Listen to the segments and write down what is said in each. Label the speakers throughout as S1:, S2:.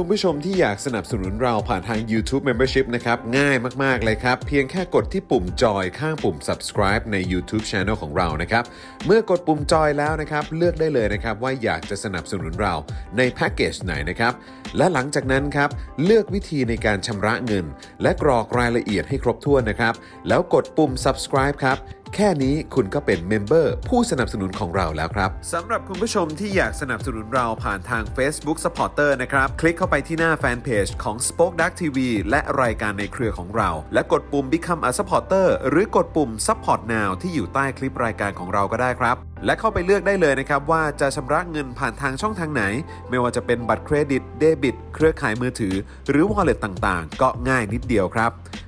S1: คุณผู้ชมที่อยากสนับสนุนเราผ่านทาง YouTube Membership นะครับ ง่ายมากๆเลยครับ เพียงแค่กดที่ปุ่มจอยข้างปุ่ม subscribe ใน YouTube Channel ของเรานะครับ เมื่อกดปุ่มจอยแล้วนะครับ เลือกได้เลยนะครับ ว่าอยากจะสนับสนุนเราในแพ็กเกจไหนนะครับ และหลังจากนั้นครับ เลือกวิธีในการชำระเงิน และกรอกรายละเอียดให้ครบถ้วนนะครับ แล้วกดปุ่ม subscribe ครับ แค่นี้คุณก็เป็นเมมเบอร์ผู้สนับสนุนของเราแล้วครับสำหรับคุณผู้ชมที่อยากสนับสนุนเราผ่านทาง Facebook Supporter นะครับ คลิกเข้าไปที่หน้าแฟนเพจของ Spoke Dark TV และรายการในเครือของเรา และกดปุ่ม Become a Supporter หรือกดปุ่ม Support Now ที่อยู่ใต้คลิปรายการของเราก็ได้ครับ และเข้าไปเลือกได้เลยนะครับ ว่าจะชำระเงินผ่านทางช่องทางไหน ไม่ว่าจะเป็นบัตรเครดิตเดบิตเครือข่ายมือถือ หรือ Wallet ต่างๆ ก็ง่ายนิดเดียวครับ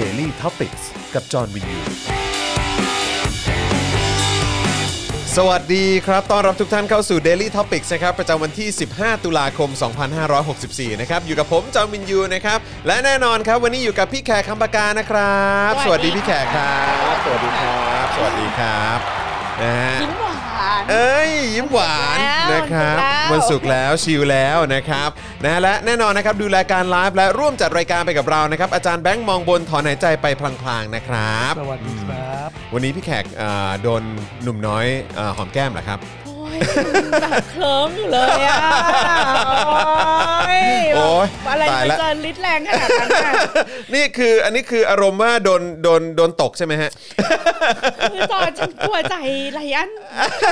S1: Daily Topics กับจอห์นวินยู สวัสดีครับ ต้อนรับทุกท่านเข้าสู่ Daily Topics นะครับ ประจำวันที่ 15 ตุลาคม 2564 นะครับ อยู่กับผมจอห์นวินยูนะครับ และแน่นอนครับ วันนี้อยู่กับพี่แขกคำปากานะครับ สวัสดีพี่แขกครับ สวัสดีครับ สวัสดีครับนะฮะ
S2: ยิ้มหวาน
S1: เอ้ยยิ้มหวาน
S2: แล้ว
S1: นะครับ
S2: วั
S1: วัน
S2: นศุ
S1: ศุก
S2: กร์
S1: ร์
S2: แล้
S1: แล้ว
S2: ว
S1: ชิลแล้วนะครับนะและแน่นอนนะครับดูรายการไลฟ์และร่วมจัดรายการไปกับเรานะครับอาจารย์แบงค์มองบนถอนหายใจไปพลางๆนะครับ
S3: สวัสดีครับ
S1: วันนี้พี่แขกเอ่อโดนหนุ่มน้อยเอ่อหอมแก้มเหรอครับ
S2: โอ้ยแบบเคลิ้มอยู่เลยอ่ะ โอ้ย
S1: โอ้ย
S2: อะไร
S1: ตาย
S2: มั
S1: ละ
S2: นจะลิดแรงขนาดนั้นน่ะ
S1: นี่คืออันนี้คืออารมณ์ว่าโดนโดนโดนตกใช่ไหมฮะ
S2: คือตอนฉันกลัวใจไรอัน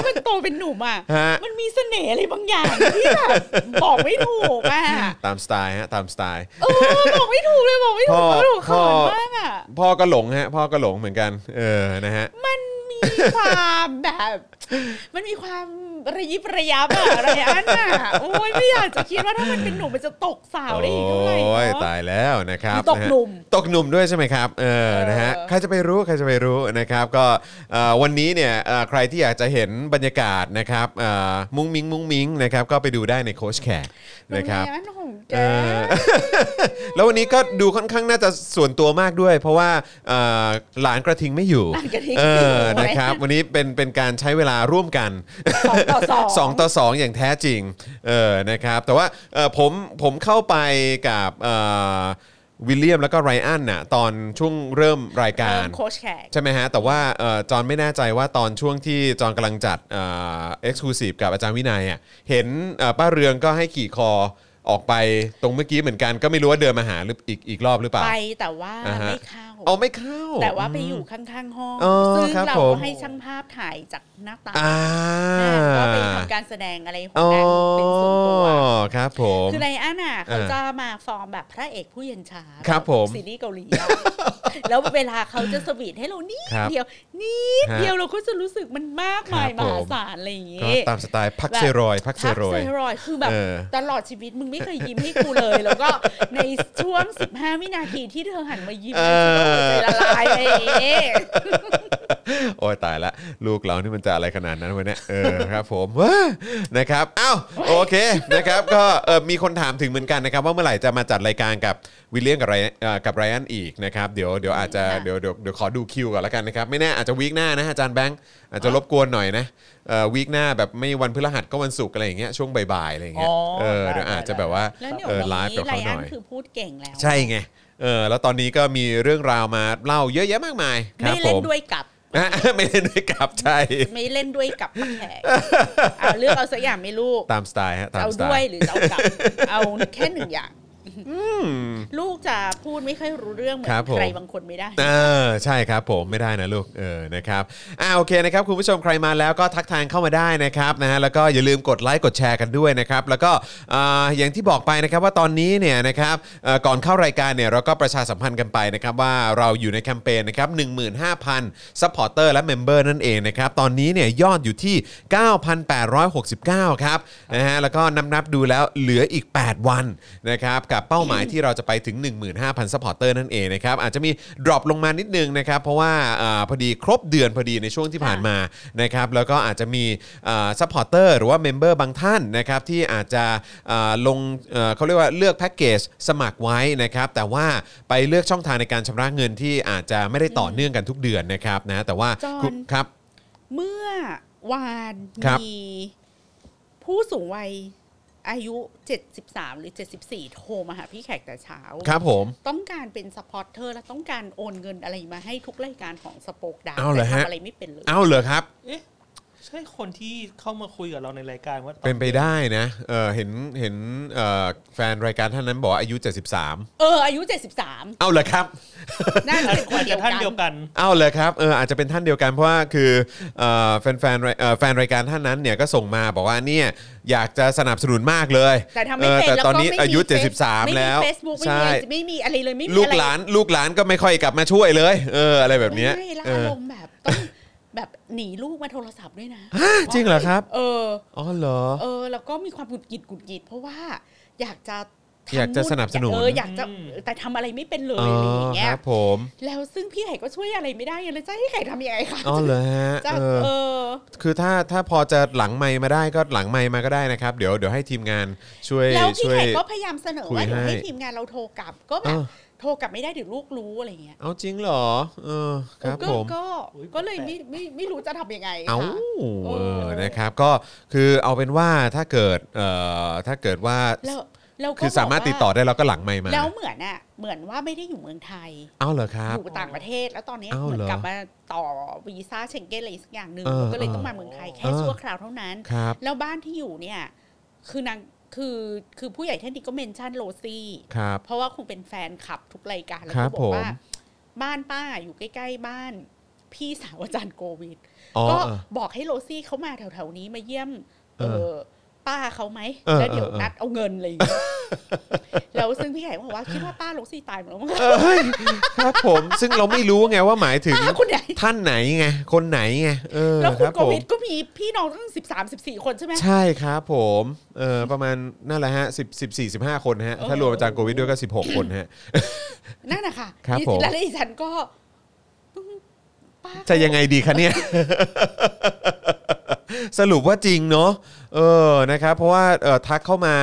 S2: มันโตเป็นหนุ่มอ่ะ
S1: ฮะ
S2: มันมีเสน่ห์อะไรบางอย่างที่แบบบอกไม่ถูกอ่ะ
S1: ตามสไตล์ฮะตามสไตล์
S2: เออบอกไม่ถูกเลยบอกไม่ถูก
S1: พ่อ
S2: เพราะถูกเขิ
S1: พ่
S2: น
S1: อ
S2: มากอ่ะ
S1: พ่อก็หลงฮะพ่อก็หลงเหมือนกันเออนะฮะ
S2: มันมีความแบบ มันมีความระยิบระยับอะอะไรอันน่ะโอ้ยไม่อยากจะคิดว่าถ้ามันเป็นหนุ่มมันจะตกสาวได้อีกเท่าไหร่
S1: โอ้ย
S2: เนอะ
S1: ตายแล้วนะครับ
S2: มีตกหนุ่ม
S1: ะฮะตกหนุ่มด้วยใช่ไหมครับเออ
S2: เออ
S1: นะฮะใครจะไปรู้ใครจะไปรู้นะครับ ก็เอ่อวันนี้เนี่ยเอ่อใครที่อยากจะเห็นบรรยากาศนะครับเอ่อมุ้งมิงมุ้งมิงนะครับก็ไปดูได้ในโคชแขกนะครับ
S2: ะอันของแก
S1: เออ แล้ววันนี้ก็ดูค่อนข้างน่าจะส่วนตัวมากด้วย เพราะว่าเอ่อหลานกระทิงไม่อยู่
S2: หลานกระทิง
S1: เอ
S2: ไม่อยู่
S1: อนะครับวันนี้เป็นเป็นการใช้เวลาร่วมกัน
S2: สองต่อสอง
S1: สองต่อสองอย่างแท้จริงเออนะครับแต่ว่าเอ่อผมผมเข้าไปกับเอ่อวิลเลียมแล้วก็ไรอันน่ะตอนช่วงเริ่มรายการ
S2: เริ่มโค้ชแขก
S1: ใช่ไหมฮะ แต่ว่าเอ่อจอห์นไม่แน่ใจว่าตอนช่วงที่จอห์นกำลังจัดเอ็กซ์คลูซีฟกับอาจารย์วินัยอ่ะเห็นเอ่อป้าเรืองก็ให้ขี่คอออกไปตรงเมื่อกี้เหมือนกันก็ไม่รู้ว่าเดินมาหาหรืออีกอีกรอบหรือเปล่า
S2: ไปแต่ว่า
S1: อ่าฮะ
S2: ไม่เข้า
S1: เอาไม่เข้า
S2: แต่ว่าไปอยู่ข้างๆห้อง
S1: อ๋อ
S2: ซึ่ง
S1: ครับ
S2: เรา
S1: ผม
S2: ก็ให้ช่างภาพถ่ายจากหน้าต่าง
S1: อ่า
S2: ก็ไปทำการแสดงอะไรของ
S1: อ๋อ
S2: แกเป็นส่วนตัว
S1: ครับผม
S2: คือไรอันอ่ะเขา
S1: อ่า
S2: จะมาฟอร์มแบบพระเอกผู้เย็นชา
S1: ครับผม
S2: ซีรีส์เกาหลีอะแล้ว เวลาเขาจะสวีทให้เรานิด
S1: ครับ
S2: เดียว นิดเดียวเราก็จะรู้สึกมันมากมาย
S1: ค
S2: ม
S1: รับผม
S2: หาศาลอะไรอย่าง
S1: ก็
S2: เงี้ย
S1: ตามสไตล์พักเซโรยด์พักเซโรย
S2: พั
S1: ด์
S2: รอยด์คือแบบ
S1: เออ
S2: ตลอดชีวิตมึงไม่เคยยิ้มให้กูเลย แล้วก็ในช่วง 15 วินาทีที่เธอหันมายิ้ม
S1: เออ
S2: ฉันก็หัวใจละลายเลย
S1: โอ้ยตายละ ลูกเรานี่มันจะอะไรขนาดนั้นวะเนี่ยเออ ครับผม ว้านะครับอ้าวโอเคนะครับ ก็เออมีคนถามถึงเหมือนกันนะครับ ว่าเมื่อไหร่จะมาจัดรายการกับวิลเลียมกับไรเอ่อกับไรอันอีกนะครับ เดี๋ยวเดี๋ยวอาจจะเดี๋ยวเดี๋ยวเดี๋ยวขอดูคิวก่อนละกันนะครับ ไม่แน่อาจจะวีคหน้านะอาจารย์แบงค์อาจจะรบกวนหน่อยนะเออวีคหน้าแบบไม่วันพฤหัสก็วันศุกร์อะไรอย่างเงี้ยช่วงบ่ายๆอะไรอย่างเงี้ย
S3: อ๋อ
S1: เออ
S3: ได้
S1: เดี๋ยวอาจจะแบบว่า
S2: แล้วเดี๋ยว
S1: เออไลฟ์
S2: นี้
S1: กับ
S2: ไร
S1: เขาห
S2: อั
S1: น่
S2: น
S1: อย
S2: คือพูดเก่งแล้ว
S1: ใช่ไงเออแล้วตอนนี้ก็มีเรื่องราวมาเล่าเยอะแยะมากมายครั
S2: ไม่
S1: บผ
S2: เล่น
S1: ม
S2: ด้วยกับ
S1: นะไม่ เล่นด้วยกับใช่
S2: ไม่เล่นด้วย กับแขกเอาเลือกเอาสักอย่างไหมลูก
S1: ตามสไตล์ฮะตาม
S2: เอา
S1: สไต
S2: ด้วย
S1: ล์
S2: หรือจะเอากับ เอาแค่หนึ่งอย่าง ลูกจะพูดไม่ค่อยรู้เรื่องเหมือ
S1: ครับ
S2: น
S1: ผม
S2: ใครบางคนไม่ได้
S1: เออใช่ครับผมไม่ได้นะลูกเออนะครับอ่าโอเคนะครับคุณผู้ชมใครมาแล้วก็ทักทางเข้ามาได้นะครับนะฮะแล้วก็อย่าลืมกดไลค์กดแชร์กันด้วยนะครับแล้วก็อ่าอย่างที่บอกไปนะครับว่าตอนนี้เนี่ยนะครับเอ่อก่อนเข้ารายการเนี่ยเราก็ประชาสัมพันธ์กันไปนะครับว่าเราอยู่ในแคมเปญนะครับ15,000ซัพพอร์เตอร์และเมมเบอร์นั่นเองนะครับตอนนี้เนี่ยยอดอยู่ที่ 9,869 ครับนะฮะแล้วก็นับนับๆดูแล้วเหลืออีก 8 วันนะครับกับเป้าหมายที่เราจะไปถึง 15,000ซัพพอร์เตอร์นั่นเองนะครับอาจจะมีดรอปลงมานิดนึงนะครับเพราะว่าอาพอดีครบเดือนพอดีในช่วงที่ผ่านมานะครับแล้วก็อาจจะมีซัพพอร์เตอร์หรือว่าเมมเบอร์บางท่านนะครับที่อาจจะอ่าลงเอ่อเขาเรียกว่าเลือกแพ็กเกจสมัครไว้นะครับแต่ว่าไปเลือกช่องทางในการชำระเงินที่อาจจะไม่ได้ต่อเนื่องกันทุกเดือนนะครับนะแต่ว่า
S2: จอห์น
S1: ครับ
S2: เมื่อวาน
S1: ครับ
S2: มีผู้สูงวัยอายุ 73 หรือ 74 โทรมาหาพี่แขกแต่เช้า
S1: ครับผม
S2: ต้องการเป็นสปอร์ตเตอร์และต้องการโอนเงินอะไรมาให้ทุกรายการของสปอคดาว
S1: เอาเหรอฮะ
S2: ทำอะไรไม่เป็นเลย
S1: เอาเหรอครับ
S3: เอ๊ะ ใช่คนที่เข้ามาคุยกับเราในรายการว่าตอ
S1: เป็นไปได้นะเออเห็นเห็นเอ่อแฟนรายการท่านนั้นบอกว่าอายุ 73
S2: เออ อายุ 73
S1: เอาเหรอครับ
S2: น่าจะ
S3: อาจ
S2: เป็นคนเดีย
S3: จะ
S2: วกั
S3: ท่าน
S2: น
S3: เดียวกัน
S1: เอาเลยครับเอออาจจะเป็นท่านเดียวกันเพราะว่าคือเอ่อแฟนแฟนรายเอ่อแฟนรายการท่านนั้นเนี่ยก็ส่งมาบอกว่าเนี่ยอยากจะสนับสนุนมากเลย
S2: แต่ทำ
S1: เอ
S2: ไม่
S1: อ
S2: เป็น
S1: แต่
S2: แล้ว
S1: ต
S2: ก็
S1: อนนี้
S2: ไม่มี
S1: อายุ
S2: เฟซ
S1: 73 แล้ว
S2: ไม่มี Facebook ไม่
S1: ใช่
S2: มีอะไรไม่มีอะไรเลยไม่มี
S1: ลูก
S2: อะไร
S1: หลานลูกหลานก็ไม่ค่อยกลับมาช่วยเลยเอออะไรแบบเนี้ย
S2: ไม่และ
S1: เอ
S2: อา
S1: อ
S2: รมณ์แบบต้องแบบหนีลูกมาโทรศัพท์ด้วยนะ
S1: ฮะจริงเหรอครับ
S2: เออ
S1: อ๋อเหรอ
S2: เออแล้วก็มีความหงุดหงิดหงุดหงิดเพราะว่าอยากจะทำ
S1: อยากจะสนับสนุน
S2: เอออยากจะ
S3: อืม
S2: แต่ทำอะไรไม่เป็นเลย
S1: อ๋อ
S2: อะไรอย่าง
S1: ค
S2: เงี้ย
S1: รับผม
S2: แล้วซึ่งพี่ไห่ก็ช่วยอะไรไม่ได้ไงเลยจะให้ไห่ทำยังไงคะ
S1: อ๋อเหรอฮะ
S2: จะ
S1: เออ
S2: เออ
S1: คือถ้าถ้าพอจะหลังไมค์มาได้ก็หลังไมค์มาก็ได้นะครับ เดี๋ยวเดี๋ยวให้ทีมงานช่วย
S2: แล้วพี่
S1: ช่วย
S2: ไข่ก็พยายามเสนอ
S1: คุย
S2: ว่าเดี๋ยว
S1: ให้
S2: ให้ทีมงานเราโทรกลับ ก็แบ
S1: อ้า
S2: บ
S1: ว
S2: โทรกลับไม่ได้เดี๋ยวลูกรู้อะไรเงี้ย
S1: เอาจริงเหรอเออครับ
S2: ก็
S1: ผม
S2: ก็
S3: อุ๊ย
S2: ก็เลยไม่ไม่ไม่รู้จะทำยังไง
S1: เอา
S2: ค่ะ
S1: เอ
S2: เอ
S1: อ
S2: อ
S1: นะครับก็คือเอาเป็นว่าถ้าเกิดเอ่อถ้าเกิดว่า
S2: แล้วแล้วก็
S1: คือสามารถติดต่อได้เราก็หลังไมค์มา
S2: แล้วเหมือนอะเหมือนว่าไม่ได้อยู่เมืองไทย
S1: เอาเหรอครับ
S2: อยู่ต่างประเทศแล้วตอนนี้
S1: อ้าว
S2: เหมือ
S1: เหร
S2: น
S1: อก
S2: ลับมาต่อวีซ่าเชงเก้นอะไรสักอย่างหนึ่ง
S1: เออ
S2: ก็เลย
S1: เออ
S2: ต้องมาเมืองไทยแค่
S1: เออ
S2: ชั่วคราวเท่านั้น
S1: ครับ
S2: แล้วบ้านที่อยู่เนี่ย คือนางคือคือผู้ใหญ่ท่านนี้ก็เมนชั่นโรซี่
S1: ครับ
S2: เพราะว่าคงเป็นแฟนขับทุกรายการแล้ว
S1: ครั
S2: ก็
S1: บ
S2: บอก
S1: ผ
S2: ว่า
S1: ม
S2: บ้านป้าอยู่ใกล้ ๆ บ้าน พี่สาวอาจารย์โควิด
S1: อ๋อ
S2: ก็
S1: เออ
S2: บอกให้โรซี่เขามาแถวๆนี้มาเยี่ยม
S1: เอ
S2: เอ
S1: อ
S2: อป้าเขาไหม
S1: เออ
S2: แล้วเดี๋ยว
S1: เออเออ
S2: นัดเอาเงินอะไรอย่างเลยแล้วซึ่งพี่ใหญ่ก็บอกว่าคิดว่าป้าโรซี่ตายหมดแล้วมั้ง
S1: เอ้ยครับผมซึ่งเราไม่รู้ไงว่าหมายถึง
S2: ป้าคุณใหญ่
S1: ท่านไหนไงคนไหนไงเออ
S2: แล้ว
S1: ค
S2: คุณ
S1: รับ
S2: โก
S1: ผม
S2: วิดก็มีพี่น้องตั้งสิบสามสิบสี่คนใช่ไหม
S1: ใช่ครับผมเออประมาณนั่นแหละฮะสิบสิบสี่สิบห้าคนฮะ
S2: เออ
S1: ถ้ารวมอาจารย์โกวิดด้วยก็สิบหกคนฮะ
S2: นั่นนะคะ
S1: ครับผม
S2: และดิฉันก็ป้า
S1: จะยังไงดีคะเนี่ย สรุปว่าจริงเนาะเออนะครับ เพราะว่าเออทักเข้ามา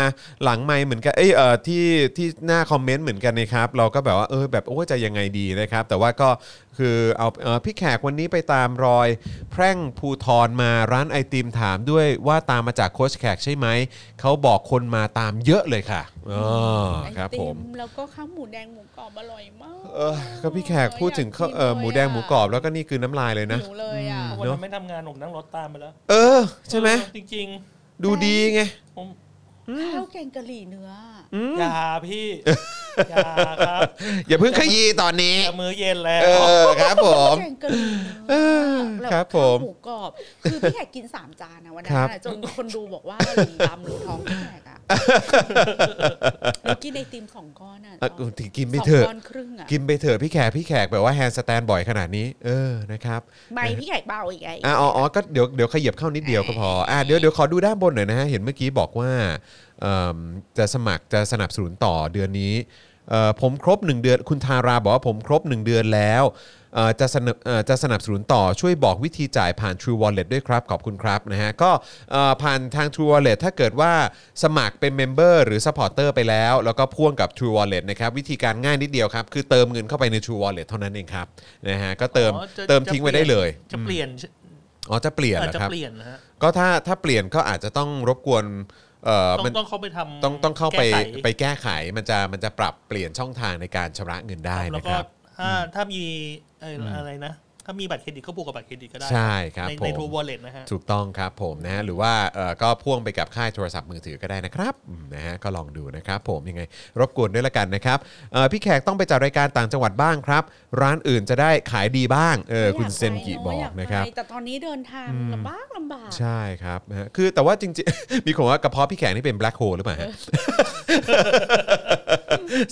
S1: หลังไมค์เหมือนกันเอยเออที่ที่หน้าคอมเมนต์เหมือนกันนะครับ เราก็แบบว่าเออแบบโอ้จะยังไงดีนะครับ แต่ว่าก็คือเอาเออพี่แขกวันนี้ไปตามรอย แพร่งภูทรมาร้านไอติมถามด้วยว่าตามมาจากโค้ชแขกใช่ไหม เขาบอกคนมาตามเยอะเลยค่ะเออ
S2: ไอ
S1: ครับ
S2: ติ
S1: ผม
S2: แล้วก็ข้าวหมูแดงหมูกรอบอร่อยมาก
S1: เออก็พี่แขกพูดถึงข้าวเออหมูแดงหมูกรอบแล้วก็นี่คือน้ำลายเลยนะ
S2: หิวเลยอ่ะ
S3: วันนั้นไม่ทำงานผมนั่งรถตามไปแล้ว
S1: เออใช่ไหม
S3: เออจริง
S1: ดูดีไง
S3: ๆผม
S2: ข้าวแกงกะหรี่เนื้ออ่ะ
S3: อย่าพี่ อย่าครับ
S1: อย่าเพิ่งขยี้ตอนนี้
S3: จะมื้อเย็นแล้ว
S1: เออครับผม
S2: แกงกะหรี่
S1: เออ
S2: เนื้แล้ว
S1: ครับผ
S2: ข้าว
S1: ม
S2: หมูกรอบ คือพี่แขกกินสามจานนะวัน
S1: ค
S2: นั้
S1: น รับ
S2: อะจนคนดูบอกว่าหลุมดำหรือท้องพี่แขก อ่ะแล้วกินไอติมสองก้อนอ่ะ
S1: เออถึงกินไป
S2: สอง
S1: เถอะ
S2: ก้อนครึ่งอ่ะ
S1: กินไปเถอะพี่แขกพี่แขกแบบว่าแฮนด์สแตนบ่อยขนาดนี้ เออนะครับ
S2: ไม่พี่แขกเบาอีกไง
S1: อ่ะอ๋ออ๋อก็เดี๋ยวเดี๋ยวขยับเข้านิดเดียวก็พออ่ะเดี๋ยวเดี๋ยวขอดูด้านบนหน่อยนะฮะ เห็นเมื่อกี้บอกว่าเอิ่มจะสมัครจะสนับสนุนต่อเดือนนี้เอ่อผมครบ 1 เดือนคุณทาราบอกว่าผมครบ 1 เดือนแล้วเอ่อจะสนับเอ่อจะสนับสนุนต่อช่วยบอกวิธีจ่ายผ่าน True Wallet ด้วยครับขอบคุณครับนะฮะก็เอ่อผ่านทาง True Wallet ถ้าเกิดว่า สมัครเป็นเมมเบอร์หรือ s u p p อร์เตอร์ไปแล้ว แล้วก็พ่วงกับ True Wallet นะครับ วิธีการง่ายนิดเดียวครับ คือเติมเงินเข้าไปใน True Wallet เท่านั้นเองครับนะฮะก็เติม
S3: อ๋อจะ
S1: เติมทิ้งไว้ได้เลย
S3: จะเปลี่ยน
S1: อ๋อจะเปลี่ยน
S3: อาจ
S1: เหรอ
S3: จะ
S1: ครับ
S3: เปลี่ยนนะฮะ
S1: ก็ถ้าถ้าเปลี่ยนก็อาจจะต้องรบกวนเอ่อ
S3: ต้อง
S1: มัน
S3: ต้องเข้าไปทำ
S1: ต้องต้องเข้าไป
S3: แก้
S1: ไปแก้ไขมันจะมันจะปรับเปลี่ยนช่องทางในการชำระเงินได้
S3: แล้ว
S1: นะค
S3: ก็
S1: รับ
S3: ถ้าถ้ามีเอ่ออะไรนะ ถ้ามีบัตรเครดิตก็บวกกับบัตรเครดิตก็ได้
S1: ใช่ครับ
S3: ใน
S1: ผม
S3: ในทัวร์วอลเล็ตนะฮะ
S1: ถูกต้องครับผมนะฮะหรือว่าเอ่อก็พ่วงไปกับค่ายโทรศัพท์มือถือก็ได้นะครับอืมนะฮะก็ลองดูนะครับผมยังไงรบกวนด้วยละกันนะครับเอ่อพี่แขกต้องไปจัดรายการต่างจังหวัดบ้างครับ ร้านอื่นจะได้ขายดีบ้างเออคุณเซนกิบอกนะครับ
S2: แต่ตอนนี้เดินทางลำบากลำบาก
S1: ใช่ครับนะฮะคือแต่ว่าจริงๆ มีคนว่ากระเพาะพี่แขกนี่เป็นแบล็คโฮลหรือเปล่าฮะ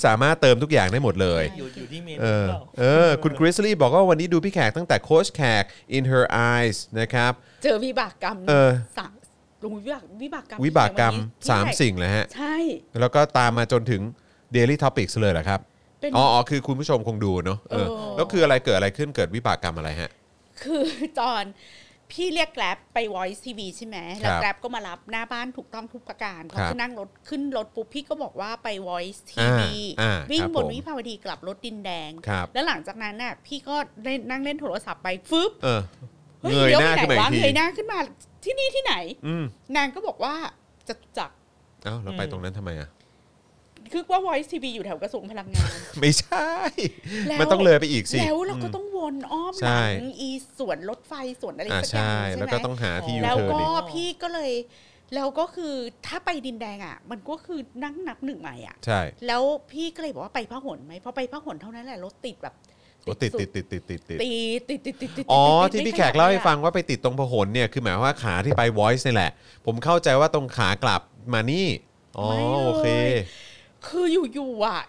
S1: สามารถเติมทุกอย่างได้หมดเลย
S3: อยู่อยู่ที่เมน
S1: เออ
S3: เปล่า
S1: เออคุณกริซลี่บอกว่าวันนี้ดูพี่แขกตั้งแต่โค้ชแขก in her eyes นะครับ
S2: เจอวิบากกรรม
S1: เออ
S2: สามลงวิบากวิบากกรรม
S1: วิบากกรรม
S2: ที่ไหน
S1: 3 สิ่งเลยฮะ
S2: ใช่
S1: แล้วก็ตามมาจนถึง Daily Topics เลยเหรอครับ
S2: เป็น
S1: อ๋ออ๋อคือคุณผู้ชมคงดูเนาะเออ
S2: เออ
S1: แล้วคืออะไรเกิดอะไรขึ้นเกิดวิบากกรรมอะไรฮะ
S2: คือ ตอนพี่เรียกแกร็บไป Voice TV ใช่ไหมแล้
S1: ค
S2: ว
S1: รับ
S2: แกร็บก็มารับหน้าบ้านถูกต้องทุกประการ
S1: ครับ
S2: เขาก็นั่งรถขึ้นรถปุ๊บพี่ก็บอกว่าไป Voice TV
S1: อ่าอ่าค
S2: วิ่ง
S1: รับบ
S2: น
S1: ผม
S2: วิภาวดีกลับรถดินแดง
S1: ครับ
S2: แล้วหลังจากนั้นน่ะพี่ก็เล่นนั่งเล่นโทรศัพท์ไปฟึบ
S1: เออ
S2: ฮ้
S1: เงย
S2: ลี้ว
S1: หน้า
S2: ไป
S1: ขึ้นมาอี
S2: วะ
S1: กที
S2: เงยหน้าขึ้นมาที่นี่ที่ไหน
S1: อืม
S2: นางก็บอกว่าจะจักร
S1: เอ้าเราไปตรงนั้นทำไมอ่ะ
S2: คือว่า Voice TV อยู่แถวกระทรวงพลัง งาน
S1: ไม่ใช่
S2: แล้ว
S1: มันต้องเลยไปอีกสิ
S2: แล้วเราก็
S1: อืม
S2: ต้องวนอ้อมห
S1: ใช่
S2: ลังอีสวนรถไฟสวนอะไร
S1: อ่า
S2: สักอย่าง
S1: ใช่
S2: ใช่ไหม
S1: แล้วก็ต้องหาที่อยู่
S2: แล้ว
S1: เธอ
S2: ก็
S1: ดิ
S2: พี่ก็เลย แล้วก็คือถ้าไปดินแดงอ่ะ มันก็คือนั่งนับหนึ่งใหม่อ่ะ
S1: ใช่
S2: แล้วพี่ก็เลยบอกว่าไปพระหนไหมพอไปพระหนเท่านั้นแหละรถติดแบบ
S1: โอ้ติด
S2: สุ
S1: ติดติดติดติดติด
S2: ติดติดติดติดติด
S1: อ๋อ
S2: ติด
S1: ที่
S2: ไม่
S1: พี่แขกเล่าให้
S2: ขยับ
S1: ฟังว่าไปติดตรงพหลเนี่ยคือหมายความว่าขาที่ไป voice นี่แหละ ผมเข้าใจว่าตรงขากลับมานี่อ๋อโอเค
S2: คืออยู่ๆอ่ะ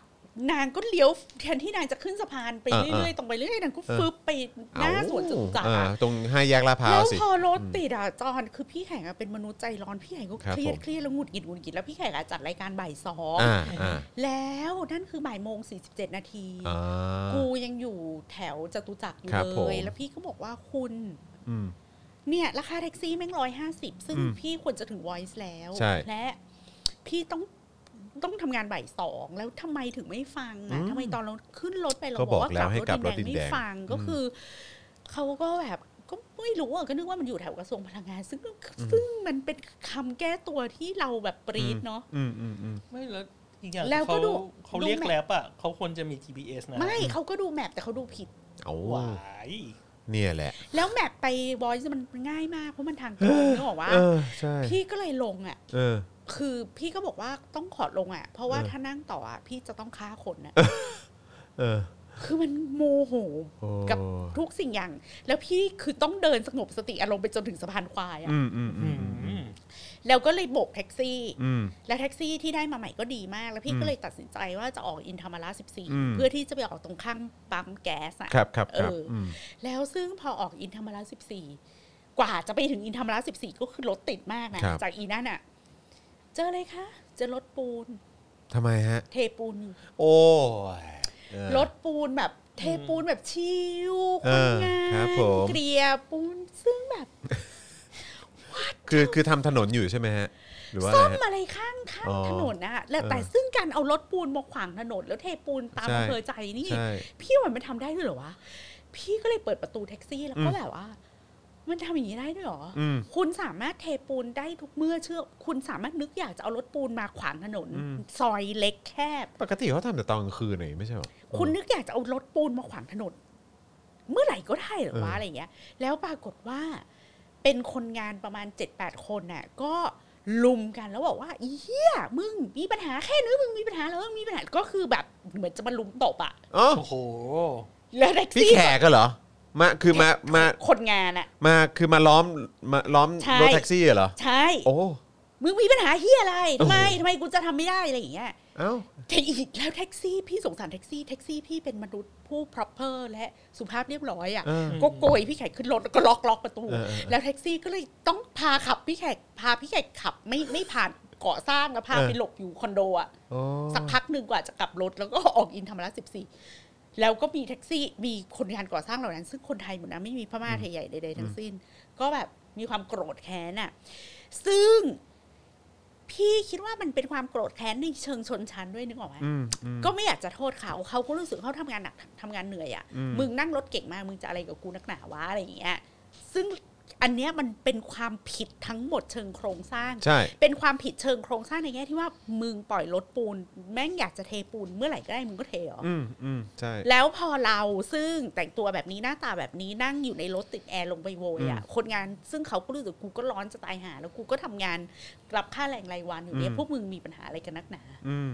S2: นางก็เลี้ยวแทนที่นางจะขึ้นสะพานไป
S1: อ่า
S2: เรื่อยๆตรงไปเรื่อยๆนางก็
S1: เออ
S2: ฟึบไปหน้า
S1: เอ้
S2: สวนจตุจักร
S1: อ่า
S2: อะ
S1: ตรงห้าแยกลาดพร้า
S2: แล้ว ว
S1: สิ
S2: พอรถติดอ่ะจอนคือพี่แขกอะเป็นมนุษย์ใจร้อนพี่แขกก็
S1: ครับ
S2: เครี
S1: ผ
S2: ยด
S1: ม
S2: เครียดแล้วหงุดหงิดหงุดหงิดแล้วพี่แขกอะจัดรายการบ่ายสอง
S1: อ่าอ่า
S2: แล้วนั่นคือบ่ายโมงสี่สิบเจ็ดนาที
S1: อ่า
S2: กูยังอยู่แถวจตุจักรอยู่
S1: ครับ
S2: เล
S1: ผม
S2: ย แล้วพี่ก็บอกว่าคุณ
S1: อืม
S2: เนี่ยราคาแท็กซี่แม่งร้อยห้าสิบซึ่ง
S1: อืม
S2: พี่ควรจะถึง Voice แล้ว
S1: ใช่
S2: และพี่ต้องต้องทำงานบ่ายสองแล้วทำไมถึงไม่ฟังอ่ะทำไมตอนเราขึ้นรถไปเรา
S1: ก็
S2: บบอ
S1: อก ก
S2: ว่า
S1: แล้วให้ก
S2: ก
S1: ลั
S2: ลั
S1: บบ ร
S2: ร
S1: ถ
S2: ถ
S1: ดิ
S2: ดิ
S1: น
S2: น
S1: แดง
S2: แดงไม่ฟังก็
S1: อืม
S2: คือเขาก็แบบก็ไม่รู้อ่ะก็นึกว่ามันอยู่แถวกระทรวงพลังงาน ซึ่งซึ่งมันเป็นคำแก้ตัวที่เราแบบปรีดเนาะ
S1: อืมอืมอืม
S3: ไม่แล้วอีกอย่าง
S2: แล้วก็
S3: เขา
S2: ดู
S3: เขา
S2: ดู
S3: เรียก
S2: แมพ
S3: แกร็บอ่ะเขาควรจะมี GPS นะ
S2: ไม่เขาก็ดูแมพแต่เขาดูผิด
S1: เอา
S3: หวาย
S1: เนี่ยแหละ
S2: แล้วแมปไปบอยซ์มันง่ายมากเพราะมันทางตรงนึกออกว่า
S1: เออใช่
S2: พี่ก็เลยลงอ่ะ
S1: เออ
S2: คือพี่ก็บอกว่าต้องขอลงอ่ะ เพราะว่า
S1: เออ
S2: ถ้านั่งต่ออ่ะพี่จะต้องฆ่าคนนะ
S1: เออ
S2: คือมันโมโห
S1: โอ้
S2: กับทุกสิ่งอย่าง แล้วพี่คือต้องเดินสงบสติอารมณ์ไปจนถึงสะพานควายอ่ะ
S1: อืมอืมอื
S3: อื
S1: มอืม
S3: ม
S2: แล้วก็เลยโบกแท็กซี่
S1: อืม
S2: แล้วแท็กซี่ที่ได้มาใหม่ก็ดีมาก แล้วพี่
S1: อืม
S2: ก็เลยตัดสินใจว่าจะออกอินธรรมารา
S1: อืม
S2: 14 เพื่อที่จะไปออกตรงข้างปั๊มแก๊สอ่ะ
S1: ครับครับครับ
S2: เออ
S1: อื
S2: อื
S1: ม
S2: แล้วซึ่งพอออกอินธรรมระ14 กว่าจะไปถึงอินธรรมระ14 ก็คือรถติดมากนะ
S1: ครับ
S2: จากอีนั่นอะเจอเลยคะเจอรถปูน
S1: ทำไมฮะ
S2: เทปูนอยู่
S1: โอ้ยเออ
S2: รถปูนแบบเทปูนแบบชิวค
S1: เอน อง
S2: า
S1: ครับ
S2: น
S1: ผม
S2: เกลียปูนซึ่งแบบ
S1: คือคือทำถนนอยู่ใช่ไหมฮะ หรือว่าอะ
S2: ซ่อ
S1: ไร
S2: ม
S1: ฮะ
S2: อะไรข้างข้าง
S1: อ๋อ
S2: ถนนนะแล้วแต่
S1: เออ
S2: ซึ่งการเอารถปูนมาขวางถนน แล้วเทปูนตาม
S1: ใช่
S2: อำเภอใจนี่
S1: ใช่
S2: พี่ว่ามันทำได้ด้วยเหรอวะ พี่ก็เลยเปิดประตูแท็กซี่แล้วก็
S1: อืม
S2: แบบว่า มันทำอย่างนี้ได้ด้วยเหรออ
S1: อืม
S2: คุณสามารถเทปูนได้ทุกเมื่อเชื่อ คุณสามารถนึกอยากจะเอารถปูนมาขวางถนน
S1: อืม
S2: ซอยเล็กแคบ
S1: ปกติเขาทำแต่ตอนกลางคืนหน่อยไม่ใช่หรอ
S2: คุณนึกอยากจะเอารถปูนมาขวางถนน เมื่อไหร่ก็ได้เหรือ
S1: เออ
S2: วะอะไรเงี้ย แล้วปรากฏว่า เป็นคนงานประมาณ 7-8 คนน่ะ ก็ลุมกันแล้วบอกว่าอีเหี้ยมึงมีปัญหาแค่นี้มึงมีปัญหาแล้วมึงมีปัญหาก็คือแบบเหมือนจะมาลุมตบอะ
S1: ๋อ
S3: โอ้โห
S2: แล้วแท็ก
S1: พี่
S2: ซี่
S1: แขกก็เหรอ มาคือมามา
S2: คนงานอะ
S1: มาคือมาล้อมมาล้อมรถแท็กซี่เหรอ
S2: ใช่
S1: โอ้
S2: มึงมีปัญหาเฮียอะไรทำไม
S1: โอ้โห
S2: ทำไมกูจะทำไม่ได้อะไรอย่างเงี้ย
S1: เอ้า
S2: แต่อีกแล้วแท็กซี่พี่สงสารแท็กซี่แท็กซี่พี่เป็นมนุษย์ผู้ proper และสุภาพเรียบร้อยอ่ะ
S1: เออ
S2: ก็โกยพี่แขกขึ้นรถแล้วก็ล็อกล็อกประตู
S1: เออเออเออ
S2: แล้วแท็กซี่ก็เลยต้องพาขับพี่แขกพาพี่แขกขับไม่ไม่ผ่านก่อสร้างแล้วพา
S1: เออ
S2: ไปหลบอยู่คอนโดอ่ะ
S1: โอ้
S2: สักพักหนึ่งกว่าจะกลับรถแล้วก็ออกอินธรรมระสิบสี่แล้วก็มีแท็กซี่มีคนงานก่อสร้างเหล่านั้น ซึ่งคนไทยหมดนะไม่มีพม่าไทยใหญ่ใดๆทั้งสิ้น ก็แบบมีความโกรธแค้นอ่ะซึ่งพี่คิดว่ามันเป็นความโกรธแค้นในเชิงชนชั้นด้วยนึกออกไหม
S1: อืมอืม
S2: ก็ไม่อยากจะโทษเขา เขาก็รู้สึกเขาทำงานหนักทำงานเหนื่อยอะ่ะ
S1: อืม
S2: มึงนั่งรถเก่งมาก มึงจะอะไรกับกูนักหนาวะอะไรอย่างเงี้ย ซึ่ง อันเนี้ยมันเป็นความผิดทั้งหมดเชิงโครงสร้าง
S1: ใช่
S2: เป็นความผิดเชิงโครงสร้างในแง่ที่ว่ามึงปล่อยรถปูน แม่งอยากจะเทปูนเมื่อไหร่ก็ได้มึงก็เทเหรออ
S1: อืมอืมใช่
S2: แล้วพอเราซึ่งแต่งตัวแบบนี้หน้าตาแบบนี้นั่งอยู่ในรถติดแอร์ลงไปโวยอะคนงานซึ่งเขาก็รู้สึกกูก็ร้อนจะตายหา แล้วกูก็ทำงานรับค่าแรงรายวันอยู่เนี่ย
S1: อืม
S2: พวกมึงมีปัญหาอะไรกันนักหนา
S1: อืม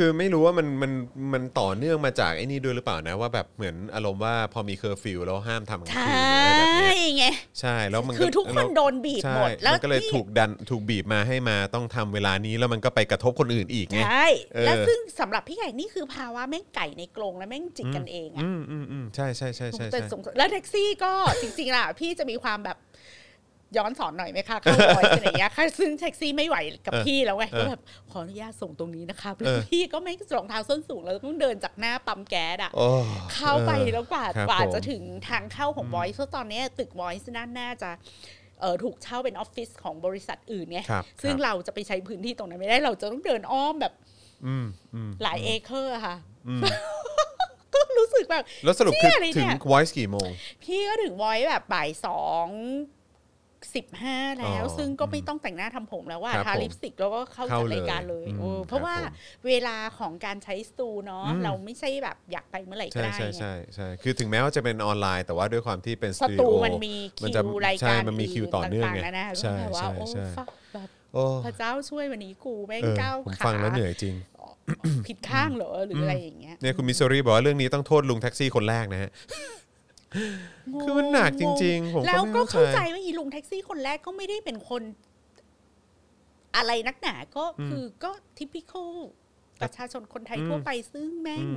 S1: คือไม่รู้ว่ามันมันมันต่อเนื่องมาจากไอ้นี่ด้วยหรือเปล่านะว่าแบบเหมือนอารมณ์ว่าพอมีเคอร์ฟิวแล้วห้ามทำกลาง
S2: ใช
S1: คืน่ อะไรแบบเนี้ย
S2: ไง
S1: ใช่แล้วมัน
S2: คือทุกคนโดนบีบ
S1: ใช่
S2: หมด แล้ว
S1: มันก็เลย
S2: ที่
S1: ถูกดันถูกบีบมาให้มาต้องทำเวลานี้แล้วมันก็ไปกระทบคนอื่นอีกไง
S2: ใช่
S1: เออ
S2: แล้วซึ่งสำหรับพี่ใหญ่นี่คือภาวะแม่งไก่ในกรงแล้วแม่งจิกกันเองอะ
S1: อืมอืมอืมใช่ใช่ใช่ใช่
S2: แต่
S1: ใช่
S2: สงสารแล้วแท็กซี่ก็ จริงๆล่ะพี่จะมีความแบบย้อนสอนหน่อยไหมคะเข้าซอยอะไรอย่างเงี้ยค่ะ ซึ่งแท็กซี่ไม่ไหวกับ
S1: เออ
S2: พี่แล้วไง
S1: เออ
S2: ก็แบบขออนุญาตส่งตรงนี้นะครับ
S1: เอ
S2: แล้ว
S1: อ
S2: พี่ก็ไม่รองเท้าส้นสูงแล้วต้องเดินจากหน้าปั๊มแก๊สอ่ะ
S1: โอ้
S2: เข้าไปแล้วกว่า
S1: ครับ
S2: กว่า
S1: ผม
S2: จะถึงทางเข้าของบอยซ์ตอนเนี้ยตึกบอยซ์นั่นน่าจะเอ่อถูกเช่าเป็นออฟฟิศของบริษัทอื่นไง
S1: ครับ
S2: ซึ่ง
S1: ครับ
S2: เราจะไปใช้พื้นที่ตรงนั้นไม่ได้เราจะต้องเดินอ้อมแบบ
S1: อืมอืม
S2: หลายเอเคอร์อะค่ะ
S1: อืม
S2: ก็รู้สึกแบบ
S1: แล้วสรุปคือ
S2: เชี่ยอะไรเนี่
S1: ถึ
S2: ย
S1: ง voice กี่โมง
S2: พี่ก็ถึงไว้แบบบ่ายสองสิบห้าแล้ว
S1: อ๋อ
S2: ซึ่งก็ไม่ต้องแต่งหน้าทำผมแล้วว่า
S1: ครับ
S2: ทา
S1: ผม
S2: ลิปสติกแล้วก็เข้าจั
S1: เข้า
S2: ด
S1: เลย
S2: รายการเลย
S1: อืม
S2: เออ
S1: ค
S2: เพ
S1: รั
S2: ราะ
S1: บ
S2: ว่า
S1: ผม
S2: เวลาของการใช้สตูเนาะ
S1: อืม
S2: เราไม่ใช่แบบอยากไปเมื่อไหร่ก็
S1: ใช่
S2: ได้
S1: ใช่
S2: ไง
S1: ใช่ใช่คือถึงแม้ว่าจะเป็นออนไลน์แต่ว่าด้วยความที่เป็นส
S2: ส
S1: ตูดิ
S2: ตู
S1: โอ
S2: มันมี
S1: มัน
S2: คิ
S1: จะ
S2: วราย
S1: ใช่
S2: การ
S1: มันมีคิวต่อเนื่องไง
S2: ต่าๆนะ
S1: ใช่
S2: แบบว่า
S1: ใช่
S2: โอ้
S1: ใช่
S2: ฟักแบบ
S1: โอ้
S2: พระเจ้าช่วยวันนี้กูแม่ง
S1: เออ
S2: ก้าว
S1: ผม
S2: ขา
S1: ฟังแล้วเหนื่อยจริง
S2: ผิดข้างเหรอหรืออะไรอย่างเงี้ย
S1: เนี่ยคุณมิสซรีบอกว่าเรื่องนี้ต้องโทษลุงแท็กซี่คนแรกนะฮะ คือมันหนักจริงๆผมก็ไม่
S2: แล้วก็
S1: เข้าใจ
S2: เข้าใจว่าอีลุงแท็กซี่คนแรกก็ไม่ได้เป็นคน อะไรนักหนาก็คือก็ทิพิคอลประชาชนคนไทย
S1: อืม
S2: ทั่วไปซึ่งแม่ง
S1: อืม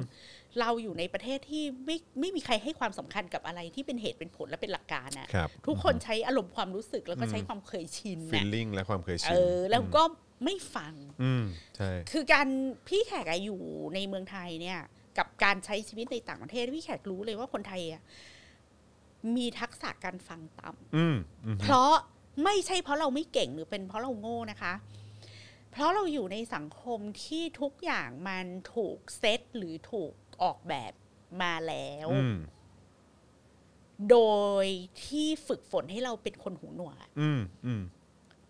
S2: เราอยู่ในประเทศที่ไม่ไม่มีใครให้ความสำคัญกับอะไรที่เป็นเหตุเป็นผลและเป็นหลักการนะครับ ทุกคนใช้อารมณ์ความรู้สึกแล้วก็ใช้ความเคยชิน
S1: ฟี
S2: นะ
S1: ลลิ่งและความเคยชิ
S2: เอน อ แล้วก็ไม่ฟัง
S1: อืมใช่
S2: คือการพี่แขกอะอยู่ในเมืองไทยเนี่ย กับการใช้ชีวิตในต่างประเทศพี่แขกรู้เลยว่าคนไทยอะมีทักษะการฟังต่ำ
S1: อืมอืม
S2: เพราะไม่ใช่เพราะเราไม่เก่งหรือเป็นเพราะเราโง่นะคะ เพราะเราอยู่ในสังคมที่ทุกอย่างมันถูกเซตหรือถูกออกแบบมาแล้ว
S1: อืม
S2: โดยที่ฝึกฝนให้เราเป็นคนหูหนวก
S1: อืมอืม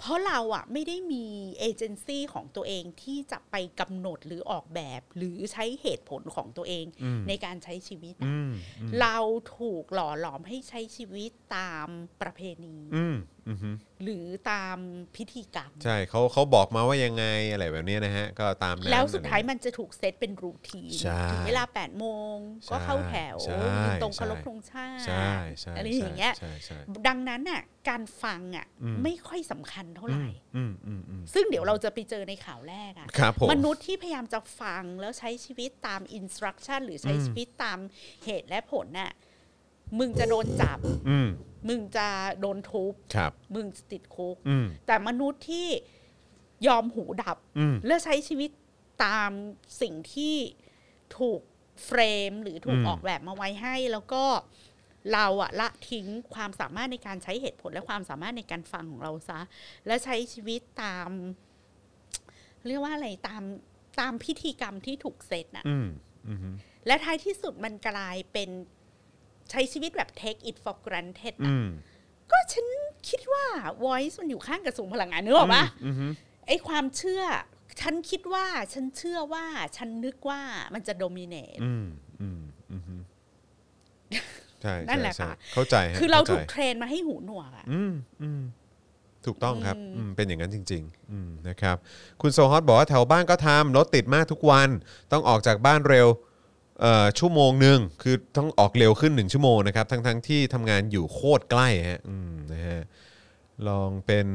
S2: เพราะเราอะไม่ได้มีเอเจนซี่ของตัวเองที่จะไปกำหนดหรือออกแบบ หรือใช้เหตุผลของตัวเอง
S1: อืม
S2: ในการใช้ชีวิต
S1: อืมอืม
S2: เราถูกหล่อหลอมให้ใช้ชีวิตตามประเพณี
S1: อืมอืม
S2: หรือตามพิธีกรรม
S1: ใช่เขาเขาบอกมาว่ายังไงอะไรแบบเนี้ยนะฮะ ก็ตามนั้น
S2: แล้วสุดท้ายมันจะถูกเซตเป็นรูทีน
S1: ใช่
S2: ถึงเวลา8ปดโมงก็เข้าแถว
S1: ใช่
S2: ยืนตรงเคารพ
S1: ใช่
S2: ธงชาติ
S1: ใช่ใช่
S2: อะไร
S1: ใช่
S2: อย่างเงี้ย
S1: ใช่ใช่
S2: ดังนั้นน่ะการฟังอ่ะ
S1: อืม
S2: ไม่ค่อยสำคัญเท่าไหร่
S1: อืมอืมอืม
S2: ซึ่งเดี๋ยวเราจะไปเจอในข่าวแรกอ่ะ
S1: ครับผม
S2: มนุษย์ที่พยายามจะฟังแล้วใช้ชีวิตตามอินสตรักชันหรือใช้
S1: อืม
S2: ชีวิตตามเหตุและผลน่ะ มึงจะโดนจับ
S1: อืม
S2: มึงจะโดนทุบ
S1: ครับ
S2: มึงจะติดคุก
S1: อืม
S2: แต่มนุษย์ที่ยอมหูดับ
S1: อืม
S2: และใช้ชีวิตตามสิ่งที่ถูกเฟรมหรือถูก
S1: อืม
S2: ออกแบบมาไว้ให้ แล้วก็เราอะละทิ้งความสามารถในการใช้เหตุผลและความสามารถในการฟังของเราซะ และใช้ชีวิตตาม เรียกว่าอะไรตามตามพิธีกรรมที่ถูกเซตน่ะ
S1: อืมอืม
S2: และท้ายที่สุดมันกลายเป็นใช้ชีวิตแบบ take it for granted
S1: อื
S2: น่ะ
S1: ม
S2: ก็ฉันคิดว่า voice มันอยู่ข้างกระทรวงพลังงานนึกออกปะ
S1: อืมอืม
S2: ไอ้ความเชื่อ ฉันคิดว่า ฉันเชื่อว่า ฉันนึกว่ามันจะโดมิเนต
S1: อืมอืมอืมอืมใช่ใช่
S2: นั่นแหละ
S1: ใช่
S2: ค่ะ
S1: เข้าใจฮะ
S2: คือเรา
S1: ข้
S2: ถู
S1: ใจ
S2: กเทรนมาให้หูหนวกอะ
S1: อืมอืมถูกต้องครับ
S2: อืม
S1: อืมเป็นอย่างนั้นจริงๆอืมนะครับ คุณโซฮอตบอกว่าแถวบ้านก็ทำรถติดมากทุกวัน ต้องออกจากบ้านเร็วเอ่อชั่วโมงหนึ่งคือต้องออกเร็วขึ้น 1 ชั่วโมงนะครับ ทั้งๆที่ทำงานอยู่โคตรใกล้ฮะอืมนะฮะลองเป็น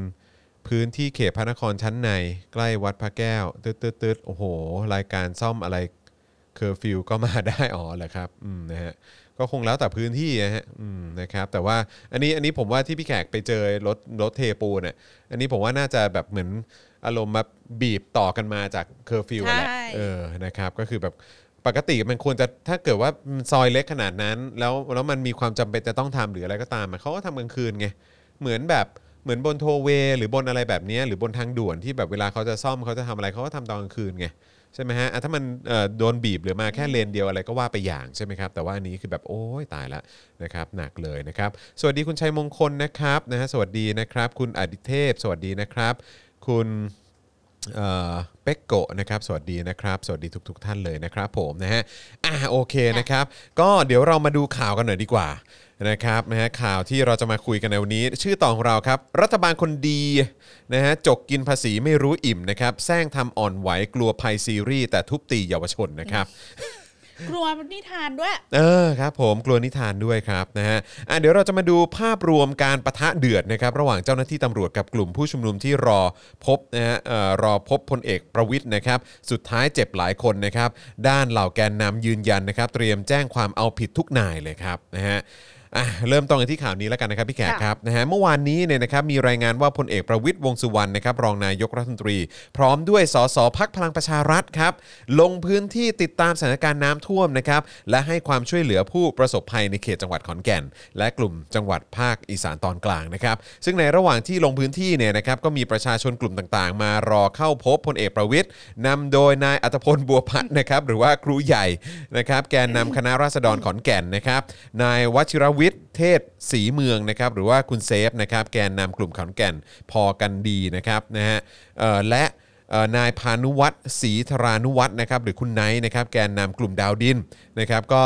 S1: พื้นที่เขตพระนครชั้นใน ใกล้วัดพระแก้วตืดตืดตืดโอ้โห รายการซ่อมอะไรเคอร์ฟิวก็มาได้ อ๋อเหรอครับอืมนะฮะ ก็คงแล้วแต่พื้นที่นะฮะอืมนะครับ แต่ว่าอันนี้อันนี้ผมว่าที่พี่แขกไปเจอรถรถเทปูนเนี่ยอันนี้ผมว่าน่าจะแบบเหมือนอารมณ์มาบีบต่อกันมาจากเคอร์ฟิวแหละ
S2: ใช่
S1: เออนะครับ ก็คือแบบปกติมันควรจะถ้าเกิดว่าซอยเล็กขนาดนั้น แล้วแล้วมันมีความจำเป็นจะต้องทำหรืออะไรก็ตามอะเขาก็ทำกลางคืนไงเหมือนแบบเหมือนบนโทเวย์หรือบนอะไรแบบเนี้ยหรือบนทางด่วนที่แบบเวลาเขาจะซ่อมเขาจะทำอะไรเขาก็ทำตอนกลางคืนไง ใช่ไหมฮะอ่ะถ้ามันเอ่อโดนบีบเหรือมาแค่เลนเดียวอะไรก็ว่าไปอย่างใช่ไหมครับ แต่ว่าอันนี้คือแบบโอ้ยตายละนะครับหนักเลยนะครับ สวัสดีคุณชัยมงคลนะครับนะฮะสวัสดีนะครับ คุณอดิเทพ สวัสดีนะครับ คุณ เอ่อเป็กโกะนะครับสวัสดีนะครับ สวัสดีทุกๆทท่านเลยนะครับผมนะฮะอ่ะโอเคนะครับ ก็เดี๋ยวเรามาดูข่าวกันหน่อยดีกว่านะครับนะฮะข่าวที่เราจะมาคุยกันในวันนี้ ชื่อตอนของเราครับ รัฐบาลคนดีนะฮะจกกินภาษีไม่รู้อิ่มนะครับแซงทำอ่อนไหวกลัวภัยซีรีส์แต่ทุบตีเยาวชนนะครับ
S2: กลัวนิทานด้วย
S1: เออครับผมกลัวนิทานด้วยครับนะฮะอ่ะเดี๋ยวเราจะมาดูภาพรวมการประทะเดือดนะครับระหว่างเจ้าหน้าที่ตำรวจกับกลุ่มผู้ชุมนุมที่รอพบนะฮะเอ่อรอพบพลเอกประวิทย์นะครับสุดท้ายเจ็บหลายคนนะครับด้านเหล่าแกนนำยืนยันนะครับ เตรียมแจ้งความเอาผิดทุกนายเลยครับนะฮะอ่ะเริ่มต้นกันที่ข่าวนี้แล้วกันนะครับพี่แขก
S2: ค่ะ
S1: ครับ ครับนะฮะเมื่อวานนี้เนี่ยนะครับมีรายงานว่าพลเอกประวิทย์วงษ์สุวรรณนะครับรองนายกรัฐมนตรี พร้อมด้วยสสพักพลังประชารัฐครับลงพื้นที่ติดตามสถานการณ์น้ำท่วมนะครับและให้ความช่วยเหลือผู้ประสบภัยในเขตจังหวัดขอนแก่น และกลุ่มจังหวัดภาคอีสานตอนกลางนะครับซึ่งในระหว่างที่ลงพื้นที่เนี่ยนะครับก็มีประชาชนกลุ่มต่างๆ มารอเข้าพบพลเอกประวิทย์นำโดยนายอัตพลบัวพัฒน์นะครับหรือว่าครูใหญ่นะครับแกนนำคณะราษฎรขอนแก่นนะครับนายวชิรวิทย์ เทศสีเมืองนะครับหรือว่าคุณเซฟนะครับแกนนำกลุ่มขอนแก่นพอกันดีนะครับนะฮะเอ่อและเอ่อนายพานุวัตรศรีธรานุวัตรนะครับหรือคุณไนท์นะครับแกนนำกลุ่มดาวดินนะครับก็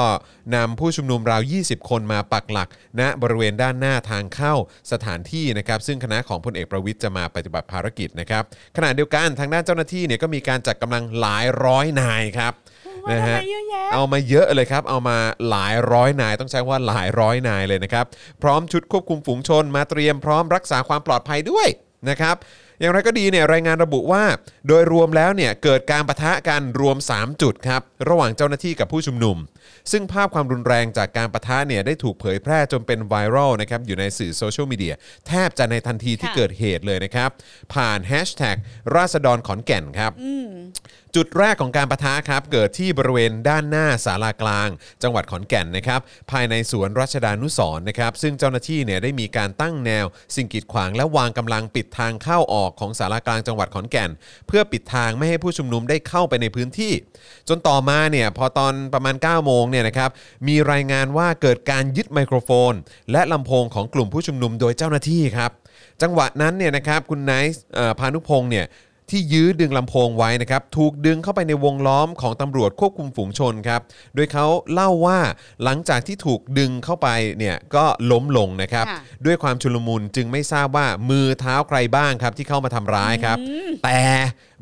S1: นำผู้ชุมนุมราว 20 คนมาปักหลักณบริเวณด้านหน้าทางเข้าสถานที่นะครับซึ่งคณะของพลเอกประวิทย์จะมาปฏิบัติภารกิจนะครับขณะเดียวกันทางด้านเจ้าหน้าที่เนี่ยก็มีการจัดกำลังหลายร้อยนายครับ
S2: ว่าทำไมเยอะแยะ
S1: เอามาเยอะเลยครับ เอามาหลายร้อยนาย ต้องใช้ว่าหลายร้อยนายเลยนะครับ พร้อมชุดควบคุมฝูงชนมาเตรียมพร้อมรักษาความปลอดภัยด้วยนะครับ อย่างไรก็ดีเนี่ยรายงานระบุว่า โดยรวมแล้วเนี่ยเกิดการประทะกันรวม 3 จุดครับ ระหว่างเจ้าหน้าที่กับผู้ชุมนุม ซึ่งภาพความรุนแรงจากการประทะเนี่ยได้ถูกเผยแพร่จนเป็นไวรัลนะครับอยู่ในสื่อโซเชียลมีเดียแทบจะในทันทีที่
S2: ค่ะ
S1: เกิดเหตุเลยนะครับ ผ่านแฮชแท็กราษฎรขอนแก่นครับ จุดแรกของการประทะครับ เกิดที่บริเวณด้านหน้าศาลากลาง จังหวัดขอนแก่นนะครับ ภายในสวนรัชดานุสรณ์นะครับ ซึ่งเจ้าหน้าที่เนี่ยได้มีการตั้งแนว สิ่งกีดขวางและวางกำลังปิดทางเข้าออกของศาลากลางจังหวัดขอนแก่น เพื่อปิดทางไม่ให้ผู้ชุมนุมได้เข้าไปในพื้นที่ จนต่อมาเนี่ยพอตอนประมาณ 9 โมงเนี่ยนะครับมีรายงานว่าเกิดการยึดไมโครโฟน และลำโพงของกลุ่มผู้ชุมนุมโดยเจ้าหน้าที่ครับจังหวะนั้นเนี่ยนะครับคุณไนท์เอ่อพานุพงศ์เนี่ย ที่ยื้อดึงลำโพงไว้นะครับ ถูกดึงเข้าไปในวงล้อมของตำรวจควบคุมฝูงชนครับ โดยเขาเล่าว่าหลังจากที่ถูกดึงเข้าไปเนี่ยก็ล้มลงนะครับ
S2: ค่ะ
S1: ด้วยความชุลมุนจึงไม่ทราบว่ามือเท้าใครบ้างครับที่เข้ามาทำร้ายครับ แต่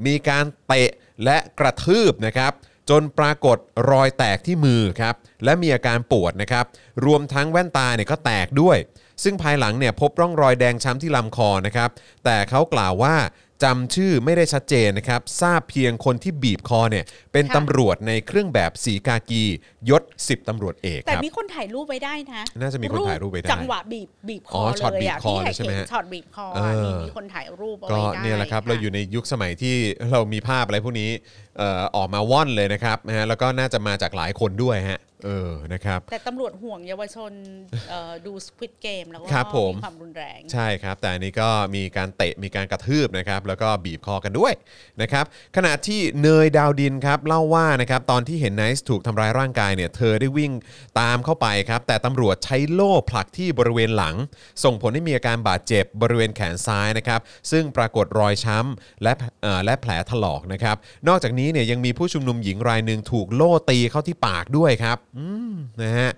S1: มีการเตะและกระทืบนะครับ จนปรากฏรอยแตกที่มือครับ และมีอาการปวดนะครับ รวมทั้งแว่นตาเนี่ยก็แตกด้วย ซึ่งภายหลังเนี่ยพบร่องรอยแดงช้ำที่ลำคอนะครับ แต่เขากล่าวว่าจำชื่อไม่ได้ชัดเจนนะครับ ทราบเพียงคนที่บีบคอเนี่ยเป็น
S2: ค่ะ
S1: ตำรวจในเครื่องแบบสีกากียศ 10ตำรวจเอก
S2: แต่
S1: ครับ
S2: มีคนถ่ายรูปไว้ได้นะ
S1: น่าจะมีคนถ่ายรูปไว้ได้
S2: จังหวะบีบบีบค
S1: อ๋
S2: อ
S1: อ
S2: เลย
S1: ช็อตบีบคอ
S2: ที่
S1: เลยใช่ไหม
S2: เห็
S1: ฮะ
S2: นช็อตบีบคอ
S1: เออ
S2: มีมีคนถ่ายรูปเอา
S1: ก็
S2: ไว้ได้
S1: เนี่ยแหละครับ เราอยู่
S2: ค่
S1: ในยุคสมัยที่เรามีภาพอะไรพวกนี้เอ่อออกมาว่อนเลยนะครับนะฮะแล้วก็น่าจะมาจากหลายคนด้วยฮะเออนะครับ
S2: แต่ตำรวจห่วงเยาวชนเอ่อดูสควิ g เกมแล้วก็
S1: ครับผม
S2: ความรุนแรง
S1: ใช่ครับ แต่อันนี้ก็มีการเตะมีการกระทืบนะครับ แล้วก็บีบคอกันด้วยนะครับขณะที่เนยดาวดินครับเล่าว่านะครับตอนที่เห็นไนซ์ถูกทำร้ายร่างกายเนี่ยเธอได้วิ่งตามเข้าไปครับ แต่ตำรวจใช้โล่ผลักที่บริเวณหลัง ส่งผลให้มีอาการบาดเจ็บบริเวณแขนซ้ายนะครับ ซึ่งปรากฏรอยช้ำและเอ่อและแผลถลอกนะครับ นอกจากนี้เนี่ยยังมีผู้ชุมนุมหญิงรายหนึ่งถูกโล่ตีเข้าที่ปากด้วยครับอืมนะฮะ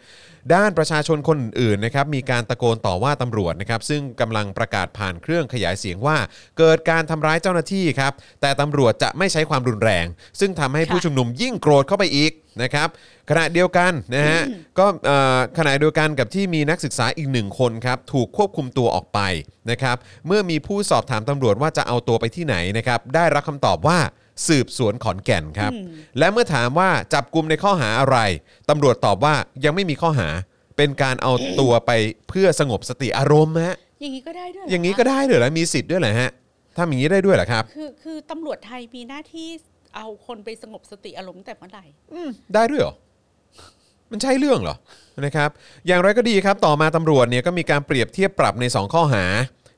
S1: ด้านประชาชนคนอื่นๆนะครับมีการตะโกนต่อว่าตำรวจนะครับซึ่งกำลังประกาศผ่านเครื่องขยายเสียงว่า เกิดการทำร้ายเจ้าหน้าที่ครับแต่ตำรวจจะไม่ใช้ความรุนแรง ซึ่งทำให้ผู้ชุมนุมยิ่งโกรธเข้าไปอีกนะครับขณะเดียวกันนะฮะก็เอ่อขณะเดียวกันกับที่มีนักศึกษาอีกหนึ่งคนครับถูกควบคุมตัวออกไปนะครับเมื่อมีผู้สอบถามตำรวจว่าจะเอาตัวไปที่ไหนนะครับได้รับคำตอบว่า สืบสวนขอนแก่นครับ และเมื่อถามว่าจับกลุ่มในข้อหาอะไรตำรวจตอบว่ายังไม่มีข้อหา เป็นการเอาตัวไปเพื่อสงบสติอารมณ์ฮะ
S2: อย่างนี้ก็ได้ด้วยเหร
S1: อย่างนี้ก็ได้ด้วยเหรอมีสิทธิ์ด้วยเหรอฮะทำอย่างนี้ได้ด้วยเหรอครับ
S2: คือคือตำรวจไทยมีหน้าที่เอาคนไปสงบสติอารมณ์แต่เมื่อไหร่
S1: ได้ด้วยเหรอ มันใช่เรื่องเหรอ นะครับ อย่างไรก็ดีครับ ต่อมาตำรวจเนี่ยก็มีการเปรียบเทียบปรับใน 2 ข้อหา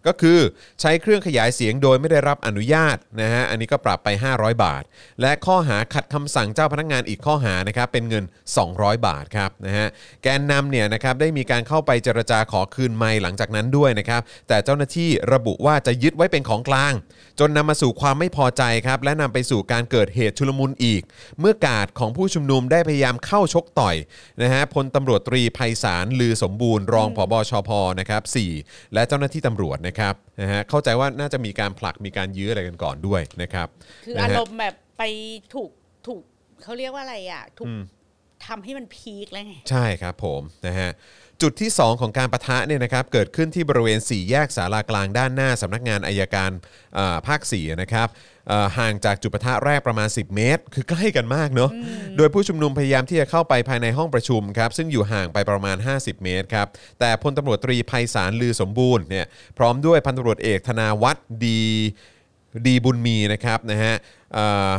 S1: ก็คือใช้เครื่องขยายเสียงโดยไม่ได้รับอนุญาตนะฮะอันนี้ก็ปรับไป 500 บาท และข้อหาขัดคำสั่งเจ้าพนักงานอีกข้อหานะครับเป็นเงิน 200 บาทครับนะฮะแกนนำเนี่ยนะครับได้มีการเข้าไปเจรจาขอคืนไม้หลังจากนั้นด้วยนะครับแต่เจ้าหน้าที่ระบุว่าจะยึดไว้เป็นของกลาง จนนำมาสู่ความไม่พอใจครับและนำไปสู่การเกิดเหตุชุลมุนอีก เมื่อกาดของผู้ชุมนุมได้พยายามเข้าชกต่อยนะฮะพลตำรวจตรีไพศาลลือสมบูรณ์รองผบชพนะครับ4และเจ้าหน้าที่ตำรวจนะครับนะฮะเข้าใจว่าน่าจะมีการผลักมีการยื้ออะไรกันก่อนด้วยนะครับ
S2: คือ
S1: นะ
S2: อา
S1: ฮะ
S2: รมณ์แบบไปถูกถูกเขาเรียกว่าอะไรอ่ะ ถูกทำให้มันพีคแล้วไง
S1: ใช่ครับผมนะฮะจุดที่ 2 ของการประทะเนี่ยนะครับเกิดขึ้นที่บริเวณ 4 แยกสารากลางด้านหน้าสำนักงานอายการเอ่อภาค4นะครับเอ่อห่างจากจุดประทะแรกประมาณ 10 เมตร คือใกล้กันมากเนาะโดยผู้ชุมนุมพยายามที่จะเข้าไปภายในห้องประชุมครับซึ่งอยู่ห่างไปประมาณ 50 เมตรครับแต่พลตำรวจตรีไพศาลลือสมบูรณ์เนี่ยพร้อมด้วยพันตำรวจเอกธนาวัฒน์ดี ดีบุญมีนะครับนะฮะเอ่อ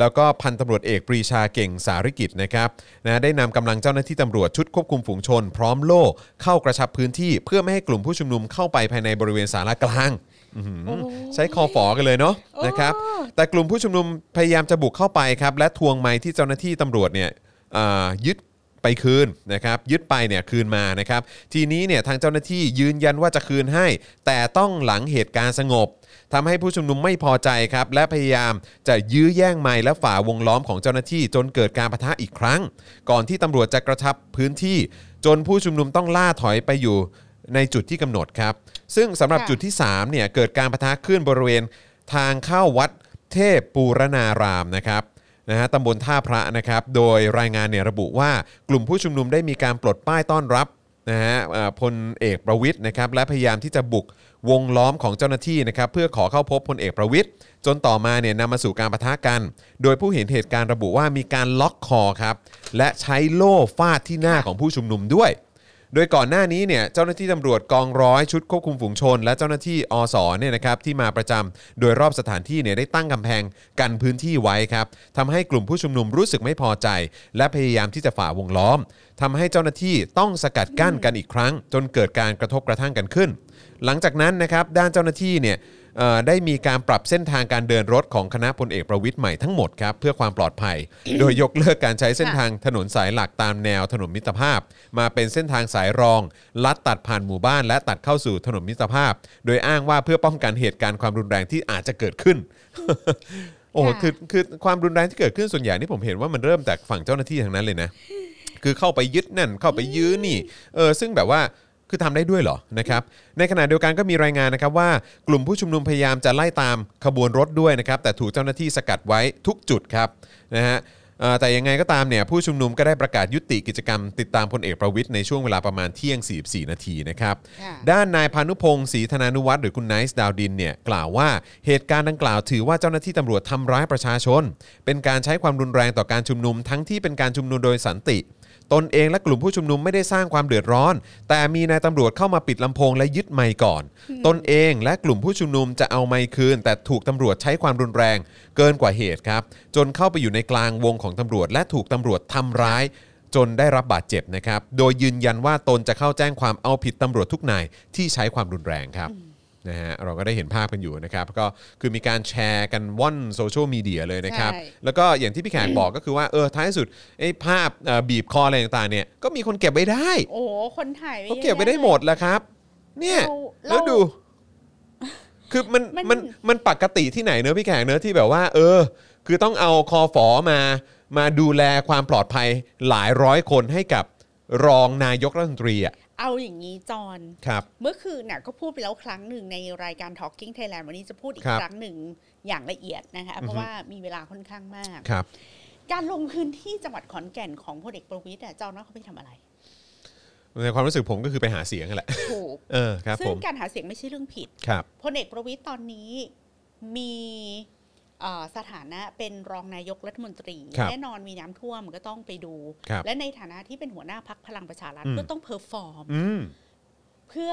S1: แล้วก็พันตำรวจเอกปรีชาเก่งสาริกิจนะครับนะได้นำกำลังเจ้าหน้าที่ตำรวจชุดควบคุมฝูงชน พร้อมโล่เข้ากระชับพื้นที่ เพื่อไม่ให้กลุ่มผู้ชุมนุมเข้าไปภายในบริเวณศาลากลางอื้อหือใช้คอฝอกันเลยเนาะ
S2: โอ้ย
S1: นะครับ แต่กลุ่มผู้ชุมนุมพยายามจะบุกเข้าไปครับ และทวงไม้ที่เจ้าหน้าที่ตำรวจเนี่ยเอ่อยึดไปคืนนะครับ ยึดไปเนี่ยคืนมานะครับ ทีนี้เนี่ยทางเจ้าหน้าที่ยืนยันว่าจะคืนให้ แต่ต้องหลังเหตุการณ์สงบทำให้ผู้ชุมนุมไม่พอใจครับ และพยายามจะยื้อแย่งไม้และฝ่าวงล้อมของเจ้าหน้าที่ จนเกิดการปะทะอีกครั้ง ก่อนที่ตำรวจจะกระชับพื้นที่ จนผู้ชุมนุมต้องล่าถอยไปอยู่ในจุดที่กำหนดครับ ซึ่งสำหรับ
S2: ค่ะ
S1: จุดที่3เนี่ยเกิดการปะทะขึ้นบริเวณทางเข้าวัด เทพปูรณารามนะครับนะฮะตำบลท่าพระนะครับ โดยรายงานเนี่ยระบุว่ากลุ่มผู้ชุมนุมได้มีการปลดป้ายต้อนรับนะฮะเอ่อพลเอกประวิทย์นะครับและพยายามที่จะบุกวงล้อมของเจ้าหน้าที่นะครับเพื่อขอเข้าพบพลเอกประวิทย์จนต่อมาเนี่ยนำมาสู่การปะทะกัน โดยผู้เห็นเหตุการณ์ระบุว่ามีการล็อกคอครับและใช้โล่ฟาดที่หน้าของผู้ชุมนุมด้วย โดยก่อนหน้านี้เนี่ยเจ้าหน้าที่ตำรวจกองร้อยชุดควบคุมฝูงชน และเจ้าหน้าที่อสเนี่ยนะครับที่มาประจำโดยรอบสถานที่เนี่ยได้ตั้งกำแพงกันพื้นที่ไว้ครับทำให้กลุ่มผู้ชุมนุมรู้สึกไม่พอใจ และพยายามที่จะฝ่าวงล้อมทำให้เจ้าหน้าที่ต้องสกัดกั้นกันอีกครั้ง จนเกิดการกระทบกระทั่งกันขึ้น หลังจากนั้นนะครับด้านเจ้าหน้าที่เนี่ยเอ่อได้มีการปรับเส้นทางการเดินรถของคณะพลเอกประวิทย์ใหม่ทั้งหมดครับเพื่อความปลอดภัย โดยยกเลิกการใช้เส้นทางถนนสายหลักตามแนวถนนมิตรภาพ มาเป็นเส้นทางสายรอง ลัดตัดผ่านหมู่บ้าน และตัดเข้าสู่ถนนมิตรภาพ โดยอ้างว่าเพื่อป้องกันเหตุการณ์ความรุนแรงที่อาจจะเกิดขึ้น โอ้โห
S2: ค่ะ
S1: คือคือความรุนแรงที่เกิดขึ้นส่วนใหญ่นี่ผมเห็นว่ามันเริ่มจากฝั่งเจ้าหน้าที่ทางนั้นเลยนะ คือเข้าไปยึดนั่นเข้าไปยื้อนี่เออซึ่งแบบว่าคือทำได้ด้วยเหรอนะครับในขณะเดียวกันก็มีรายงานนะครับว่ากลุ่มผู้ชุมนุมพยายามจะไล่ตามขบวนรถด้วยนะครับแต่ถูกเจ้าหน้าที่สกัดไว้ทุกจุดครับนะฮะเอ่อแต่ยังไงก็ตามเนี่ยผู้ชุมนุมก็ได้ประกาศยุติกิจกรรม ติดตามพลเอกประวิทย์ในช่วงเวลาประมาณเที่ยง 44 นาทีนะครับ
S2: ค่ะ
S1: ด้านนายพานุพงศ์ศรีธนานุวัฒน์หรือคุณไนซ์ดาวดินเนี่ยกล่าวว่าเหตุการณ์ดังกล่าวถือว่าเจ้าหน้าที่ตำรวจทำร้ายประชาชน เป็นการใช้ความรุนแรงต่อการชุมนุม ทั้งที่เป็นการชุมนุมโดยสันติ ตนเองและกลุ่มผู้ชุมนุมไม่ได้สร้างความเดือดร้อน แต่มีนายตำรวจเข้ามาปิดลำโพงและยึดไมค์ก่อน ตนเองและกลุ่มผู้ชุมนุมจะเอาไมค์คืน แต่ถูกตำรวจใช้ความรุนแรง เกินกว่าเหตุครับ จนเข้าไปอยู่ในกลางวงของตำรวจ และถูกตำรวจทำร้าย จนได้รับบาดเจ็บนะครับ โดยยืนยันว่าตนจะเข้าแจ้งความเอาผิดตำรวจทุกนายที่ใช้ความรุนแรงครับนะฮะเราก็ได้เห็นภาพกันอยู่นะครับ ก็คือมีการแชร์กันว่อนโซเชียลมีเดียเลยนะครับ
S2: ใช่
S1: แล้วก็อย่างที่พี่แขกบอกก็คือว่าเออท้ายสุดไอ้ภาพเอ่อบีบคออะไรต่างๆเนี่ยก็มีคนเก็บไว้ได้
S2: โอ้โหคนถ่ายว้
S1: เขา
S2: ยอะ
S1: เก็บไว้ได้
S2: แยะลย
S1: หมดแหล้วครับ เนี่ย
S2: เราเรา
S1: แล้วดู คือมัน
S2: มัน
S1: มันมันปกติที่ไหนเนอะพี่แขกเนอะที่แบบว่า เออ คือต้องเอาคอฝอมา มาดูแลความปลอดภัยหลายร้อยคนให้กับรองนายกรัฐมนตรีอ่ะ
S2: เอาอย่างนี้จอน
S1: ครับ
S2: เมื่อคืนน่ะก็พูดไปแล้วครั้งหนึ่งในรายการ Talking Thailand วันนี้จะพูดอี
S1: ค
S2: ก
S1: รับ
S2: ครั้งหนึ่งอย่างละเอียดนะคะเพ
S1: อือฮึ
S2: ราะว่ามีเวลาค่อนข้างมาก
S1: ครับ
S2: การลงพื้นที่จังหวัดขอนแก่นของพลเอกประวิตยอะจอนว่าเขาไปทำอะไร
S1: ในความรู้สึกผมก็คือไปหาเสียงนั่นแหละ
S2: ถูก
S1: เออครับ
S2: ซึ่
S1: ผ
S2: ง
S1: ม
S2: การหาเสียงไม่ใช่เรื่องผิด
S1: ครับ
S2: พลเอกประวิตยตอนนี้มีเอ่อสถานะเป็นรองนายกรัฐมนตรี
S1: ครับ
S2: แน่นอนมีน้ำท่วมก็ต้องไปดู
S1: ครับ
S2: และในฐานะที่เป็นหัวหน้าพักพลังประชารัฐ
S1: อืม
S2: ก็ต้องเพอร์ฟอร์ม
S1: อืม
S2: เพื่อ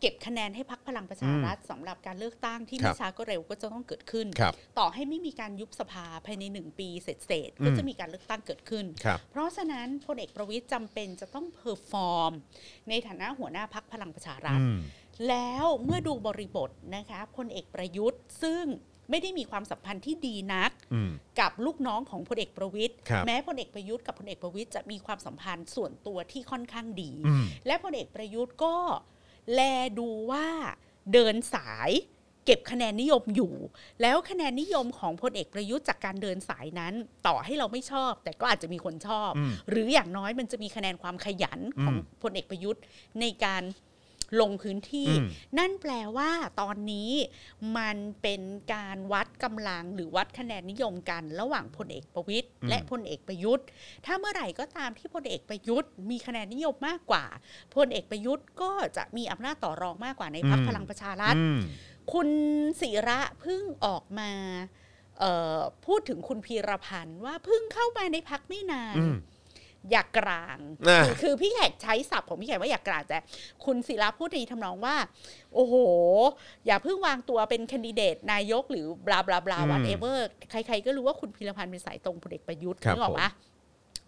S2: เก็บคะแนนให้พักพลังประชารัฐสำหรับการเลือกตั้งที่
S1: ครั
S2: ไม่
S1: บ
S2: ช้าก็เร็วก็จะต้องเกิดขึ้น
S1: ครับ
S2: ต่อให้ไม่มีการยุบสภาภายในหนึ่งปีเสร็จ
S1: อืม
S2: ๆก็จะมีการเลือกตั้งเกิดขึ้น
S1: ครับ
S2: เพราะฉะนั้นพลเอกประวิตยจำเป็นจะต้องเพอร์ฟอร์ม ในฐานะหัวหน้าพักพลังประชารัฐ
S1: อืม
S2: แล้วเมื่อดูบริบทนะคะพลเอกประยุทธ์ ซึ่งไม่ได้มีความสัมพันธ์ที่ดีนัก
S1: อืม
S2: กับลูกน้องของพลเอกประวิตย
S1: ครับ
S2: แม้พลเอกประยุทธ์กับพลเอกประวิตยจะมีความสัมพันธ์ส่วนตัวที่ค่อนข้างดี
S1: อืม
S2: และพลเอกประยุทธ์ก็แลดูว่าเดินสายเก็บคะแนนนิยมอยู่ แล้วคะแนนนิยมของพลเอกประยุทธ์จากการเดินสายนั้น ต่อให้เราไม่ชอบ แต่ก็อาจจะมีคนชอบ
S1: อืม
S2: หรืออย่างน้อยมันจะมีคะแนนความขยันของ
S1: อืม
S2: พลเอกประยุทธ์ในการลงพื้นที่
S1: อืม
S2: นั่นแปลว่าตอนนี้มันเป็นการวัดกำลังหรือวัดคะแนนนิยมกัน ระหว่างพลเอกประวิตยและพลเอกประยุทธ์ ถ้าเมื่อไหร่ก็ตามที่พลเอกประยุทธ์มีคะแนนนิยมมากกว่าพลเอกประยุทธ์ก็จะมีอำนาจต่อรองมากกว่าในพรรค
S1: อืม
S2: พลังประชารัฐ
S1: อืม
S2: คุณศิระเพิ่งออกมาเอ่อพูดถึงคุณพีรพันธ์ว่าเพิ่งเข้ามาในพักไม่นาน
S1: อืม
S2: อย่ากลาง
S1: อ่ะ
S2: คือคือพี่แขกใช้ศัพท์ของพี่แขกว่าอย่ากลางแต่คุณศิระพูดในทำนองว่า โอ้โห อย่าเพิ่งวางตัวเป็นแคนดิเดตนายกหรือบลาบลาบลา
S1: อืม
S2: วันเอเวอร์ใคร ๆ ก็รู้ว่าคุณพีรพันธ์เป็นสายตรงพลเอกประยุทธ์
S1: ครับ
S2: นึกออกปะ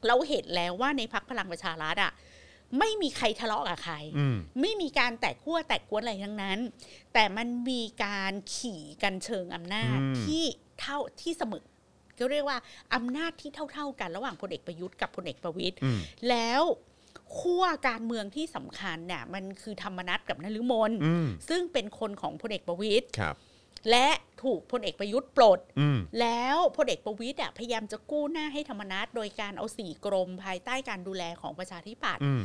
S2: เราเห็นแล้วว่าในพักพลังประชารัฐอ่ะไม่มีใครทะเลาะกับใคร
S1: อืม
S2: ไม่มีการแตกขั้วแตกกวนอะไรทั้งนั้น แต่มันมีการขี่กันเชิงอำนาจ
S1: อืม
S2: ที่เท่าที่เสมอก็เรียกว่าอำนาจที่เท่า ๆกันระหว่างพลเอกประยุทธ์กับพลเอกประวิตย
S1: อืม
S2: แล้วขั้วการเมืองที่สำคัญเนี่ยมันคือธรรมนัตกับนฤมล
S1: อืม
S2: ซึ่งเป็นคนของพลเอกประวิตย
S1: ครับ
S2: และถูกพลเอกประยุทธ์ปลด
S1: อืม
S2: แล้วพลเอกประวิตยอ่ะพยายามจะกู้หน้าให้ธรรมนัตโดยการเอาสี่กรมภายใต้การดูแลของประชาธิปัตย
S1: อืม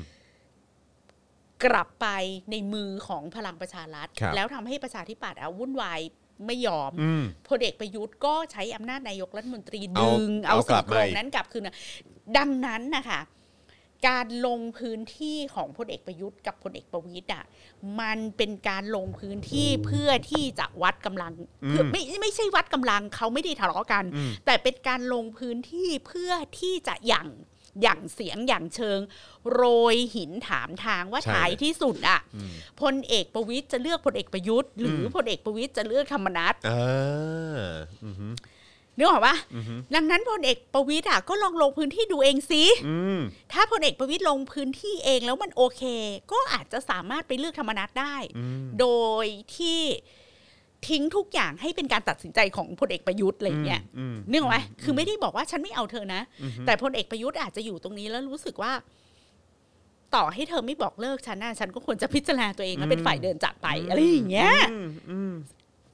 S2: กลับไปในมือของพลังประชารัฐ
S1: ครับ
S2: แล้วทำให้ประชาธิปัตย์อะวุ่นวายไม่ยอม
S1: อืม
S2: พลเอกประยุทธ์ก็ใช้อำนาจนายกรัฐมนตรี
S1: เอา
S2: ดึง เอา
S1: เอากลั
S2: สิ่
S1: บ
S2: งก
S1: มา
S2: ล
S1: อี
S2: ง
S1: ก
S2: นั้นกลับคืนมาดังนั้นนะคะการลงพื้นที่ของพลเอกประยุทธ์กับพลเอกประวิตยอ่ะมันเป็นการลงพื้นที่เพื่อที่จะวัดกำลังเพื่อไม่ไม่ใช่วัดกำลังเขาไม่ได้ทะเลาะกัน
S1: อืม
S2: แต่เป็นการลงพื้นที่เพื่อที่จะอย่างอย่างเสียงอย่างเชิง โรยหินถามทางว่า
S1: ใช่
S2: ท้ายที่สุดอ่ะ
S1: อืม
S2: พลเอกประวิตยจะเลือกพลเอกประยุทธ์ หรืออ
S1: ม
S2: พลเอกประวิตยจะเลือกธรรมนัต
S1: อ่าอืม
S2: นึกออกปะ
S1: อืม
S2: ดังนั้นพลเอกประวิตยอ่ะก็ลองลงพื้นที่ดูเองสิ
S1: อืม
S2: ถ้าพลเอกประวิตยลงพื้นที่เองแล้วมันโอเค ก็อาจจะสามารถไปเลือกธรรมนัตได้
S1: อืม
S2: โดยที่ทิ้งทุกอย่างให้เป็นการตัดสินใจของพลเอกประยุทธ์อะไรอย่างเงี้ย
S1: อืม
S2: นึกออกไหมคือไม่ได้บอกว่าฉันไม่เอาเธอนะ
S1: อือฮึ
S2: แต่พลเอกประยุทธ์อาจจะอยู่ตรงนี้แล้วรู้สึกว่า ต่อให้เธอไม่บอกเลิกฉันนะฉันก็ควรจะพิจารณาตัวเองและเป็นฝ่ายเดินจากไปอะไรอย่างเงี้ย
S1: อืมอืม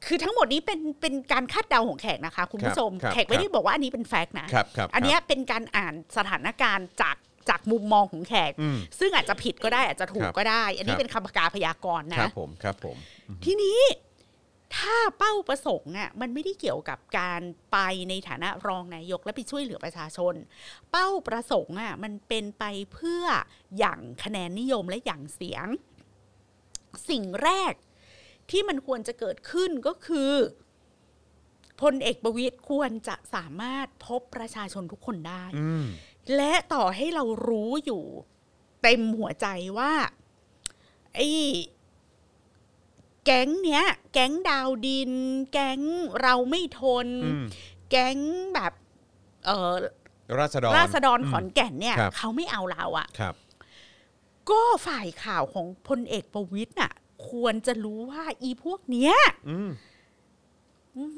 S2: คือทั้งหมดนี้เป็นเป็นการคาดเดาของแขกนะคะ คุณผู้ชม
S1: ครับ
S2: แขก
S1: ค
S2: ไม่
S1: รับ
S2: ได้บอกว่าอันนี้เป็นแฟกต์นะ
S1: ครับครับ
S2: อันเนี้ยเป็นการอ่านสถานการณ์จากจากมุมมองของแขก
S1: อืม
S2: ซึ่งอาจจะผิดก็ได้อาจจะถู
S1: ค
S2: ก
S1: รับ
S2: ก็ได้ อัน
S1: ครั
S2: นี้
S1: บ
S2: เป็นคำประกาพยากรณ์
S1: ครั
S2: นะ
S1: บผมครับผม
S2: ทีนี้ถ้าเป้าประสงค์อ่ะมันไม่ได้เกี่ยวกับการไปในฐานะรองนายกและไปช่วยเหลือประชาชน เป้าประสงค์อ่ะมันเป็นไปเพื่ออย่างคะแนนนิยมและอย่างเสียง สิ่งแรกที่มันควรจะเกิดขึ้นก็คือพลเอกประวิตยควรจะสามารถพบประชาชนทุกคนได้
S1: อืม
S2: และต่อให้เรารู้อยู่เต็มหัวใจว่าไอ้แก๊งเนี้ย แก๊งดาวดิน แก๊งเราไม่ทน
S1: อืม
S2: แก๊งแบบเออ
S1: ราษฎร
S2: ราษฎร
S1: ม
S2: ขอนแก่นเนี่ย
S1: ครับ
S2: เขาไม่เอาเราอะ
S1: ครับ
S2: ก็ฝ่ายข่าวของพลเอกประวิตยน่ะ ควรจะรู้ว่าอีพวกเนี้ย
S1: อืม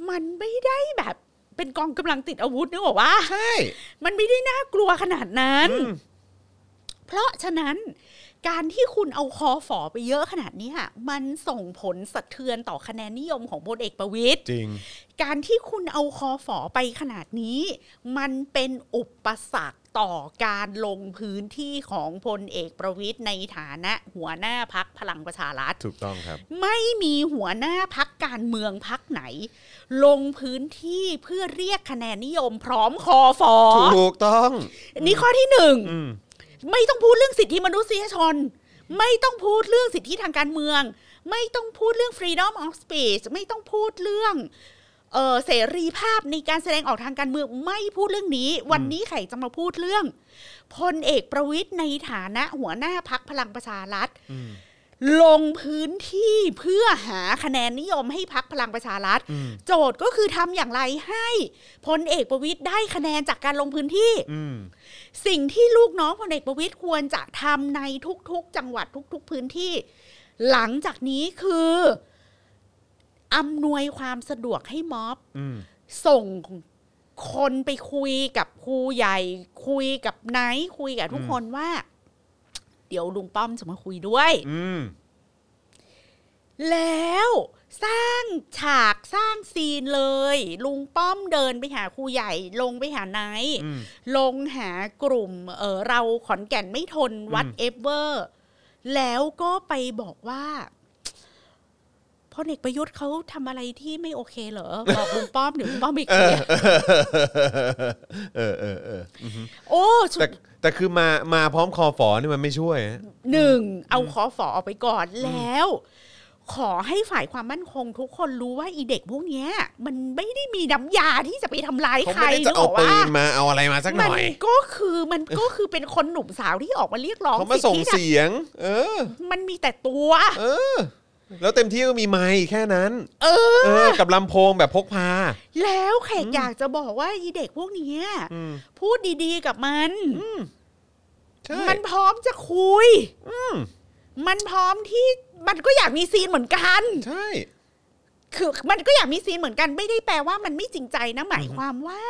S2: มันไม่ได้แบบ เป็นกองกำลังติดอาวุธนึกออกว่า
S1: ใช่
S2: มันไม่ได้น่ากลัวขนาดนั้น
S1: อืม
S2: เพราะฉะนั้นการที่คุณเอาคอฝอไปเยอะขนาดเนี้ยมันส่งผลสะเทือนต่อคะแนนนิยมของพลเอกประวิตย
S1: จริง
S2: การที่คุณเอาคอฝอไปขนาดนี้ มันเป็นอุปสรรคต่อการลงพื้นที่ของพลเอกประวิตยในฐานะหัวหน้าพักพลังประชารัฐ
S1: ถูกต้องครับ
S2: ไม่มีหัวหน้าพักการเมืองพักไหน ลงพื้นที่เพื่อเรียกคะแนนนิยมพร้อมคอฟอ
S1: ถูกต้อง
S2: นี่ข้อที่หนึ่ง
S1: อืม
S2: ไม่ต้องพูดเรื่องสิทธิมนุษยชน ไม่ต้องพูดเรื่องสิทธิทางการเมือง ไม่ต้องพูดเรื่อง freedom of speech ไม่ต้องพูดเรื่องเอ่อเสรีภาพในการแสดงออกทางการเมือง ไม่พูดเรื่องนี้ วันนี้ไข่จะมาพูดเรื่องพลเอกประวิทย์ในฐานะหัวหน้าพักพลังประชารัฐ
S1: อืม
S2: ลงพื้นที่เพื่อหาคะแนนนิยมให้พักพลังประชารัฐ
S1: อืม
S2: โจทย์ก็คือทำอย่างไรให้พลเอกประวิทย์ได้คะแนนจากการลงพื้นที่
S1: อืม
S2: สิ่งที่ลูกน้องพลเอกประวิตยควรจะทำในทุกๆ จังหวัดทุก ๆ พื้นที่ หลังจากนี้คืออำนวยความสะดวกให้ม็อบ
S4: อืม
S2: ส่งคนไปคุยกับครูใหญ่ คุยกับไนท์คุยกับทุก
S4: อืม
S2: คนว่า เดี๋ยวลุงป้อมจะมาคุยด้วย
S4: อืม
S2: แล้วสร้างฉากสร้างซีนเลย ลุงป้อมเดินไปหาครูใหญ่ ลงไปหาไนท์
S4: อืม
S2: ลงหากลุ่มเออเราขอนแก่นไม่ทนวัดเอเวอร์ แล้วก็ไปบอกว่าพลเอกประยุทธ์เขาทำอะไรที่ไม่โอเคเหรอ บอกลุงป้อมเดี๋ยวลุงป้อมไปเคลียร์
S4: เออเออเออ
S2: โอ้สุด
S4: แต่แต่คือมามาพร้อมคอฝอนี่มันไม่ช่วยฮะ
S2: หนึ่งเอาขอฝอออกไปก่อนแล้ว ขอให้ฝ่ายความมั่นคงทุกคนรู้ว่าอีเด็กพวกเนี้ย มันไม่ได้มีน้ำยาที่จะไปทำร้าย
S4: เขา
S2: ใคร
S4: ไม่ได้จะ
S2: นึก
S4: เอา
S2: ออก
S4: ปื
S2: ว่าน
S4: มาเอาอะไรมาสักห
S2: มั
S4: น่อย
S2: ก็คือมันก็คือเป็นคนหนุ่มสาวที่ออกมาเรียกร้อง
S4: เขามาส่ง
S2: ทธิ
S4: เสียง เออ
S2: มันมีแต่ตัว
S4: เออ แล้วเต็มที่ก็มีไม้แค่นั้น
S2: เออ
S4: เออ กับลำโพงแบบพกพา
S2: แล้วแขกอยากจะบอกว่าอีเด็กพวกเนี้ย
S4: อืม
S2: พูดดีๆกับมัน
S4: ใช่
S2: มันพร้อมจะคุยมันพร้อมที่มันก็อยากมีซีนเหมือนกัน
S4: ใช่
S2: คือมันก็อยากมีซีนเหมือนกันไม่ได้แปลว่ามันไม่จริงใจนะหมายความว่า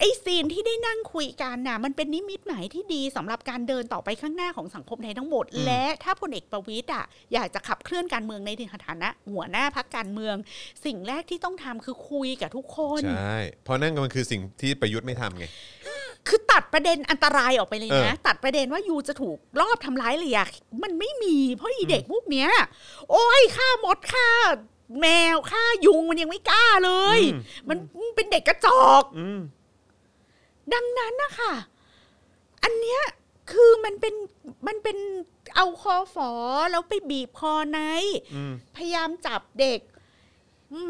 S2: ไอ้ซีนที่ได้นั่งคุยกันน่ะ มันเป็นนิมิตหมายที่ดีสำหรับการเดินต่อไปข้างหน้าของสังคมไทยทั้งหมด และถ้าพลเอกประวิตยอ่ะอยากจะขับเคลื่อนการเมืองในฐานะ หัวหน้าพักการเมือง สิ่งแรกที่ต้องทำคือคุยกับทุกคน
S4: ใช่ เพราะนั่นก็มันคือสิ่งที่ประยุทธ์ไม่ทำไง
S2: คือตัดประเด็นอันตรายออกไปเลยนะ
S4: เออ
S2: ตัดประเด็นว่ายูจะถูกลอบทำร้ายเลยอะมันไม่มีเพราะอีเด็กพวกเนี้ย โอ้ยฆ่ามดฆ่าแมวฆ่ายุงมันยังไม่กล้าเลย มันเป็นเด็กกระจอก
S4: อืม
S2: ดังนั้นนะคะอันเนี้ยคือมันเป็นมันเป็นเอาคอฝอแล้วไปบีบคอไนท์
S4: อืม
S2: พยายามจับเด็ก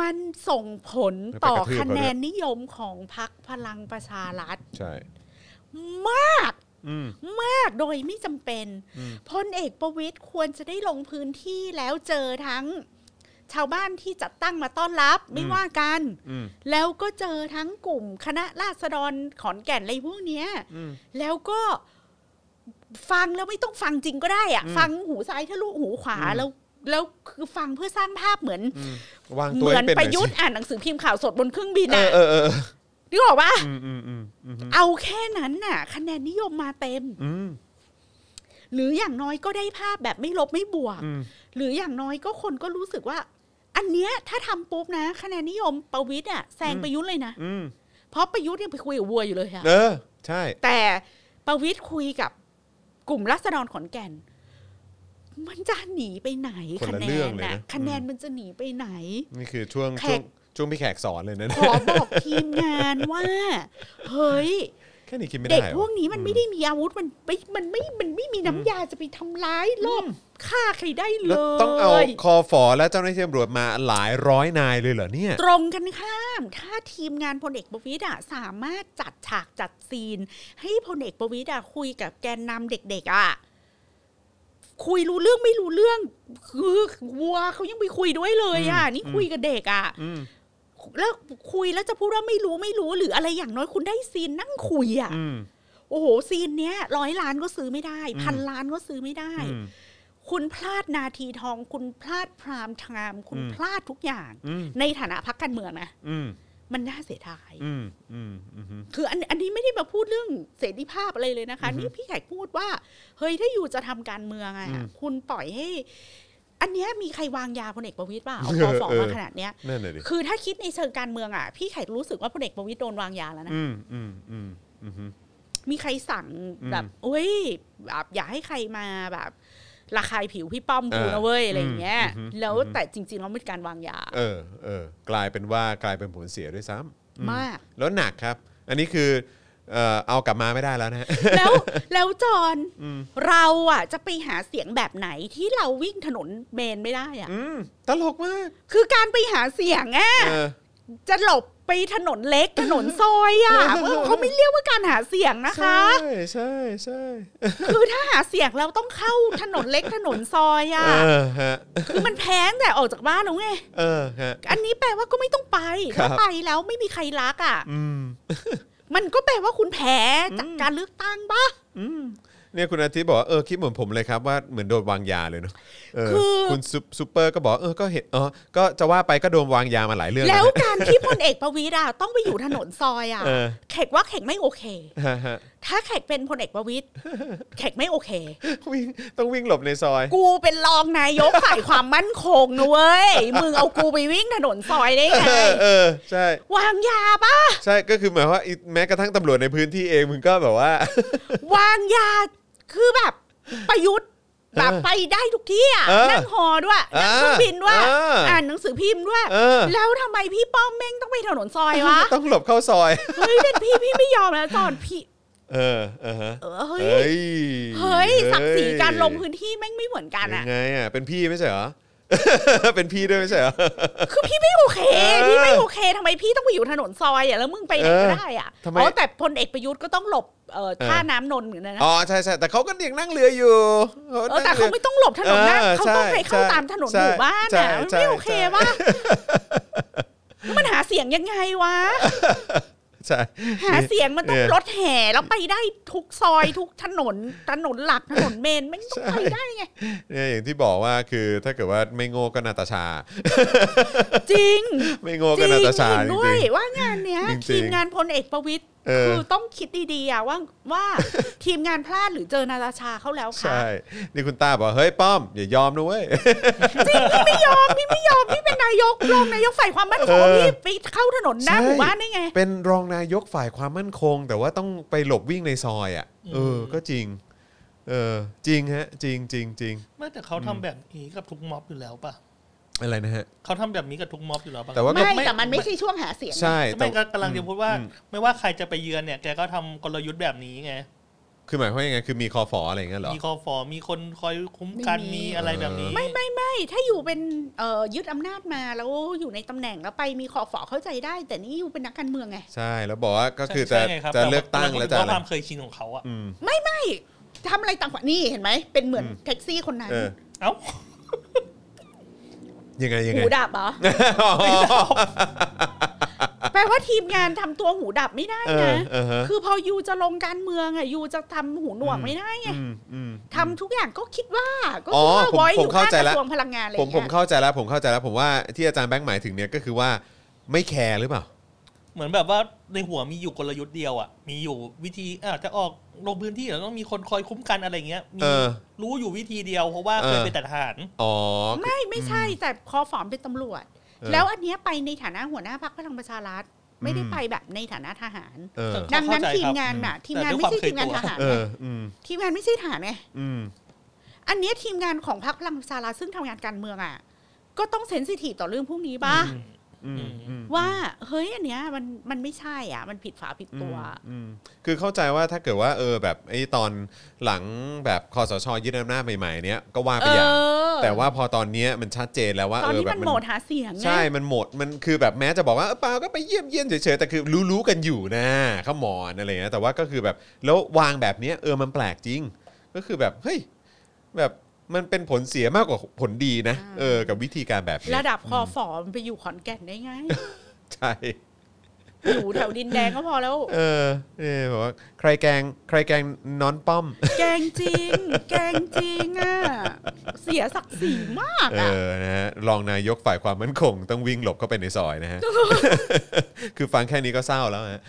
S2: มันส่งผลต่อ
S4: ไปกระ
S2: คะ
S4: ทืบเขาด้วย
S2: แนนนิยมของพรรคพลังประชารัฐ
S4: ใช่
S2: มาก
S4: อืม
S2: ากโดยไม่จำเป็น
S4: อืม
S2: พลเอกประวิตยควรจะได้ลงพื้นที่แล้วเจอทั้ง ชาวบ้านที่จัดตั้งมาต้อนรับไม่ว่ากัน
S4: อืม
S2: แล้วก็เจอทั้งกลุ่มคณะราษฎรขอนแก่นอะไรพวกเนี้ย
S4: อืม
S2: แล้วก็ฟังแล้วไม่ต้องฟังจริงก็ได้อะ
S4: อืม
S2: ฟังหูซ้ายทะลุหูขวา
S4: อืม
S2: แล้วแล้วคือฟังเพื่อสร้างภาพเหมือน
S4: อืมวางตัว
S2: เหมือน
S4: ให้เป็น
S2: ประยุท
S4: ห
S2: ธ์อ่านหนังสือพิมพ์ข่าวสดบนเครื่องบิน
S4: น่อ
S2: น่ะ
S4: ยสิเออเออเออ
S2: นึกออกปะ
S4: อืมอืมอืมอืม
S2: เอาแค่นั้นน่ะ คะแนนนิยมมาเต็ม
S4: อืม
S2: หรืออย่างน้อยก็ได้ภาพแบบไม่ลบไม่บวก
S4: อืม
S2: หรืออย่างน้อยก็คนก็รู้สึกว่า อันเนี้ยถ้าทำปุ๊บนะคะแนนนิยมประวิทย์อ่ะแซง
S4: อืม
S2: ประยุทธ์เลยนะ
S4: อืม
S2: เพราะประยุทธ์ยังไปคุยกับวัวอยู่เลยค่ะ
S4: เออ ใช่
S2: แต่ประวิทย์คุยกับกลุ่มรัษฎรขอนแก่น มันจะหนีไปไหน
S4: ค
S2: คะ
S4: นละ
S2: แน
S4: เรื่อง
S2: น
S4: เลยนะ
S2: น่ะคะแนนมันจะหนีไปไหน
S4: นี่คือช่วง
S2: แข
S4: ช่ว
S2: ก
S4: งช่วงพี่แขกสอนเลยนะ
S2: ขอบอกทีมงานว่า เฮ้ย
S4: แค่นี้คิดไม่
S2: เด็ก
S4: ได้หรอ
S2: พวกนี้มันไม่ได้มีอาวุธมันไม่มันไม่มันไม่มีน้ำยาจะไปทำร้ายลอบฆ่าใครได้เล
S4: แล้ว
S2: ย
S4: ต้องเอาคอฝอและเจ้าหน้าที่ตำรวจมาหลายร้อยนายเลยเหรอเนี่ย
S2: ตรงกันข้าม ถ้าทีมงานพลเอกประวิตยอะสามารถจัดฉากจัดซีน ให้พลเอกประวิตยอะคุยกับแกนนำเด็กๆอะคุยรู้เรื่องไม่รู้เรื่อง คือวัวเขายังไปคุยด้วยเลยอะ
S4: อืม
S2: นี่คุยกับเด็กอะ
S4: อืม
S2: แล้วคุยแล้วจะพูดว่าไม่รู้ไม่รู้หรืออะไรอย่างน้อยคุณได้ซีนนั่งคุยอะ
S4: อืม
S2: โอ้โหซีนเนี้ยร้อยล้านก็ซื้อไม่ได้
S4: อืม
S2: พันล้านก็ซื้อไม่ได้
S4: อืม
S2: คุณพลาดนาทีทอง คุณพลาดพรามไทม์คุณ
S4: อืม
S2: พลาดทุกอย่าง
S4: อืม
S2: ในฐานะพักการเมืองนะ
S4: อืม
S2: มันน่าเสียดาย
S4: อืมอืมอืม
S2: คืออันอันนี้ไม่ได้มาพูดเรื่องเสรีภาพอะไรเลยนะคะ
S4: อือฮึ
S2: นี่พี่แขกพูดว่า เฮ้ยถ้าอยู่จะทำการเมืองอะ
S4: อืม
S2: คุณปล่อยให้ อันเนี้ยมีใครวางยาพลเอกประวิตยเปล่าเอา
S4: เอ
S2: ค
S4: อ
S2: อฟอ
S4: เออ
S2: มาขนาดเนี้ย
S4: นั่นเลยดิ
S2: คือถ้าคิดในเชิงการเมืองอะพี่แขกรู้สึกว่าพลเอกประวิตยโดนวางยาแล้วนะ
S4: อืมอืมอืมอืม
S2: มีใครสั่ง
S4: อืม
S2: แบบโอ้ยแบบอย่าให้ใครมาแบบระคายผิวพี่ป้อมกู
S4: เออ
S2: นะเว้ยอะไรอย่างเงี้ย
S4: อือฮึ
S2: แล้ว
S4: อือฮึ
S2: แต่จริงๆแล้วมันเป็นการวางยา
S4: เออเออกลายเป็นว่ากลายเป็นผลเสียด้วยซ้ำอื
S2: มาก
S4: แล้วหนักครับ อันนี้คือเอ่อเอากลับมาไม่ได้แล้วนะฮะ
S2: แล้วแล้วจอน
S4: อืม
S2: เราอ่ะจะไปหาเสียงแบบไหนที่เราวิ่งถนนเมนไม่ได้อ่ะ
S4: อืมตลกมาก
S2: คือการไปหาเสียงอ่ะ
S4: เออ
S2: จะหลบไปถนนเล็กถนนซอย อ่ะ
S4: เออ
S2: เขาไม่เรียกว่าการหาเสียงนะคะ
S4: ใช่ใช่ใช่
S2: คือถ้าหาเสียงเราต้องเข้าถนนเล็กถนนซอยอ่ะ
S4: เออฮะ
S2: คือมันแพงแต่ออกจากบ้านแล้วไง
S4: เออฮะ
S2: อันนี้แปลว่าก็ไม่ต้องไป
S4: ครับ
S2: ถ้าไปแล้วไม่มีใครรักอ่ะ
S4: อืม
S2: มันก็แปลว่าคุณแพ้จากการเลือกตั้งปะ
S4: อืม เนี่ยคุณอาทิตย์บอกว่าเออคิดเหมือนผมเลยครับว่าเหมือนโดนวางยาเลยเนาะเออ
S2: คือ
S4: คุณซุปซุปเปอร์ก็บอกเออก็เห็นเออก็จะว่าไปก็โดนวางยามาหลายเรื่อง
S2: แล้ว
S4: นะ
S2: การที่พลเอกประวิตรอะต้องไปอยู่ถนนซอยอะ
S4: เออ
S2: แขกว่าแขกไม่โอเค
S4: ฮะฮะ
S2: ถ้าแขกเป็นพลเอกประวิตรแขกไม่โอเค
S4: วิ่งต้องวิ่งหลบในซอย
S2: กูเป็นรองนายก ฝ่ายความมั่นคงนะเว้ย มึงเอากูไปวิ่งถนนซอยได้ไง
S4: เออเออใช่
S2: วางยาป่ะ
S4: ใช่ก็คือหมายความว่าอีแม้กระทั่งตำรวจในพื้นที่เองมึงก็แบบว่า
S2: วางยาคือแบบประยุทธ์แบบ
S4: เออ
S2: ไปได้ทุกที่อ่ะ
S4: เออ
S2: นั่งฮอด้วยนั่งเครื่องบินด้วย
S4: เอออ่
S2: อ่านหนังสือพิมพ์ด้วย
S4: เออ
S2: แล้วทำไมพี่ป้อมแม่งต้องไปถนนซอยวะ
S4: ต้องหลบเข้าซอย
S2: เฮ้ยเป็นพี่พี่ไม่ยอมแล้วตอนพี่
S4: เออเออฮะ
S2: เออเฮ้ย
S4: เฮ้ย
S2: เฮ้ยศักดิ์ศรีการลงพื้นที่แม่งไม่เหมือนกัน
S4: ยั
S2: อ่ะ
S4: งไงอ่ะเป็นพี่ไม่ใช่เหรอ เป็นพี่ด้วยไม่ใช่เหรอ
S2: คือพี่ไม่โอเค
S4: เออ
S2: พี่ไม่โอเคทำไมพี่ต้องไปอยู่ถนนซอยอ่ะแล้วมึงไปไหนก็ได้อ่ะ
S4: เออทำไม
S2: อ๋อแต่พลเอกประยุทธ์ก็ต้องหลบเอ่อ
S4: เออ
S2: ท่าน้ำนนท์เหมือนกันนะ
S4: อ๋อใช่ใช่แต่เขาก็ยังนั่งเรืออยู่
S2: เออแต่
S4: นั่งรื
S2: เขา
S4: อ
S2: ไม่ต้องหลบถนนนะ
S4: เออ
S2: เขาต้อง
S4: ใช่
S2: ไปเข้า
S4: ใช่
S2: ตามถนน
S4: ใช่
S2: หมู่บ้านอ่ะมัน
S4: ใช่
S2: ไม่โอเค
S4: ใช่
S2: ว่ามันหาเสียงยังไงวะ
S4: ใช่
S2: หาเสียงมันต้อง
S4: เนี่ย
S2: รถแห่แล้วไปได้ทุกซอยทุกถนนถนนหลักถนนเมนไม่ต้องไปได้ไง
S4: เนี่ยอย่างที่บอกว่าคือถ้าเกิดว่าไม่โง่ก็นาตาชา
S2: จริง
S4: ไม่โง่
S2: จ
S4: ก็
S2: ริง
S4: นา
S2: เห็
S4: ตาชาจ
S2: น
S4: ริ
S2: ด้วย
S4: ง
S2: ว่างานเนี้ย
S4: จริงๆ
S2: ทีมงานพลเอกประวิตย
S4: เออ
S2: คือต้องคิดดีๆอะว่าว่า ทีมงานพลาดหรือเจอนาตาชาเข้าแล้ว
S4: ๆ
S2: ค่ะ
S4: ใช่ นี่คุณต้าบอกเฮ้ยป้อม อย่ายอมนะเว้ย
S2: ไม่ยอมพี่ไม่ยอมพี่เป็นนายกรองนายกฝ่ายความมั่นคง
S4: เออ
S2: พี่ไปเข้าถนนหน้า
S4: ใช่
S2: หมู่บ้านได้ไง
S4: เป็นรองนายกฝ่ายความมั่นคง แต่ว่าต้องไปหลบวิ่งในซอยอ่ะเออ ก็จริง เออ จริงฮะ จริงจริงจริง
S3: ไม่แต่เขาทำแบบนี้กับทุกม็อบอยู่แล้วป่ะ
S4: อะไรนะฮะ
S3: เขาทำแบบนี้กับทุกม็อบอยู่แล้วป่ะ
S4: แต่ว่าก็
S2: ไม่แต่มันไม่ใช่ช่วงหาเสียง
S4: ใช่แต่
S3: ไม่ก็กำลังจะพูดว่า ไม่ว่าใครจะไปเยือนเนี่ยแกก็ทำกลยุทธ์แบบนี้ไง
S4: คือหมายความว่ายังไงคือมีคอฟออะไรอย่างเงี้ยเหรอ
S3: มีคอฟอมีคนคอยคุ้มกันมีอะไรแบบนี้
S2: ไม่ไม่ไม่ถ้าอยู่เป็นเอ่อยึดอำนาจมาแล้วอยู่ในตำแหน่งแล้วไปมีขอฝอเข้าใจได้ แต่นี่อยู่เป็นนักการเมืองไง
S4: ใช่แล้วบอกว่าก็คือ
S3: ใช่
S4: จะ
S3: ใช่ไครับ
S4: จะเลือกตั้งแล้วจะ
S3: เพ
S4: อะไร
S3: ราะความเคยชินของเขาอะ
S4: อืม
S2: ไม่ทำอะไรต่างกว่านี่เห็นไหมเป็นเหมือนแท็กซี่คนนั้น
S4: เออ
S3: เอ้า
S4: ยังไงยังไง
S2: หูดับเหรอ
S4: อ๋อ
S2: แปลว่าทีมงานทำตัวหูดับไม่ได้
S4: เอ
S2: นะ
S4: อเออฮะ
S2: คือพอยูจะลงการเมืองอ่ะยูจะทำหูหนวกไม่ได้ไง
S4: อืมอืม
S2: ทำทุกอย่างก็คิดว่าก็
S4: อ๋อ
S2: คิดว่า
S4: ผม
S2: ไว้อ
S4: ผม
S2: ยู่
S4: เข้า
S2: ข้าง
S4: ใจ
S2: ก
S4: ละ
S2: ระทรวงพลังงานอะไรอ
S4: ผม
S2: ย่าง
S4: ผม
S2: เงี้ย
S4: เข้าใจแล้วผมเข้าใจแล้วผมว่าที่อาจารย์แบงค์หมายถึงเนี่ยก็คือว่าไม่แคร์หรือเปล่า
S3: เหมือนแบบว่าในหัวมีอยู่กลยุทธ์เดียวอะมีอยู่วิธีอ่ะจะออกลงพื้นที่แล้วต้องมีคนคอยคุ้มกันอะไรเงี้ยมี
S4: เออ
S3: รู้อยู่วิธีเดียว เพราะว่า
S4: เออ
S3: เคยเป็นทหาร
S4: อ๋อ
S2: ไม่ไม่ใช่แต่คอฝอมเป็นตำรวจ
S4: เออ
S2: แล้วอันเนี้ยไปในฐานะหัวหน้าพรรคพลังประชารัฐไม่ได้ไปแบบในฐานะทหาร
S4: เออ
S3: เออ
S2: ดังนั้น
S3: เข้าใจ
S2: ทีมงาน
S4: ครับ
S2: น่ะ ทีม
S3: แต่
S2: งาน
S3: ด้วย
S2: ไม่
S3: ความ
S2: ใช่ทีมงาน
S3: เค
S2: ท
S3: ยตัว
S2: หาร
S4: เอ
S2: ไง
S4: ออืม
S2: ทีมงานไม่ใช่ทหารไง
S4: อืม
S2: อันเนี้ยทีมงานของพรรคพลังประชารัฐซึ่งทำงานการเมืองอ่ะก็ต้องเซนซิทีฟต่อเรื่องพวกนี้ป่ะ
S3: อืม
S4: อืมอืม
S2: ว่าเฮ้ยอันเนี้ยมันมันไม่ใช่อ่ะ มันผิดฝาผิดตัว
S4: อืมคือเข้าใจว่าถ้าเกิดว่าเออแบบไอ้ตอนหลังแบบคอสชยึดอำนาจใหม่ๆเนี้ยก็ว่าไป
S2: เอ
S4: อย่าง
S2: อ
S4: แต่ว่าพอตอนเนี้ยมันชัดเจนแล้วว่า
S2: ตอน
S4: เออ
S2: นี้
S4: แบ
S2: มั
S4: บ
S2: นโหมดหาเสียงไง
S4: ใช่มันหมดมันคือแบบแม้จะบอกว่าเออเปล่าก็ไปเยี่ยมเยี่ยนเฉยๆแต่คือรู้ๆกันอยู่นะข้ามอนอะไรเงี้ยแต่ว่าก็คือแบบแล้ววางแบบเนี้ยเออมันแปลกจริง ก็คือแบบเฮ้ยแบบมันเป็นผลเสียมากกว่าผลดีนะเออกับวิธีการแบบเนี้ย
S2: ระดับคอฝอมันไปอยู่ขอนแก่นได้ไง
S4: ใช่
S2: อยู่แถวดินแดงก็พอแล้ว
S4: เออเออบอกว่าใครแกล้งใครแกล้งน้อนป้อม
S2: แกงจริง แกงจริงอ่ะ เสียศักดิ์ศรีมาก
S4: เอ
S2: อ่ะ
S4: อ นะฮะ รองนายกฝ่ายความมั่นคง ต้องวิ่งหลบเข้าไปในซอย นะฮะ คือฟังแค่นี้ก็เศร้าแล้วฮะ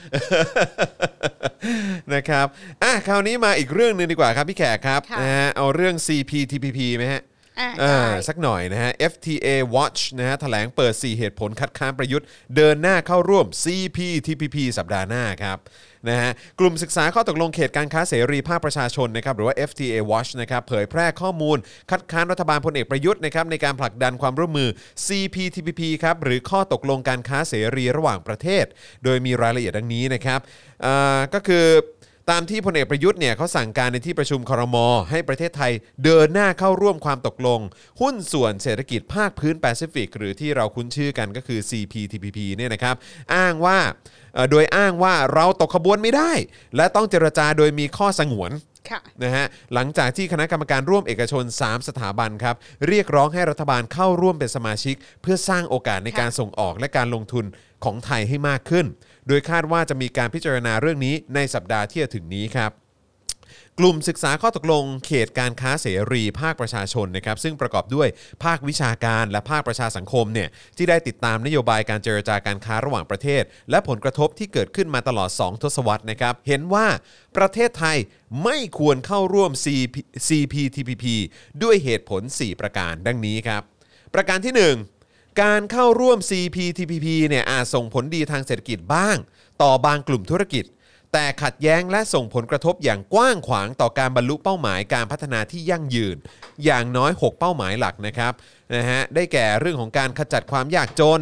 S4: นะครับ อ่ะ คราวนี้มาอีกเรื่องหนึ่งดีกว่าครับพี่แขกครับ
S2: ค่ะ
S4: นะฮะ เอาเรื่อง CPTPP ไหมฮะ
S2: อ่ะ
S4: เอ่
S2: ใช่
S4: อสักหน่อยนะฮะ FTA Watch นะฮะแถลงเปิด 4 เหตุผลคัดค้านประยุทธ์ เดินหน้าเข้าร่วม CPTPP สัปดาห์หน้าครับนะฮะกลุ่มศึกษาข้อตกลงเขตการค้าเสรีภาคประชาชนนะครับหรือว่า FTA Watch นะครับเผยแพร่ข้อมูล คัดค้านรัฐบาลพลเอกประยุทธ์นะครับในการผลักดันความร่วมมือ CPTPP ครับหรือข้อตกลงการค้าเสรีระหว่างประเทศ โดยมีรายละเอียดดังนี้นะครับเอ่อก็คือ ตามที่พลเอกประยุทธ์เนี่ยเขาสั่งการในที่ประชุมครม ให้ประเทศไทยเดินหน้าเข้าร่วมความตกลง หุ้นส่วนเศรษฐกิจภาคพื้นแปซิฟิก หรือที่เราคุ้นชื่อกันก็คือ CPTPP เนี่ยนะครับ อ้างว่าเอ่อโดยอ้างว่าเราตกขบวนไม่ได้ และต้องเจรจาโดยมีข้อสงวน
S2: ค่ะ
S4: นะฮะหลังจากที่คณะกรรมการร่วมเอกชน 3 สถาบันครับ เรียกร้องให้รัฐบาลเข้าร่วมเป็นสมาชิก เพื่อสร้างโอกาสใน
S2: ค่ะ
S4: การส่งออกและการลงทุนของไทยให้มากขึ้น โดยคาดว่าจะมีการพิจารณาเรื่องนี้ในสัปดาห์ที่จะถึงนี้ครับ
S1: กลุ่มศึกษาข้อตกลงเขตการค้าเสรีภาคประชาชนนะครับซึ่งประกอบด้วยภาควิชาการและภาคประชาสังคมเนี่ยที่ได้ติดตามนโยบายการเจรจาการค้าระหว่างประเทศ และผลกระทบที่เกิดขึ้นมาตลอด 2 ทศวรรษนะครับเห็นว่าประเทศไทยไม่ควรเข้าร่วม CP CPTPP ด้วยเหตุผล 4 ประการดังนี้ครับ ประการที่หนึ่ง การเข้าร่วม CPTPP เนี่ยอาจส่งผลดีทางเศรษฐกิจบ้าง ต่อบางกลุ่มธุรกิจ แต่ขัดแย้งและส่งผลกระทบอย่างกว้างขวางต่อการบรรลุเป้าหมายการพัฒนาที่ยั่งยืน อย่างน้อย 6 เป้าหมายหลักนะครับนะฮะได้แก่เรื่องของการขจัดความยากจน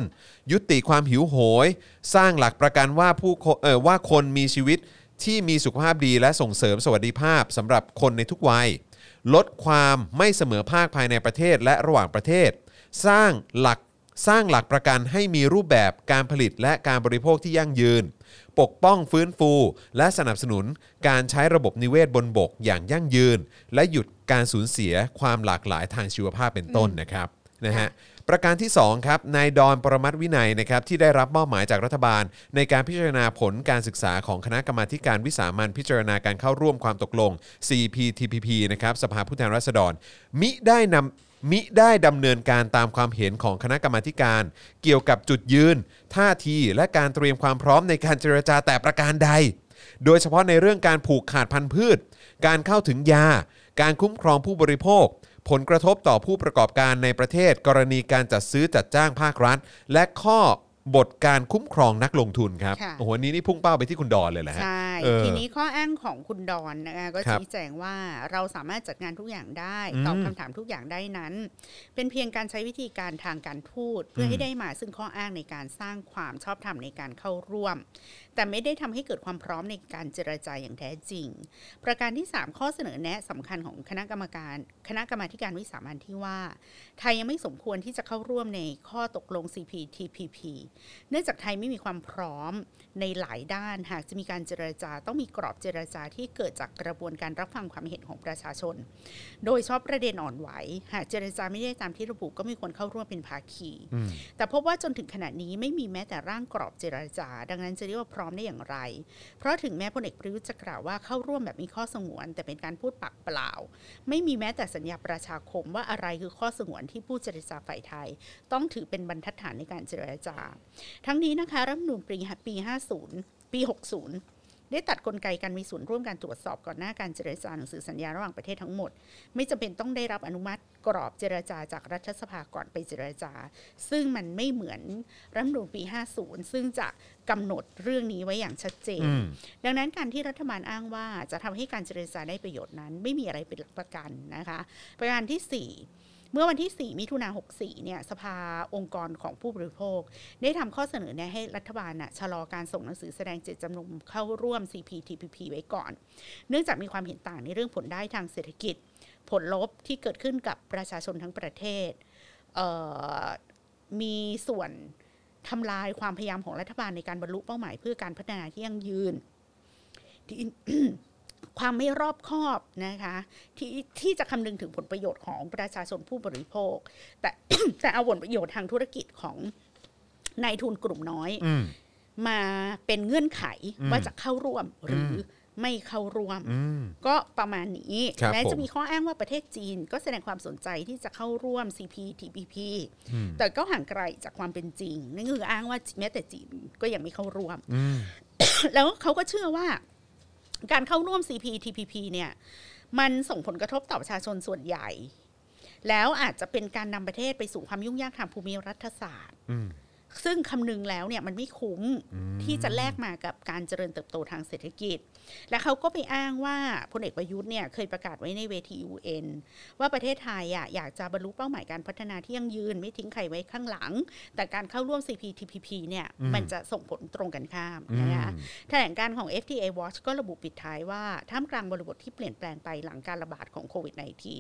S1: ยุติความหิวโหย สร้างหลักประกันว่าผู้คนเอ่อว่าคนมีชีวิตที่มีสุขภาพดีและส่งเสริมสวัสดิภาพสำหรับคนในทุกวัย ลดความไม่เสมอภาคภายในประเทศและระหว่างประเทศ สร้างหลักสร้างหลักประกันให้มีรูปแบบการผลิตและการบริโภคที่ยั่งยืน ปกป้องฟื้นฟู และสนับสนุนการใช้ระบบนิเวศบนบกอย่างยั่งยืน และหยุดการสูญเสียความหลากหลายทางชีวภาพเป็นต้นนะครับนะฮะ ประการที่ 2 ครับ นายดอนปรมัตถวินัยนะครับที่ได้รับมอบหมายจากรัฐบาล ในการพิจารณาผลการศึกษาของคณะกรรมาธิการวิสามันพิจารณาการเข้าร่วมความตกลง CPTPP นะครับสภาผู้แทนราษฎร มิได้นำมิได้ดำเนินการตามความเห็นของคณะกรรมาธิการ เกี่ยวกับจุดยืน ท่าทีและการเตรียมความพร้อมในการเจรจาแต่ประการใด โดยเฉพาะในเรื่องการผูกขาดพันธุ์พืช การเข้าถึงยา การคุ้มครองผู้บริโภค ผลกระทบต่อผู้ประกอบการในประเทศ กรณีการจัดซื้อจัดจ้างภาครัฐ และข้อบทการคุ้มครองนักลงทุนครับ
S2: ค่ะ
S1: โอ้โหอันนี้นี่พุ่งเป้าไปที่คุณดอนเลยแหละฮะ
S2: ใช่
S1: เออ
S2: ทีนี้ข้ออ้างของคุณดอนนะคะก็
S1: ครับ
S2: ชี้แจงว่าเราสามารถจัดงานทุกอย่างได้
S1: อืม
S2: ตอบคำถามทุกอย่างได้นั้น เป็นเพียงการใช้วิธีการทางการทูตเพื่อให้ได้มาซึ่งข้ออ้างในการสร้างความชอบธรรมในการเข้าร่วม แต่ไม่ได้ทำให้เกิดความพร้อมในการเจรจาอย่างแท้จริง ประการที่ 3 ข้อเสนอแนะสำคัญของคณะกรรมการ คณะกรรมาธิการวิสามันที่ว่า ไทยยังไม่สมควรที่จะเข้าร่วมในข้อตกลง CPTPP เนื่องจากไทยไม่มีความพร้อมในหลายด้าน หากจะมีการเจรจาต้องมีกรอบเจรจาที่เกิดจากกระบวนการรับฟังความเห็นของประชาชน โดยชอบประเด็นอ่อนไหว หากเจรจาไม่ได้ตามที่ระบุก็ไม่ควรเข้าร่วมเป็นภาคี
S1: อืม
S2: แต่พบว่าจนถึงขณะนี้ไม่มีแม้แต่ร่างกรอบเจรจา ดังนั้นจะเรียกว่าพร้อมได้อย่างไร เพราะถึงแม้พลเอกประยุทธ์จะกล่าวว่าเข้าร่วมแบบมีข้อสงวน แต่เป็นการพูดปากเปล่า ไม่มีแม้แต่สัญญาประชาคมว่าอะไรคือข้อสงวนที่ผู้เจรจาฝ่ายไทย ต้องถือเป็นบรรทัดฐานในการเจรจา ทั้งนี้นะคะรัฐธรรมนูญปีปี 50 ปี 60 ได้ตัดกลไกการมีส่วนร่วมการตรวจสอบก่อนหน้าการเจรจาหนังสือสัญญาระหว่างประเทศทั้งหมด ไม่จำเป็นต้องได้รับอนุมัติกรอบเจรจาจากรัฐสภาก่อนไปเจรจา ซึ่งมันไม่เหมือนรัฐธรรมนูญปี 50 ซึ่งจะกำหนดเรื่องนี้ไว้อย่างชัดเจน
S1: อืม
S2: ดังนั้นการที่รัฐบาลอ้างว่าจะทำให้การเจรจาได้ประโยชน์นั้น ไม่มีอะไรเป็นหลักประกันนะคะ ประการที่ 4 เมื่อวันที่ 4 มิถุนา64 เนี่ย สภาองค์กรของผู้บริโภค ได้ทำข้อเสนอแนะให้รัฐบาลน่ะชะลอการส่งหนังสือแสดงเจตจำนงเข้าร่วม CPTPP ไว้ก่อน เนื่องจากมีความเห็นต่างในเรื่องผลได้ทางเศรษฐกิจ ผลลบที่เกิดขึ้นกับประชาชนทั้งประเทศเอ่อมีส่วนทำลายความพยายามของรัฐบาลในการบรรลุเป้าหมายเพื่อการพัฒนาที่ยั่งยืน ที่ ความไม่รอบคอบนะคะที่ที่จะคำนึงถึงผลประโยชน์ของประชาชนผู้บริโภค แต่ แต่เอาผลประโยชน์ทางธุรกิจของนายทุนกลุ่มน้อย
S1: อืม
S2: มาเป็นเงื่อนไข
S1: อืม
S2: ว่าจะเข้าร่วมหรืออไม่เข้าร่วม
S1: อืม
S2: ก็ประมาณนี้
S1: ครับ
S2: แม้
S1: ผ
S2: จะ
S1: ม
S2: มีข้ออ้างว่าประเทศจีนก็แสดงความสนใจที่จะเข้าร่วม CPTPP แต่ก็ห่างไกลจากความเป็นจริง นั่นคืออ้างว่าแม้แต่จีนก็ยังไม่เข้าร่วม
S1: อืม
S2: แล้วเขาก็เชื่อว่าการเข้าร่วม CPTPP เนี่ย มันส่งผลกระทบต่อประชาชนส่วนใหญ่ แล้วอาจจะเป็นการนำประเทศไปสู่ความยุ่งยากทางภูมิรัฐศาสตร์
S1: อืม
S2: ซึ่งคำนึงแล้วเนี่ยมันไม่คุ้มที่จะแลกมากับการเจริญเติบโตทางเศรษฐกิจ และเขาก็ไปอ้างว่าพลเอกประยุทธ์เนี่ยเคยประกาศไว้ในเวที UN ว่าประเทศไทยอะอยากจะบรรลุเป้าหมายการพัฒนาที่ยั่งยืน ไม่ทิ้งใครไว้ข้างหลัง แต่การเข้าร่วม CPTPP เนี่ยมันจะส่งผลตรงกันข้ามนะคะ แถลงการของ FTA Watch ก็ระบุปิดท้ายว่า ท่ามกลางบริบทที่เปลี่ยนแปลงไปหลังการระบาดของโควิด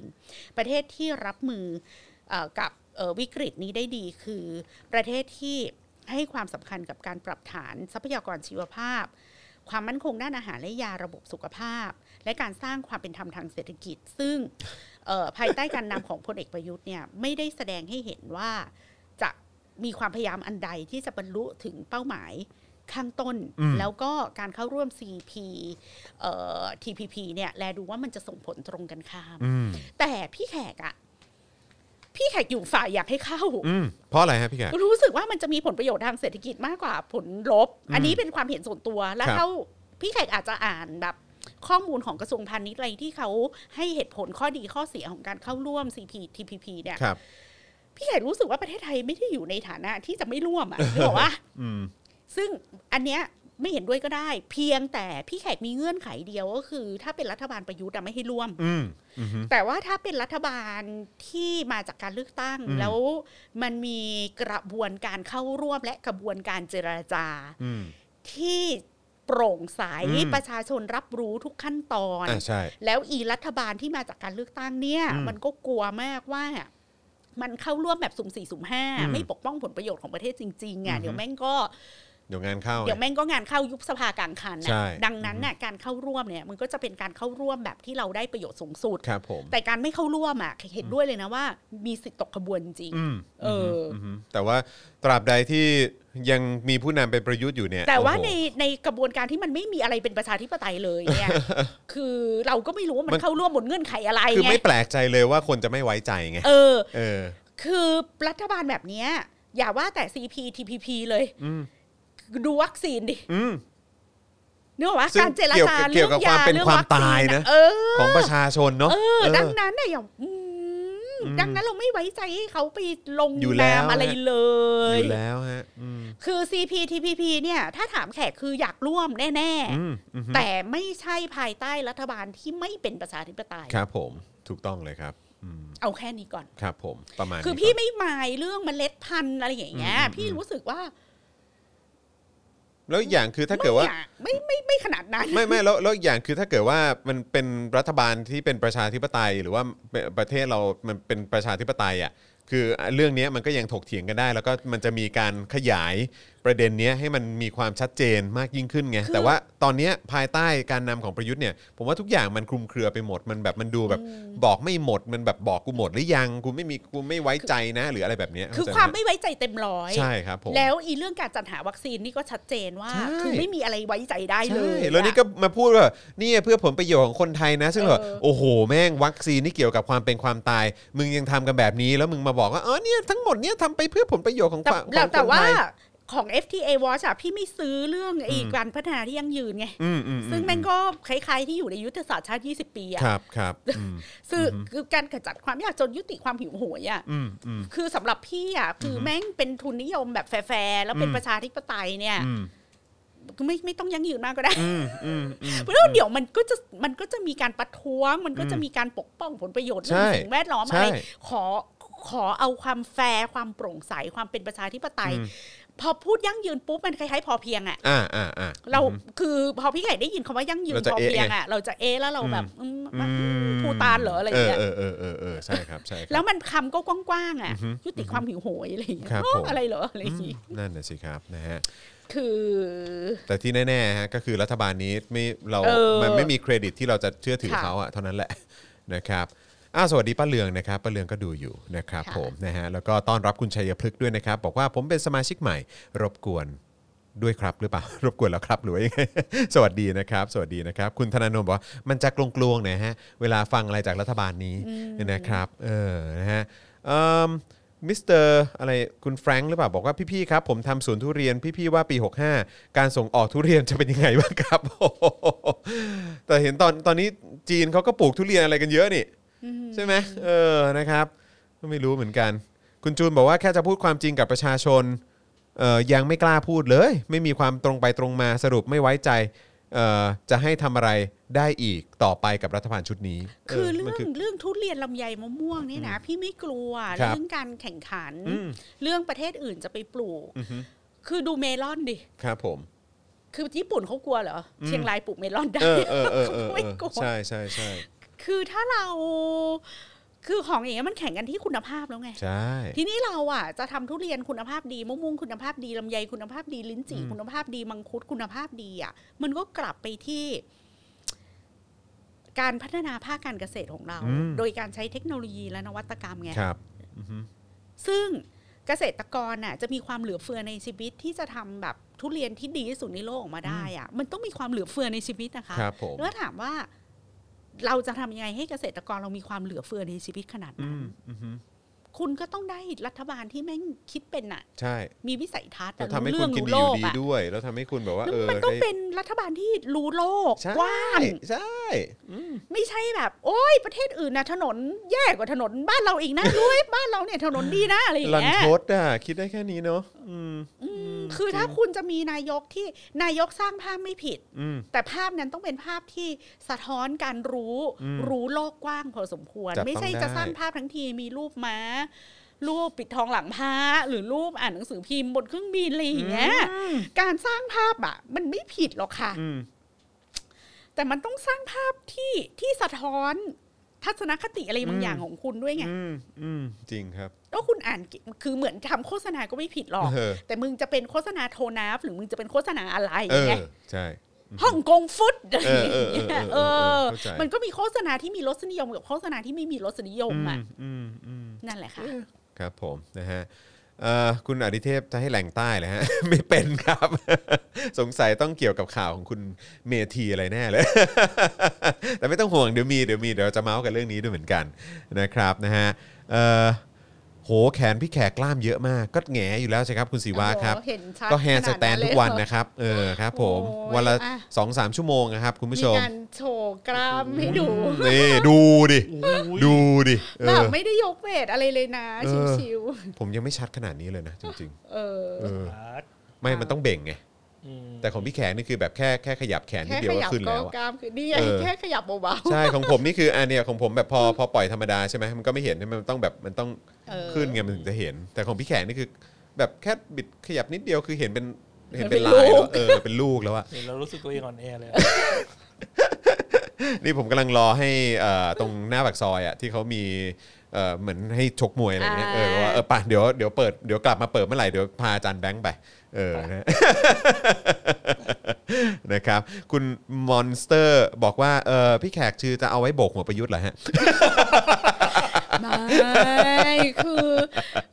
S2: -19 ประเทศที่รับมือเออกับเอ่อวิกฤตนี้ได้ดีคือ ประเทศที่ให้ความสำคัญกับการปรับฐานทรัพยากรชีวภาพ ความมั่นคงด้านอาหารและยาระบบสุขภาพ และการสร้างความเป็นธรรมทางเศรษฐกิจ ซึ่งเอ่อภายใต้การนำของพลเอกประยุทธ์เนี่ยไม่ได้แสดงให้เห็นว่าจะมีความพยายามอันใดที่จะบรรลุถึงเป้าหมาย ข้างต้น แล้วก็การเข้าร่วม CP เอ่อ TPP เนี่ยแลดูว่ามันจะส่งผลตรงกันข้าม
S4: อืม
S2: แต่พี่แขกอะพี่แขกอยู่ฝ่ายอยากให้เข้า
S4: อืมเพราะอะไรฮะพี่แขก
S2: รู้สึกว่ามันจะมีผลประโยชน์ทางเศรษฐกิจมากกว่าผลลบ อันนี้เป็นความเห็นส่วนตัว แล้ว
S4: ครับ
S2: เขาพี่แขกอาจจะอ่านแบบข้อมูลของกระทรวงพาณิชย์อะไรที่เขาให้เหตุผลข้อดีข้อเสียของการเข้าร่วม CPTPP เนี่ย
S4: ครับ
S2: พี่แขกรู้สึกว่าประเทศไทยไม่ได้อยู่ในฐานะที่จะไม่ร่วมอ่ะ หรือบอกว่า
S4: อืม
S2: ซึ่งอันเนี้ยไม่เห็นด้วยก็ได้ เพียงแต่พี่แขกมีเงื่อนไขเดียวก็คือ ถ้าเป็นรัฐบาลประยุทธ์อะไม่ให้ร่วม
S4: อืมอืม
S2: แต่ว่าถ้าเป็นรัฐบาลที่มาจากการเลือกตั้ง
S4: อืม
S2: แล้วมันมีกระบวนการเข้าร่วมและกระบวนการเจรจา
S4: อืม
S2: ที่โปร่งใส
S4: อืม
S2: ประชาชนรับรู้ทุกขั้นตอน
S4: อ่าใช่
S2: แล้วอีรัฐบาลที่มาจากการเลือกตั้งเนี่ย
S4: อืม
S2: มันก็กลัวมากว่า มันเข้าร่วมแบบสุ่มสี่สุ่มห้า
S4: อืม
S2: ไม่ปกป้องผลประโยชน์ของประเทศจริงๆ
S4: อื
S2: อ่ะ
S4: อฮึ
S2: เดี๋ยวแม่งก็
S4: เดี๋ยวงานเข้า
S2: เดี๋ยวแม่งก็งานเข้ายุบสภากลางคัน
S4: ใช่
S2: น่ะดังนั้นน่ะการเข้าร่วมเนี่ยมันก็จะเป็นการเข้าร่วมแบบที่เราได้ประโยชน์สูงสุด
S4: ครับผม
S2: แต่การไม่เข้าร่วมอ่ะเห็นด้วยเลยนะว่า มีสิทธิ์ตกขบวนจริง
S4: อืม
S2: เอออ
S4: อืมแต่ว่าตราบใดที่ยังมีผู้นำเป็นประยุทธ์อยู่เนี่ย
S2: แต่ว่า
S4: โอ้
S2: ใน
S4: โห
S2: ในกระบวนการที่มันไม่มีอะไรเป็นประชาธิปไตยเลย เนี่ย คือเราก็ไม่รู้ว่ามัน
S4: มัน
S2: เข้าร่วมบนเงื่อนไขอะไร
S4: คือ
S2: ไง
S4: ไม่แปลกใจเลยว่าคนจะไม่ไว้ใจไง
S2: เออ
S4: เออ
S2: คือรัฐบาลแบบเนี้ยอย่าว่าแต่ CPTPP เลย
S4: อืม
S2: ดูวัคซีนดิ
S4: อืม
S2: เนื้ออกว่า
S4: ซึ่ง
S2: การเจรจา
S4: เกี่ยวกับเกี่ยวกับความเป็นความตายนะ
S2: เออ
S4: ของประชาชนเนาะ
S2: เออ
S4: เออ
S2: ดังนั้นเนี่ยอย่าอืม
S4: อืม
S2: ดังนั้นเราไม่ไว้ใจให้เขาไปลง
S4: อยู่แล้ว
S2: นามอะไร
S4: ฮะ
S2: เล
S4: อย ยู่แล้วฮะอืม
S2: คือ CPTPP เนี่ย ถ้าถามแขกคืออยากร่วมแน่
S4: อืมอืม
S2: ๆ แต่ไม่ใช่ภายใต้รัฐบาลที่ไม่เป็นประชาธิปไตย
S4: ครับผมถูกต้องเลยครับอืม
S2: เอาแค่นี้ก่อน
S4: ครับผมประมาณนี้
S2: คือพี่ไม่หมายเรื่องเมล็ดพันธุ์อะไรอย่างเงี้ยพี่รู้สึกว่า
S4: แล้วอีกอย่างคือถ้าเกิดว่า
S2: ไม่อะไม่ไม่ไม่ขนาดนั้น
S4: ไม่ไม่แล้วแล้วอีกอย่างคือถ้าเกิดว่ามันเป็นรัฐบาลที่เป็นประชาธิปไตย หรือว่าเป็นประเทศเรามันเป็นประชาธิปไตยอ่ะคือเรื่องเนี้ยมันก็ยังถกเถียงกันได้ แล้วก็มันจะมีการขยายประเด็นเนี้ยให้มันมีความชัดเจนมากยิ่งขึ้นไง
S2: คือ
S4: แต่ว่าตอนเนี้ยภายใต้การนำของประยุทธ์เนี่ยผมว่าทุกอย่างมันคลุมเครือไปหมดมันแบบมันดูแบบบอกไม่หมดมันแบบบอกกูหมดหรือยังกูไม่มีกูไม่ไว้ใจนะ หรืออะไรแบบเนี้ย
S2: คือ
S4: เข้ใจ
S2: ความ
S4: ไห
S2: ไม่ไว้ใจเต็มร้อย
S4: ใช่ครับผม
S2: แล้วอีเรื่องการจัดหาวัคซีนนี่ก็ชัดเจนว่า
S4: ใช่
S2: คือไม่มีอะไรไว้ใจได้เล
S4: ใช่
S2: ย
S4: แล้วนี่ก็
S2: อะ
S4: มาพูดว่าเนี่ยเพื่อผลประโยชน์ของคนไทยนะ ซึ่งแบบ
S2: เออ
S4: โอ้โห แม่งวัคซีนนี่เกี่ยวกับความเป็นความตาย มึงยังทำกันแบบนี้ แล้วมึงมาบอกว่าอ๋อเนี่ยทั้งหมดเนี่ยทำไปเพื่อผลประโยชน์ของ
S2: แต่
S4: ความ
S2: แต่
S4: ขอ
S2: แต่
S4: งคน
S2: ว่า
S4: ไทย
S2: ของ FTA Watch อะพี่ไม่ซื้อเรื่องไอ้
S4: อืม
S2: การพัฒนาที่ยั่งยืนไง
S4: อืมอืมอื
S2: ซึ่งแม่งก็คล้ายๆที่อยู่ในยุทธศาสตร์ชาติ 20 ปีอะ
S4: ครับครับอืม
S2: ซึ่งคือการกระจัดความยากจนยุติความหิวโหยอะ
S4: อืมอืม
S2: คือสำหรับพี่อะคืออแม่งเป็นทุนนิยมแบบแฟร์ๆแล้วเป็น
S4: อืม
S2: ประชาธิปไตยเนี่ย
S4: อืม
S2: ไม่ไม่ต้องยั่งยืนมากก็ได้
S4: อืมอืมอืม
S2: เพราะว่าเดี๋ยวมันก็จะมันก็จะมีการประท้วง มันก็จะ
S4: อืม
S2: มีการปกป้องผลประโยชน์
S4: ใช่
S2: เรื่องสิ่งแวดล้อม
S4: ใช่
S2: อะไรขอขอเอาความแฟร์ความโปร่งใสความเป็นประชาธิปไตย
S4: อืม
S2: พอพูดยั่งยืนปุ๊บมันคล้ายๆพอเพียงอะ
S4: อ่าอ่าอ่า
S2: เราคือพอพี่ไก่ได้ยินคำว่ายั่งยืน
S4: เราจะ
S2: พอ
S4: เอ๊ะ
S2: เพียงอะเราจะเอะแล้วเรา
S4: อืม
S2: แบบอืม
S4: อืม
S2: ภูตานเหรออะไรอย่างเงี้ย
S4: เออเออเออเออใช่ครับใช่ครับ
S2: แล้วมันคำก็กว้างๆอะ
S4: อือฮึ
S2: ยุติความหิวโหยอะไรอย่างเงี้ย
S4: ครับ
S2: โอ้
S4: ผม
S2: อะไรเหรออะไรอ
S4: อื
S2: ย่าง
S4: ม
S2: งี้
S4: นั่นน่ะสิครับนะฮะ
S2: คือ
S4: แต่ที่แน่ๆฮะก็คือรัฐบาลนี้ไม่เรา
S2: เออ
S4: มันไม่มีเครดิตที่เราจะเชื่อถือ
S2: ค่ะ
S4: เขาอะเท่านั้นแหละ นะครับอ้าวสวัสดีป้าเลืองนะครับป้าเลืองก็ดูอยู่นะครับ
S2: ค่ะ
S4: ผมนะฮะแล้วก็ต้อนรับคุณชัยพฤกษ์ด้วยนะครับ บอกว่าผมเป็นสมาชิกใหม่ รบกวนด้วยครับหรือเปล่า รบกวนแล้วครับหรือว่ายังไง สวัสดีนะครับ สวัสดีนะครับ คุณธนาโนมบอกว่ามันจะกลวงๆหน่อยฮะเวลาฟังอะไรจากรัฐบาลนี้นะครับเออนะฮะเอิ่ม มิสเตอร์อะไรคุณแฟรงค์หรือเปล่าบอกว่าพี่ๆครับ ผมทำสวนทุเรียนพี่ๆว่าปี 65 การส่งออกทุเรียนจะเป็นยังไงบ้างครับ แต่เห็นตอนตอนนี้จีนเขาก็ปลูกทุเรียนอะไรกันเยอะนี่ ใช่ไหมเออนะครับก็ไม่รู้เหมือนกัน คุณจูนบอกว่าแค่จะพูดความจริงกับประชาชนเอ่อยังไม่กล้าพูดเลย ไม่มีความตรงไปตรงมาสรุปไม่ไว้ใจเอ่อจะให้ทำอะไรได้อีกต่อไปกับรัฐบาลชุดนี้
S2: คือเรื่
S4: มั
S2: อน งเรื่องทุเรียนลำไยมะม่วงเนี่ยนะพี่ไม่กลัว
S4: ครับ
S2: เรื่องการแข่งขัน
S4: อืม
S2: เรื่องประเทศอื่นจะไปปลูก
S4: อือฮึ
S2: คือดูเมลอนดิ
S4: ครับผม
S2: คือญี่ปุ่นเขากลัวเหรอ เชียงรายปลูกเมลอนได้
S4: เออเออเออเออ
S2: ไม่กลัว
S4: ใช่ใช่ใช่
S2: คือถ้าเรา คือของอย่างเงี้ยมันแข่งกันที่คุณภาพแล้วไง
S4: ใช่
S2: ทีนี้เราอ่ะจะทำทุเรียนคุณภาพดีมะม่วงคุณภาพดีลำไยคุณภาพดีลิ้นจี่คุณภาพดีมังคุดคุณภาพดีอ่ะมันก็กลับไปที่ การพัฒนาภาคการเกษตรของเรา โดยการใช้เทคโนโลยีและนวัตกรรมไง
S4: ครับ
S2: ซึ่งเกษตรกรน่ะจะมีความเหลือเฟือในชีวิตที่จะทำแบบ ทุเรียนที่ดีที่สุดในโลกออกมาได้อะมันต้องมีความเหลือเฟือในชีวิตนะคะ
S4: ครับผม
S2: แล้วถามว่าเราจะทำยังไงให้เกษตรกรเรามีความเหลือเฟือในชีวิตขนาด
S4: อื
S2: นั้น
S4: มอืมฮึ
S2: คุณก็ต้องได้รัฐบาลที่แม่งคิดเป็นอะ
S4: ใช่
S2: มีวิสัยทัศน์
S4: แล้ว
S2: อะ
S4: ทำให้
S2: รู้
S4: คุ
S2: เรื่อ
S4: ณ
S2: ง
S4: กิน
S2: รู้โล
S4: ดีอยู่
S2: ก
S4: ดี
S2: อะ
S4: ด้วย แล้วทำให้คุณแบบว่า
S2: แล้ว
S4: เออ
S2: มันต้อง
S4: ได้
S2: เป็นรัฐบาลที่รู้โลก
S4: ใช่
S2: กว้าง
S4: ใช่อืม
S2: ไม่ใช่แบบ โอ้ยประเทศอื่นนะถนนแย่กว่าถนนบ้านเราอีกนะ รู้ไหมบ้านเราเนี่ยถนนดีนะอะไรอย่าง
S4: ลัน
S2: เงี้ย
S4: ทดอ่ะคิดได้แค่นี้เนาะอืม
S2: คือถ้าคุณจะมีนายกที่นายกสร้างภาพไม่ผิด
S4: อืม
S2: แต่ภาพนั้นต้องเป็นภาพที่สะท้อนการรู้
S4: อืม
S2: รู้โลกกว้างพอสมควร
S4: จับ
S2: ไม่ใช่
S4: ต้องได้
S2: จะสร้างภาพทั้งทีมีรูปม้า รูปปิดทองหลังพระหรือรูปอ่านหนังสือพิมพ์บนเครื่องบินอะไรอย่างเงี้ยการสร้างภาพอ่ะ มันไม่ผิดหรอกค่ะ
S4: อืม
S2: แต่มันต้องสร้างภาพที่ที่สะท้อนทัศนคติอะไรบาง
S4: อืม
S2: อย่างของคุณด้วยไง
S4: อืมอืมจริงครับ
S2: แล้วคุณอ่านคือเหมือนทำโฆษณาก็ไม่ผิดหรอก
S4: เออ
S2: แต่มึงจะเป็นโฆษณาโทนัฟหรือมึงจะเป็นโฆษณาอะไร
S4: เออ
S2: ไง
S4: ใช่
S2: ฮ่องกงฟุต อะไรอย่าง
S4: เออเออ
S2: เงี้
S4: เออย เอ
S2: เอ
S4: อเออ
S2: อ
S4: เข้าใจ
S2: มันก็มีโฆษณาที่มีรสนิยมกับโฆษณาที่ไม่มีรสนิยม
S4: อืม
S2: อ่ะ
S4: อืมอืม
S2: นั่นแหละค่ะ
S4: ครับผมนะฮะเอ่อคุณอดิเทพจะให้แหล่งใต้เลยฮะ ไม่เป็นครับ สงสัยต้องเกี่ยวกับข่าวของคุณเมธีอะไรแน่เลย แต่ไม่ต้องห่วงเดี๋ยวมีเดี๋ยวมีเดี๋ยวจะเมาส์กันเรื่องนี้ด้วยเหมือนกันนะครับนะฮะเอ่อโหแขนพี่แขกกล้ามเยอะมาก ก็แหงอยู่แล้วใช่ครับคุณศิวะครับ
S2: โอ้โหเห็นชัด
S4: ก็แฮนด์สแตน
S2: ขนาดนั้น
S4: ทุกวันนะครับ เออครับผม
S2: โอ้ย
S4: วันละ
S2: อ่ะ
S4: สองสามชั่วโมงนะครับคุณผู้
S2: มี
S4: ชม
S2: การโชว์กล้ามให้ดู
S4: นี่ดูดิ
S3: อุ้ย
S4: ดูดิเอ
S2: แบบ
S4: อ
S2: ไม่ได้ยกเวทอะไรเลยนะ
S4: เออ
S2: ชิว
S4: ผมยังไม่ชัดขนาดนี้เลยนะจริง
S2: ๆ เออ
S4: ๆเออ
S3: อ่า
S4: ไม่ มันต้องเบ่งไง
S3: อืม
S4: แต่ของพี่แขกนี่คือแบบแค่แค่ขยับแขนนิ
S2: แค่
S4: ดเดี
S2: ข
S4: ยวก็
S2: ยับ
S4: ขึ้น
S2: ก็
S4: แล้ว
S2: ก
S4: อะ
S2: ล้ามขึ้นนี่ไง
S4: เออ
S2: แค่ขยับเบา
S4: ใช่ ของผมนี่คืออันเนี้ยของผมแบบพอพอปล่อยธรรมดาใช่ไหมมันก็ไม่เห็นมันต้องแบบมันต้อง
S2: เออ
S4: ขึ้นไงมันถึงจะเห็น แต่ของพี่แขกนี่คือ แบบแค่บิดขยับนิดเดียวคือเห็นเป็นเห็นเป็น
S2: เป็น
S4: ลาย
S2: ลู
S4: แล้
S2: ก
S4: วเออเป็นลูกแล้วอะ
S3: เห็นแล้วรู้สึกตัวเองอ่อนแอเลยอะ
S4: นี่ผมกำลังรอให้เอ่อตรงหน้าปากซอยอะที่เขามีเอ่อเหมือนให้ชกมวยอะไรเงี้ยเออว่าเออป่ะเดี๋ยวเดี๋ยวเปิดเดี๋ยวกลับมาเปิดเมื่อไหร่เดี๋ยวพาอาจารย์แบงค์ไปเออนะ นะครับคุณมอนสเตอร์บอกว่าเออพี่แขกชื่อจะเอาไว้โบกหัวประยุทธ์เหรอฮะ
S2: ๆไม่คือ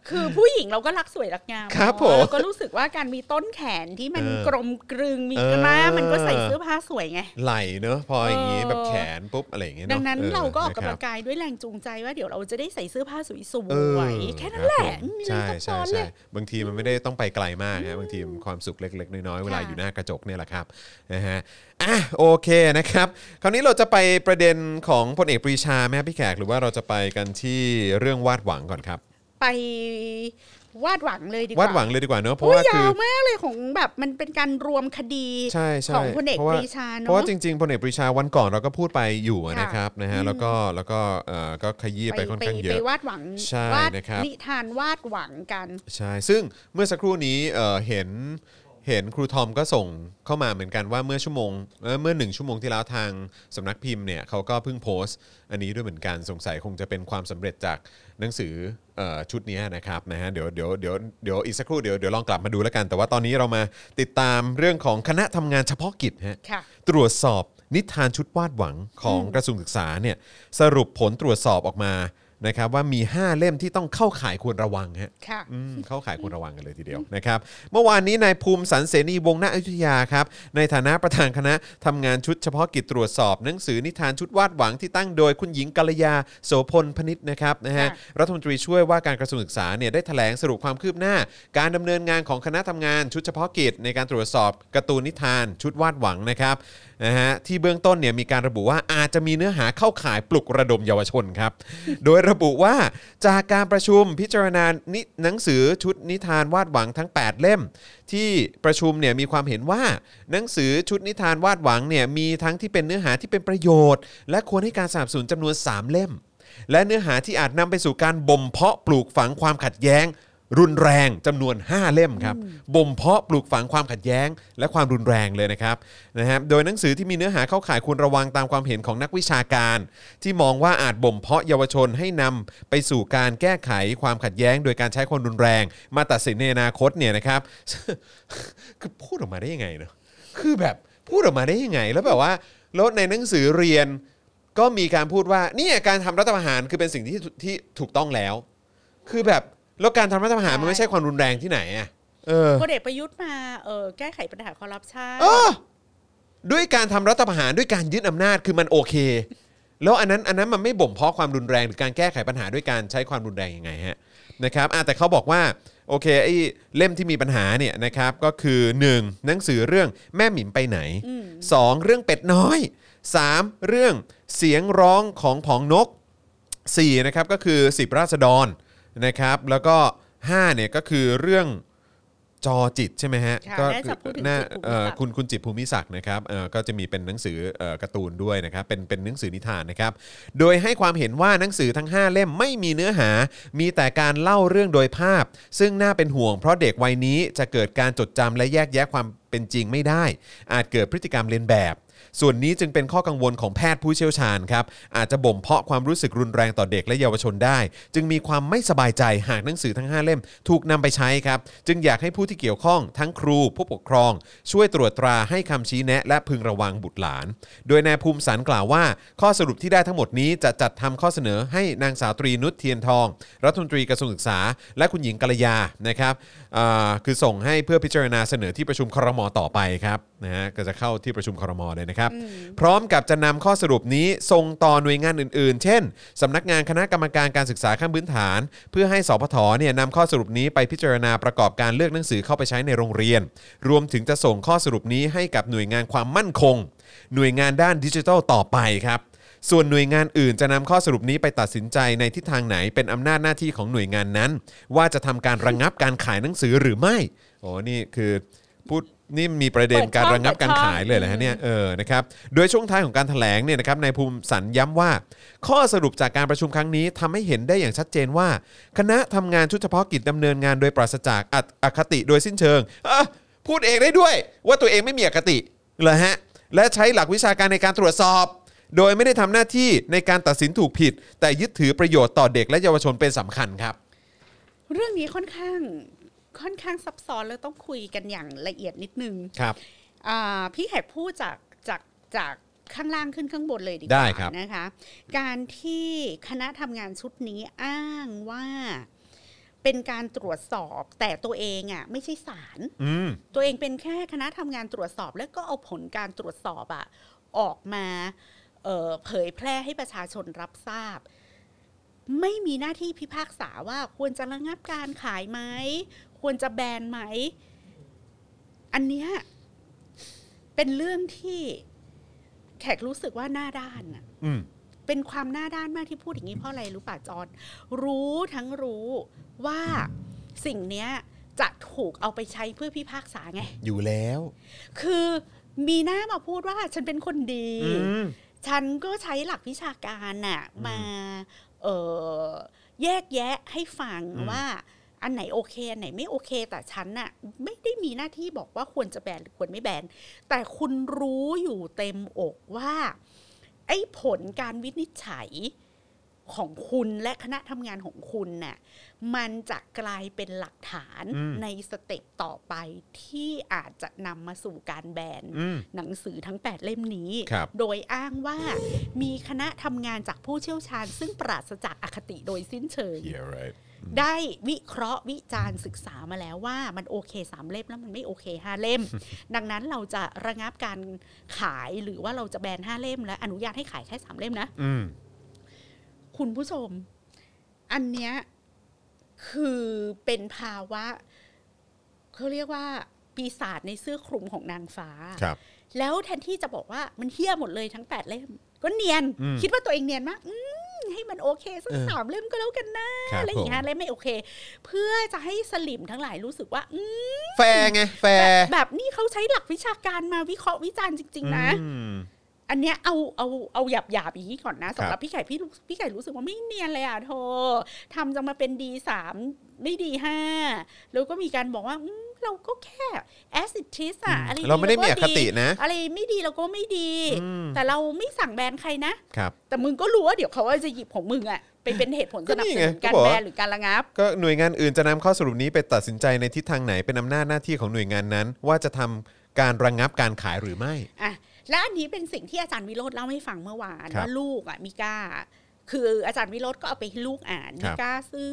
S2: คือผู้หญิงเราก็รักสวยรักงาม
S4: ครับ
S2: เน
S4: ผ
S2: อะ
S4: ม
S2: เราก็รู้สึกว่าการมีต้นแขนที่มัน
S4: เออก
S2: ลมกลึงมี
S4: เออ
S2: กล้ามมันก็ใส่เสื้อผ้าสวยไง
S4: ไหลเนอะพออย่างงี้
S2: เออ
S4: แบบแขนปุ๊บอะไรอย่างเงี้ย
S2: ดั
S4: เอะ
S2: งนั้น
S4: ออ
S2: เราก็ออกกำลัง
S4: นะครับ
S2: กายด้วยแรงจูงใจว่าเดี๋ยวเราจะได้ใส่เสื้อผ้าส
S4: เออ
S2: วยๆแค่นั้นแหละ
S4: รับผม
S2: ไม่มีอะ
S4: ใช่
S2: ไรซับซ้
S4: ใช่
S2: อนเล
S4: ใช่
S2: ย
S4: บางทีมันไม่ได้ต้องไปไกลมากฮะบางทีมันความสุขเล็ก ๆ น้อยๆเวลา
S2: ค่ะ
S4: อยู่หน้ากระจกเนี่ยแหละครับนะฮะอ่ะโอเคนะครับ คราวนี้เราจะไปประเด็นของพลเอกปรีชาแม่พี่แขกหรือว่าเราจะไปกันที่เรื่องวาดหวังก่อนครับ
S2: ไปวาดหวังเลยดีกว่าว
S4: าดหวังเลยดีกว่าเนอะเพ
S2: โอ้
S4: ราะ
S2: ย
S4: ว่าคื
S2: ยา
S4: อ
S2: วมากเลยของแบบมันเป็นการรวมคดี
S4: ใช่ใช่
S2: ของพลเอก
S4: ว่
S2: ปรีชาเนอะ
S4: เพราะว่าจริงๆพลเอกปรีชาวันก่อนเราก็พูดไปอยู่อะ
S2: ค่ะ
S4: นะครับนะฮะแล้วก็แล้วก็เอ่อก็ขยี้ไปค่อนข้างเย
S2: ไป
S4: อะ
S2: วาดหวัง
S4: ใช่
S2: วาด
S4: นะครับ
S2: นิทานวาดหวังกัน
S4: ใช่ซึ่งเมื่อสักครู่นี้เอ่อเห็นเห็นครูทอมก็ส่งเข้ามาเหมือนกันว่าเมื่อชั่วโมงเอ่อเมื่อหนึ่งชั่วโมงที่แล้วทางสำนักพิมพ์เนี่ยเขาก็เพิ่งโพสต์ อันนี้ด้วยเหมือนกันสงสัยคงจะเป็นความสำเร็จจากหนังสือเอ่อชุดนี้นะครับนะฮะเดี๋ยวเดี๋ยวเดี๋ยวเดี๋ยวอีกสักครู่เดี๋ยวเดี๋ยวลองกลับมาดูแล้วกัน แต่ว่าตอนนี้เรามาติดตามเรื่องของคณะทำงานเฉพาะกิจฮะ
S2: ค่ะ
S4: ตรวจสอบนิทานชุดวาดหวังของกระทรวงศึกษาเนี่ยสรุปผลตรวจสอบออกมานะครับว่ามี 5 เล่มที่ต้องเข้าข่ายควรระวังฮะ
S2: ค่ะ
S4: อื มเข้าข่ายควรระวังกันเลยทีเดียวนะครับเมื่อวานนี้นายภูมิสันเสนีวงศ์ณอยุธยาครับในฐานะประธานคณะทำงานชุดเฉพาะกิจตรวจสอบหนังสือนิทานชุดวาดหวังที่ตั้งโดยคุณหญิงกัลยาโสพลพนิษฐ์นะครับนะฮะ
S2: ค่ะ
S4: รัฐมนตรีช่วยว่าการกระทรวงศึกษาเนี่ยได้แถลงสรุปความคืบหน้า การดำเนินงานของคณะทำงานชุดเฉพาะกิจ ในการตรวจสอบการ์ตูนนิทานชุดวาดหวังนะครับนะฮะที่เบื้องต้นเนี่ยมีการระบุว่าอาจจะมีเนื้อหาเข้าข่ายปลุกระดมเยาวชนครับ โดยระบุว่าจากการประชุมพิจารณานิหนังสือชุดนิทานวาดหวังทั้ง 8 เล่ม ที่ประชุมเนี่ยมีความเห็นว่าหนังสือชุดนิทานวาดหวังเนี่ยมีทั้งที่เป็นเนื้อหาที่เป็นประโยชน์ และควรให้การสนับสนุนจำนวน 3 เล่ม และเนื้อหาที่อาจนำไปสู่การบ่มเพาะปลูกฝังความขัดแย้ง รุนแรงจำนวน 5 เล่มครับบ่มเพาะปลูกฝังความขัดแย้ง และความรุนแรงเลยนะครับนะฮะโดยหนังสือที่มีเนื้อหาเข้าข่ายควรระวังตามความเห็นของนักวิชาการ ที่มองว่าอาจบ่มเพาะเยาวชนให้นำไปสู่การแก้ไขความขัดแย้ง โดยการใช้ความรุนแรง มาตัดสินในอนาคตเนี่ยนะครับ คือพูดออกมาได้ยังไงเนอะคือแบบพูดออกมาได้ยังไง แล้วแบบว่าแล้วในหนังสือเรียน ก็มีการพูดว่าเนี่ยการทำรัฐประหารคือเป็นสิ่งที่ที่ถูกต้องแล้ว คือแบบแล้วการทำรัฐประหาร
S2: ใช่
S4: มันไม่ใช่ความรุนแรงที่ไหนอะ เออ
S2: พลเอกประยุทธ์มาเออแก้ไขปัญหาคอร์รัปชัน
S4: เออด้วยการทำรัฐประหารด้วยการยึดอำนาจคือมันโอเค แล้วอันนั้นอันนั้นมันไม่บ่มเพาะความรุนแรงหรือการแก้ไขปัญหาด้วยการใช้ความรุนแรงยังไงฮะนะครับอ่ะแต่เขาบอกว่าโอเคไอ้เล่มที่มีปัญหาเนี่ยนะครับก็คือ 1. หนังสือเรื่องแม่หมิมไปไหน 2. เรื่องเป็ดน้อย 3. เรื่องเสียงร้องของผองนก 4นะครับก็คือ 10 ราษฎรนะครับ แล้วก็5เนี่ยก็คือเรื่องจอจิตใช่ไหมฮะ
S2: ค่ะ
S4: ก็
S2: น่าจะพูดถึง
S4: น่า
S2: จิตภูมิ
S4: เอ่อ
S2: ศักดิ์
S4: คุณคุณจิตภูมิศักดิ์นะครับเอ่อก็จะมีเป็นหนังสือเอ่อการ์ตูนด้วยนะครับเป็นเป็นหนังสือนิทานนะครับ โดยให้ความเห็นว่าหนังสือทั้ง 5 เล่มไม่มีเนื้อหา มีแต่การเล่าเรื่องโดยภาพ ซึ่งน่าเป็นห่วงเพราะเด็กวัยนี้จะเกิดการจดจำและแยกแยะความเป็นจริงไม่ได้ อาจเกิดพฤติกรรมเลียนแบบ ส่วนนี้จึงเป็นข้อกังวลของแพทย์ผู้เชี่ยวชาญครับ อาจจะบ่มเพาะความรู้สึกรุนแรงต่อเด็กและเยาวชนได้ จึงมีความไม่สบายใจหากหนังสือทั้ง 5 เล่มถูกนำไปใช้ครับ จึงอยากให้ผู้ที่เกี่ยวข้องทั้งครูผู้ปกครอง ช่วยตรวจตราให้คำชี้แนะและพึงระวังบุตรหลาน โดยนายภูมิสันกล่าวว่า ข้อสรุปที่ได้ทั้งหมดนี้จะจัดทำข้อเสนอให้นางสาวตรีนุชเทียนทอง รัฐมนตรีกระทรวงศึกษา และคุณหญิงกัลยานะครับอ่าคือส่งให้เพื่อพิจารณาเสนอที่ประชุมครมต่อไปครับนะฮะก็จะเข้าที่ประชุมครมเลยนะครับ พร้อมกับจะนำข้อสรุปนี้ส่งต่อหน่วยงานอื่นๆ เช่นสำนักงานคณะกรรมการการศึกษาขั้นพื้นฐาน เพื่อให้สพทเนี่ยนำข้อสรุปนี้ไปพิจารณาประกอบการเลือกหนังสือเข้าไปใช้ในโรงเรียน รวมถึงจะส่งข้อสรุปนี้ให้กับหน่วยงานความมั่นคง หน่วยงานด้านดิจิทัลต่อไปครับ ส่วนหน่วยงานอื่นจะนำข้อสรุปนี้ไปตัดสินใจในทิศทางไหนเป็นอำนาจหน้าที่ของหน่วยงานนั้น ว่าจะทำการระงับการขายหนังสือหรือไม่โอ้นี่คือพูดนี่มีประเด็นการระงับการขายเลยเหรอฮะเนี่ยเออนะครับโดยช่วงท้ายของการถแถลงเนี่ยนะครับนายภูมิสันย้ำว่า ข้อสรุปจากการประชุมครั้งนี้ทำให้เห็นได้อย่างชัดเจนว่า คณะทำงานชุดเฉพาะกิจดำเนินงานโดยปราศจากอคอคติโดยสิ้นเชิงอ่ะพูดเองได้ด้วยว่าตัวเองไม่มีอคติเหรอฮะและใช้หลักวิชาการในการตรวจสอบ โดยไม่ได้ทำหน้าที่ในการตัดสินถูกผิด แต่ยึดถือประโยชน์ต่อเด็กและเยาวชนเป็นสำคัญครับ
S2: เรื่องนี้ค่อนข้างค่อนข้างซับซ้อนแล้วต้องคุยกันอย่างละเอียดนิดนึง
S4: ครับ
S2: อ่าพี่แขกพูดจากจากจากข้างล่างขึ้นข้างบนเลยดีก
S4: ได้
S2: ว่า
S4: ครับ
S2: นะคะ การที่คณะทำงานชุดนี้อ้างว่าเป็นการตรวจสอบแต่ตัวเองอ่ะไม่ใช่ศาล
S4: อืม
S2: ตัวเองเป็นแค่คณะทำงานตรวจสอบแล้วก็เอาผลการตรวจสอบอะออกมาเอ่อเผยแพร่ให้ประชาชนรับทราบ ไม่มีหน้าที่พิพากษาว่าควรจะระงับการขายไหม ควรจะแบนไหม อันเนี้ยเป็นเรื่องที่แขกรู้สึกว่าหน้าด้านอะ
S4: อืม
S2: เป็นความหน้าด้านมากที่พูดอย่างนี้เพราะอะไรรู้ป่ะจอนรู้ทั้งรู้ว่าสิ่งเนี้ยจะถูกเอาไปใช้เพื่อพิพากษาไง
S4: อยู่แล้ว
S2: คือมีหน้ามาพูดว่าฉันเป็นคนดี
S4: อืม
S2: ฉันก็ใช้หลักวิชาการน่ะมาเออแยกแยะให้ฟัง
S4: อืม
S2: ว่าอันไหนโอเค อันไหนไม่โอเค แต่ฉันน่ะไม่ได้มีหน้าที่บอกว่าควรจะแบนหรือควรไม่แบน แต่คุณรู้อยู่เต็มอกว่า ไอ้ผลการวินิจฉัยของคุณและคณะทำงานของคุณน่ะมันจะกลายเป็นหลักฐาน
S4: อืม
S2: ในสเต็ปต่อไปที่อาจจะนำมาสู่การแบน
S4: อืม
S2: หนังสือทั้ง 8 เล่มนี้
S4: ครับ
S2: โดยอ้างว่ามีคณะทำงานจากผู้เชี่ยวชาญ ซึ่งปราศจากอคติโดยสิ้นเชิง
S4: Yeah right
S2: ได้วิเคราะห์วิจารณ์ศึกษามาแล้วว่ามันโอเคสามเล่มแล้วมันไม่โอเคห้าเล่ม ดังนั้นเราจะระงับการขายหรือว่าเราจะแบนห้าเล่ม และอนุญาตให้ขายแค่สามเล่มนะ
S4: อืม
S2: คุณผู้ชม อันเนี้ยคือเป็นภาวะเขาเรียกว่าปีศาจในเสื้อคลุมของนางฟ้า
S4: ครับ
S2: แล้วแทนที่จะบอกว่ามันเฮี้ยหมดเลยทั้งแปดเล่ม ก็เนียน
S4: อืม
S2: คิดว่าตัวเองเนียนมากอืมให้มันโอเคสัก
S4: เออ
S2: สามเล่มก็แล้วกันนะครับ อะไรอ
S4: ผ
S2: ย่าง
S4: ม
S2: เงี้ยเล่มไม่โอเค เพื่อจะให้สลิมทั้งหลายรู้สึกว่าอืม
S4: แฟร์ไง แฟร์
S2: แบบนี่เขาใช้หลักวิชาการมาวิเคราะห์วิจารณ์จริง ๆ นะ
S4: อืม
S2: อันเนี้ยเอาเอาเอาหยาบหยาบๆอย่างนี้ก่อนนะสำห
S4: ครั
S2: รั
S4: บบ
S2: พี่ไก่พี่รู้พี่ไก่รู้สึกว่าไม่เนียนเลยอ่ะโททำจะมาเป็นดีสามไม่ดีห้าแล้วก็มีการบอกว่าอืมเราก็แค่แอซิดทริสอะอะไร
S4: เราไม่ได้มีอคตินะ
S2: อะไรไม่ดีเราก็ไม่ดี
S4: อืม
S2: แต่เราไม่สั่งแบนใครนะ
S4: ครับ
S2: แต่มึงก็รู้ว่าเดี๋ยวเขาว่าจะหยิบของมึงอะไปเป็นเหตุผล
S4: ก็
S2: ส
S4: นี่
S2: นับส
S4: ไง
S2: นุน
S4: ก็
S2: การ
S4: บอก
S2: แบ
S4: ว่า
S2: นหรือการระงับ
S4: ก็หน่วยงานอื่นจะนำข้อสรุปนี้ไปตัดสินใจในทิศทางไหนเป็นอำนาจหน้าที่ของหน่วยงานนั้น ว่าจะทำการระงงับการขายหรือไม่
S2: อ่ะและอันนี้เป็นสิ่งที่อาจารย์วิโรธเล่าให้ฟังเมื่อวาน
S4: ครับ
S2: ว่าลูกอ่ะมิก้า คืออาจารย์วิโรธก็เอาไปให้ลูกอ่าน
S4: ครั
S2: มิ
S4: บ
S2: ก้าซึ่ง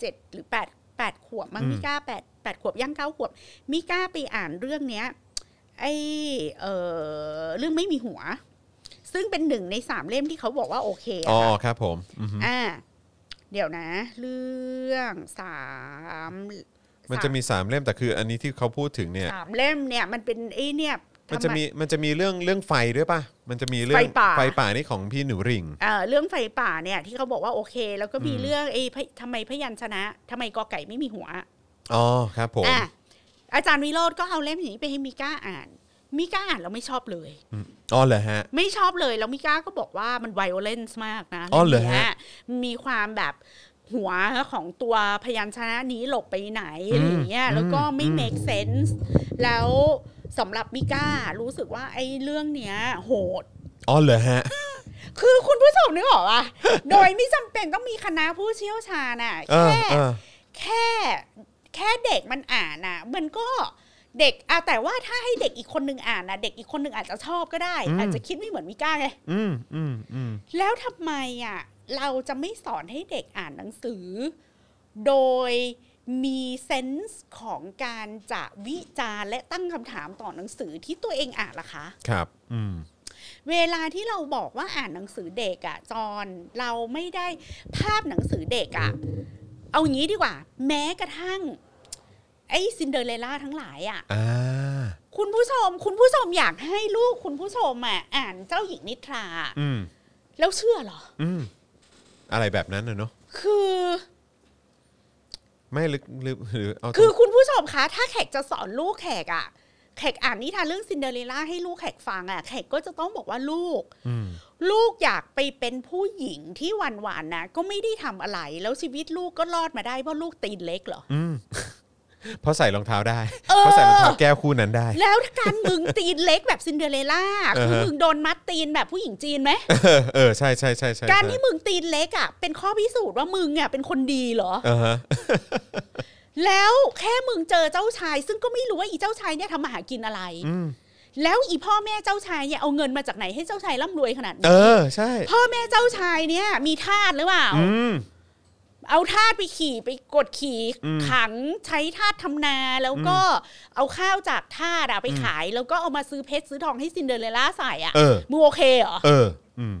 S2: เจ็ดหรือแปด แปดขวบมั้ง
S4: อืม
S2: มิก้าแปดแปดขวบย่างเก้าขวบมิก้าไปอ่านเรื่องเนี้ย ไอเออเรื่องไม่มีหัว ซึ่งเป็นหนึ่งในสามเล่มที่เขาบอกว่าโอเคอะ
S4: อ๋อ
S2: ค่ะ
S4: ครับผมอือฮึ
S2: อ่าเดี๋ยวนะ เรื่องสาม
S4: มันจะมีสามเล่มแต่คืออันนี้ที่เขาพูดถึงเนี่ย
S2: สามเล่มเนี่ยมันเป็นไอ้เนี่ย
S4: มันจะ
S2: ทำไ
S4: มีมันจะมีเรื่องเรื่องไฟด้วยป่ะ มันจะมีเรื่อง
S2: ไฟป่า
S4: ไฟป่านี่ของพี่หนูหริ่ง
S2: เอ่อเรื่องไฟป่าเนี่ยที่เขาบอกว่าโอเค แล้วก็มี
S4: อืม
S2: เรื่องไอ้พะทำไมพยัญชนะทำไมกอไก่ไม่มีหัว
S4: อ๋อครับผม
S2: อ่ะอาจารย์วิโรธก็เอาเล่มอย่างนี้ไปให้มิก้าอ่าน มิก้าอ่านแล้วไม่ชอบเลย
S4: อืมอ๋อเหรอฮะ
S2: ไม่ชอบเลย แล้วมิก้าก็บอกว่ามันไวโอเลนซ์มากนะ
S4: อ๋อเหรอฮะ
S2: นี่ยมีความแบบหัวของตัวพยัญชนะนี้หลบไปไหนอะไรอย่างเงี้ยแล้วก็ไม่ make sense แล้วสำหรับมิก้ารู้สึกว่าไอ้เรื่องเนี้ย โหด
S4: อ๋อเหรอฮะ
S2: คือคุณผู้ชมนึกออกอ่ะ โดยไม่จำเป็นต้องมีคณะผู้เชี่ยวชาญอ่ะ
S4: เออ
S2: แค่
S4: เออ
S2: แค่แค่เด็กมันอ่านอ่ะ มันก็เด็กอะแต่ว่าถ้าให้เด็กอีกคนนึงอ่านนะเด็กอีกคนนึงอาจจะชอบก็ได้ อาจจะคิดไม่เหมือนมิก้าไง
S4: อืมอืมอืม
S2: แล้วทำไมอ่ะเราจะไม่สอนให้เด็กอ่านหนังสือ โดยมีเซนส์ของการจะวิจารณ์และตั้งคำถามต่อหนังสือที่ตัวเองอ่านล่ะคะ
S4: ครับ อืม
S2: เวลาที่เราบอกว่าอ่านหนังสือเด็กอะจอนเราไม่ได้ภาพหนังสือเด็กอะเอางี้ดีกว่า แม้กระทั่ง ไอ้ซินเดอเรลล่าทั้งหลายอะ
S4: อ่า
S2: คุณผู้ชม คุณผู้ชมอยากให้ลูกคุณผู้ชมอะอ่านเจ้าหญิงนิทรา
S4: อืม
S2: แล้วเชื่อเหรอ
S4: อืมอะไรแบบนั้นน่ะเนาะ
S2: คือ
S4: ไม่หรือหรือหรือเอา
S2: คือคุณผู้ชมคะ ถ้าแขกจะสอนลูกแขกอะแขกอ่านนิทานเรื่องซินเดอเรลล่าให้ลูกแขกฟังอะแขกก็จะต้องบอกว่าลูก
S4: อืม
S2: ลูกอยากไปเป็นผู้หญิงที่หวานหวานๆนะ ก็ไม่ได้ทำอะไร แล้วชีวิตลูกก็รอดมาได้เพราะลูกตีนเล็กเหรอ
S4: อืม เพราะใส่รองเท้าได้
S2: เออ
S4: เพราะใส่รองเท้าแก้วคู่นั้นได้
S2: แล้วการมึงตีนเล็กแบบซินเดอเรลล่าคือ
S4: เออ
S2: มึงโดนมัดตีนแบบผู้หญิงจีนไหม
S4: เออเออใช่ใช่ใช่ใช่
S2: การ
S4: ใช่
S2: ที่มึงตีนเล็กอ่ะเป็นข้อพิสูจน์ว่ามึงอ่ะเป็นคนดีเหรอ
S4: เออฮะ
S2: แล้วแค่มึงเจอเจ้าชาย ซึ่งก็ไม่รู้ว่าอีเจ้าชายเนี่ยทำมาหากินอะไร
S4: อืม
S2: แล้วอีพ่อแม่เจ้าชายเนี่ยเอาเงินมาจากไหนให้เจ้าชายร่ำรวยขนาดนี้
S4: เออใช่
S2: พ่อแม่เจ้าชายเนี่ยมีทาสหรือเปล่า
S4: อืม
S2: เอาทาสไปขี่ไปกดขี่
S4: อืม
S2: ขังใช้ทาสทำนาแล้วก็เอาข้าวจากทาสอะไป
S4: อืม
S2: ขาย แล้วก็เอามาซื้อเพชรซื้อทองให้ซินเดอเรลล่าใส่อะ
S4: เออ
S2: มึงโอเคเหรอ
S4: เออ อืม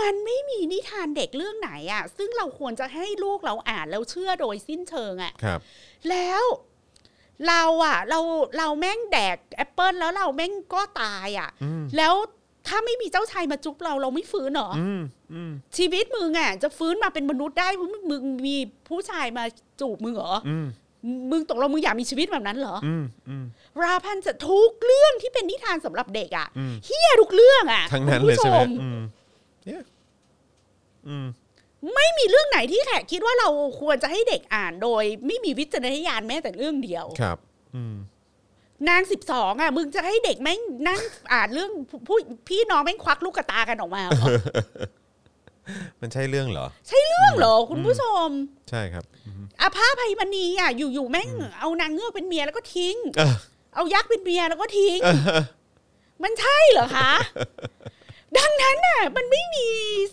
S2: มันไม่มีนิทานเด็กเรื่องไหนอะซึ่งเราควรจะให้ลูกเราอ่านแล้วเชื่อโดยสิ้นเชิงอะ
S4: ครับ
S2: แล้วเราอะเราเราแม่งแดกแอปเปิลแล้วเราแม่งก็ตายอะ
S4: อืม
S2: แล้วถ้าไม่มีเจ้าชายมาจุ๊บเราเราไม่ฟื้นเหรอ
S4: อืมอืม
S2: ชีวิตมึงอ่ะจะฟื้นมาเป็นมนุษย์ได้เพราะมึงมึงมีผู้ชายมาจูบมึงเหรอ
S4: อืม
S2: มึงตกลงมึงอยากมีชีวิตแบบนั้นเหรอ
S4: อืมอืม
S2: ราพันจะทุกเรื่องที่เป็นนิทานสำหรับเด็กอ่ะ
S4: อืม
S2: เฮียทุกเรื่องอ่ะ
S4: ทั้งนั้น
S2: คุณ
S4: เลย
S2: ผู้
S4: ใช่ไหม
S2: ช
S4: อืมเนี่ยอืม
S2: ไม่มีเรื่องไหนที่แขกคิดว่าเราควรจะให้เด็กอ่านโดย ไม่มีวิจารณญาณแม้แต่เรื่องเดียว
S4: ครับ อืม
S2: นางสิบสองอ่ะมึงจะให้เด็กแม่งนั่ง อ่านเรื่องผู้พี่น้องแม่งควักลูกกระตากันออกมา เหรอ
S4: มันใช่เรื่องเหรอ
S2: ใช่เรื่องเหรอคุณผู้ชม
S4: ใช่ครับ
S2: อาภาภัยมณีอ่ะอยู่ๆแม่งเอานางเงือกเป็นเมียแล้วก็ทิ้ง
S4: เออ
S2: เอายักษ์เป็นเมียแล้วก็ทิ้ง มันใช่เหรอคะ ดังนั้นน่ะมันไม่มี